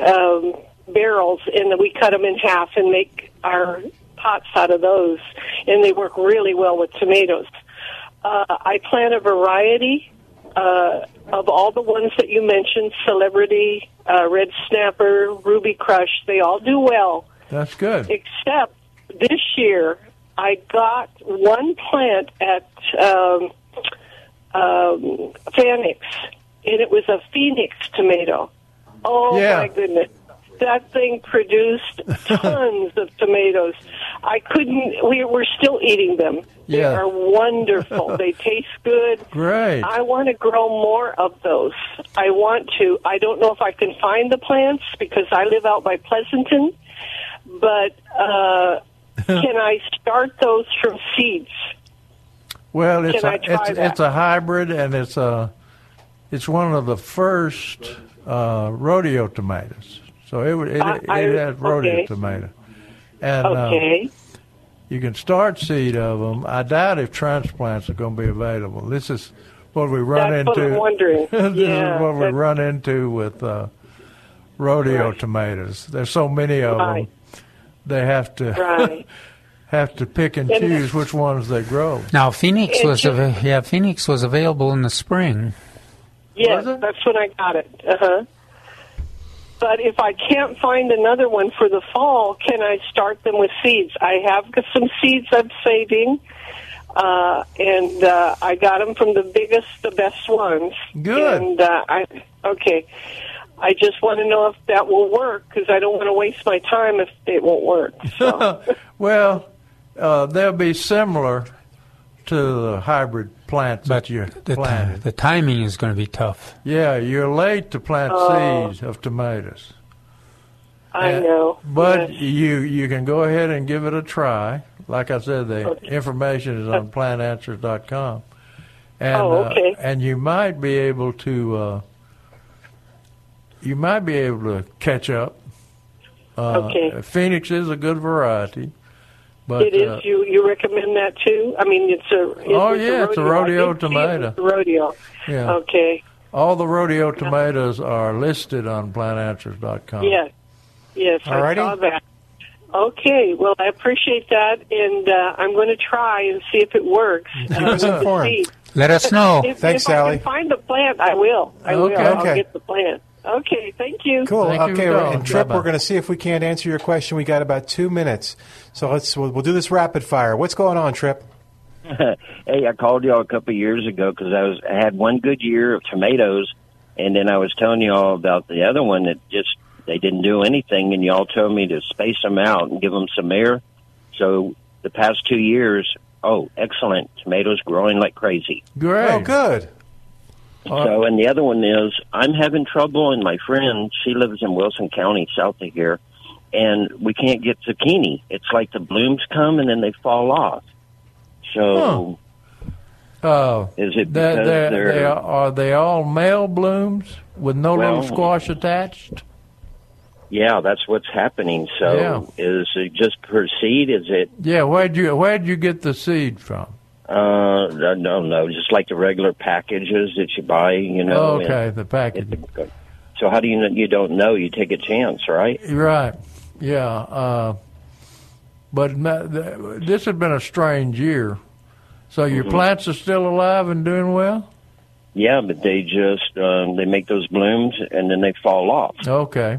Speaker 15: um, barrels, and we cut them in half and make our pots out of those, and they work really well with tomatoes. Uh, I plant a variety uh, of all the ones that you mentioned, celebrity, uh, red snapper, ruby crush, they all do well.
Speaker 4: That's good.
Speaker 15: Except this year, I got one plant at um, um, Fanix, and it was a Phoenix tomato. Oh
Speaker 16: Yeah.
Speaker 15: my goodness. That thing produced tons of tomatoes. I couldn't. We we're still eating them. They
Speaker 4: Yeah.
Speaker 15: are wonderful. they taste good.
Speaker 4: Great.
Speaker 15: I want to grow more of those. I want to. I don't know if I can find the plants because I live out by Pleasanton, but uh, can I start those from seeds?
Speaker 4: Well, it's
Speaker 15: Can
Speaker 4: a,
Speaker 15: I try
Speaker 4: it's,
Speaker 15: that?
Speaker 4: it's a hybrid, and it's a it's one of the first uh, rodeo tomatoes. So it would- it,
Speaker 15: I-
Speaker 4: it,
Speaker 15: I-
Speaker 4: it has rodeo
Speaker 15: okay.
Speaker 4: tomato, and uh,
Speaker 15: Okay.
Speaker 4: you can start seed of them. I doubt if transplants are going to be available. This is what we run
Speaker 15: That's what
Speaker 4: into.
Speaker 15: I'm wondering.
Speaker 4: this
Speaker 15: Yeah,
Speaker 4: is what we
Speaker 15: that's-
Speaker 4: run into with uh, rodeo tomatoes. There's so many of
Speaker 15: Right.
Speaker 4: them. They have to
Speaker 15: Right.
Speaker 4: have to pick and
Speaker 15: And-
Speaker 4: choose which ones they grow.
Speaker 9: Now Phoenix
Speaker 15: It
Speaker 9: was
Speaker 15: just-
Speaker 9: av- yeah Phoenix was available in the spring.
Speaker 15: Yes, that's when I got it. Uh huh. But if I can't find another one for the fall, can I start them with seeds? I have got some seeds I'm saving, uh, and uh, I got them from the biggest, the best ones.
Speaker 4: Good.
Speaker 15: And uh, I okay. I just want to know if that will work because I don't want to waste my time if it won't work.
Speaker 4: well, uh, they'll be similar to the hybrid plants that you
Speaker 9: The, ti-
Speaker 4: planted.
Speaker 9: the timing is going to be tough.
Speaker 4: yeah, you're late to plant
Speaker 15: Oh.
Speaker 4: seeds of tomatoes.
Speaker 15: I
Speaker 4: And-
Speaker 15: know.
Speaker 4: But you you can go ahead and give it a try. Like I said, the information is on plantanswers.com. And,
Speaker 15: Oh, okay.
Speaker 4: uh, and you might be able to uh, you might be able to catch up. Uh,
Speaker 15: Okay.
Speaker 4: Phoenix is a good variety, but
Speaker 15: it is
Speaker 4: uh,
Speaker 15: you. You recommend that too? I mean, it's a it's,
Speaker 4: Oh,
Speaker 15: it's
Speaker 4: yeah,
Speaker 15: a
Speaker 4: it's a
Speaker 15: rodeo.
Speaker 4: rodeo
Speaker 15: I did see it was
Speaker 4: tomato.
Speaker 15: a rodeo.
Speaker 4: Yeah.
Speaker 15: Okay.
Speaker 4: all the rodeo tomatoes are listed on plantanswers.com.
Speaker 15: Yes. Yes,
Speaker 4: All righty.
Speaker 15: I saw that. Okay, well, I appreciate that, and uh, I'm going to try and see if it works.
Speaker 3: Keep
Speaker 15: uh,
Speaker 3: us
Speaker 15: with the
Speaker 3: informed.
Speaker 15: seed.
Speaker 9: Let us know.
Speaker 15: If,
Speaker 3: Thanks,
Speaker 15: if I
Speaker 3: Sally.
Speaker 15: can find the plant, I will. I will.
Speaker 3: Okay.
Speaker 15: I'll
Speaker 3: Okay.
Speaker 15: get the plant. Okay, thank you.
Speaker 3: Cool. okay, and Trip, we're going to see if we can't answer your question. We got about two minutes, so let's we'll, we'll do this rapid fire. What's going on, Trip?
Speaker 16: hey, I called y'all a couple of years ago because I was I had one good year of tomatoes, and then I was telling y'all about the other one that just they didn't do anything, and y'all told me to space them out and give them some air. So the past two years, oh, excellent tomatoes growing like crazy.
Speaker 4: Great. Oh, good. Uh,
Speaker 16: So, and the other one is I'm having trouble, and my friend, she lives in Wilson County, south of here, and we can't get zucchini. It's like the blooms come and then they fall off. So, uh,
Speaker 4: Oh,
Speaker 16: is it
Speaker 4: They're,
Speaker 16: because
Speaker 4: they're,
Speaker 16: they're,
Speaker 4: they are, are they all male blooms with no
Speaker 16: Well-
Speaker 4: little squash attached?
Speaker 16: yeah, that's what's happening. So,
Speaker 4: Yeah.
Speaker 16: is it just per seed? Is it
Speaker 4: Yeah, where'd you where'd you get the seed from?
Speaker 16: uh no no just like the regular packages that you buy? You know,
Speaker 4: Oh, okay,
Speaker 16: and-
Speaker 4: the package.
Speaker 16: so how do you know you don't know? You take a chance, right?
Speaker 4: You're Right. Yeah. Uh, but ma- th- this has been a strange year. So your
Speaker 16: Mhm.
Speaker 4: plants are still alive and doing well?
Speaker 16: Yeah, but they just um, they make those blooms and then they fall off.
Speaker 4: Okay.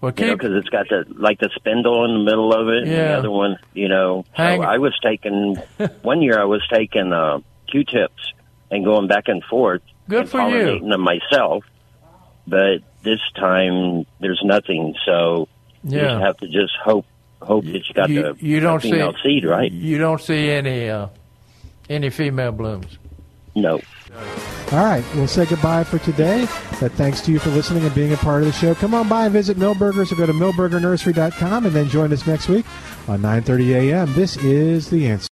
Speaker 4: Well,
Speaker 16: you know,
Speaker 4: keep
Speaker 16: because it's got the like the spindle in the middle of it, and
Speaker 4: Yeah.
Speaker 16: the other one, you know. So
Speaker 4: Hang-
Speaker 16: I was taking one year. I was taking uh, Q-tips and going back and forth.
Speaker 4: Good
Speaker 16: and
Speaker 4: for you.
Speaker 16: pollinating them myself, but this time there's nothing. So you
Speaker 4: Yeah.
Speaker 16: just have to just hope hope that you got
Speaker 4: you,
Speaker 16: the
Speaker 4: you don't
Speaker 16: the
Speaker 4: see
Speaker 16: female seed right.
Speaker 4: You don't see any uh, any female blooms.
Speaker 16: No.
Speaker 3: All right, we'll say goodbye for today. But thanks to you for listening and being a part of the show. Come on by and visit Millburgers or go to millburgernursery.com and then join us next week on 9:30 a.m. This is the answer.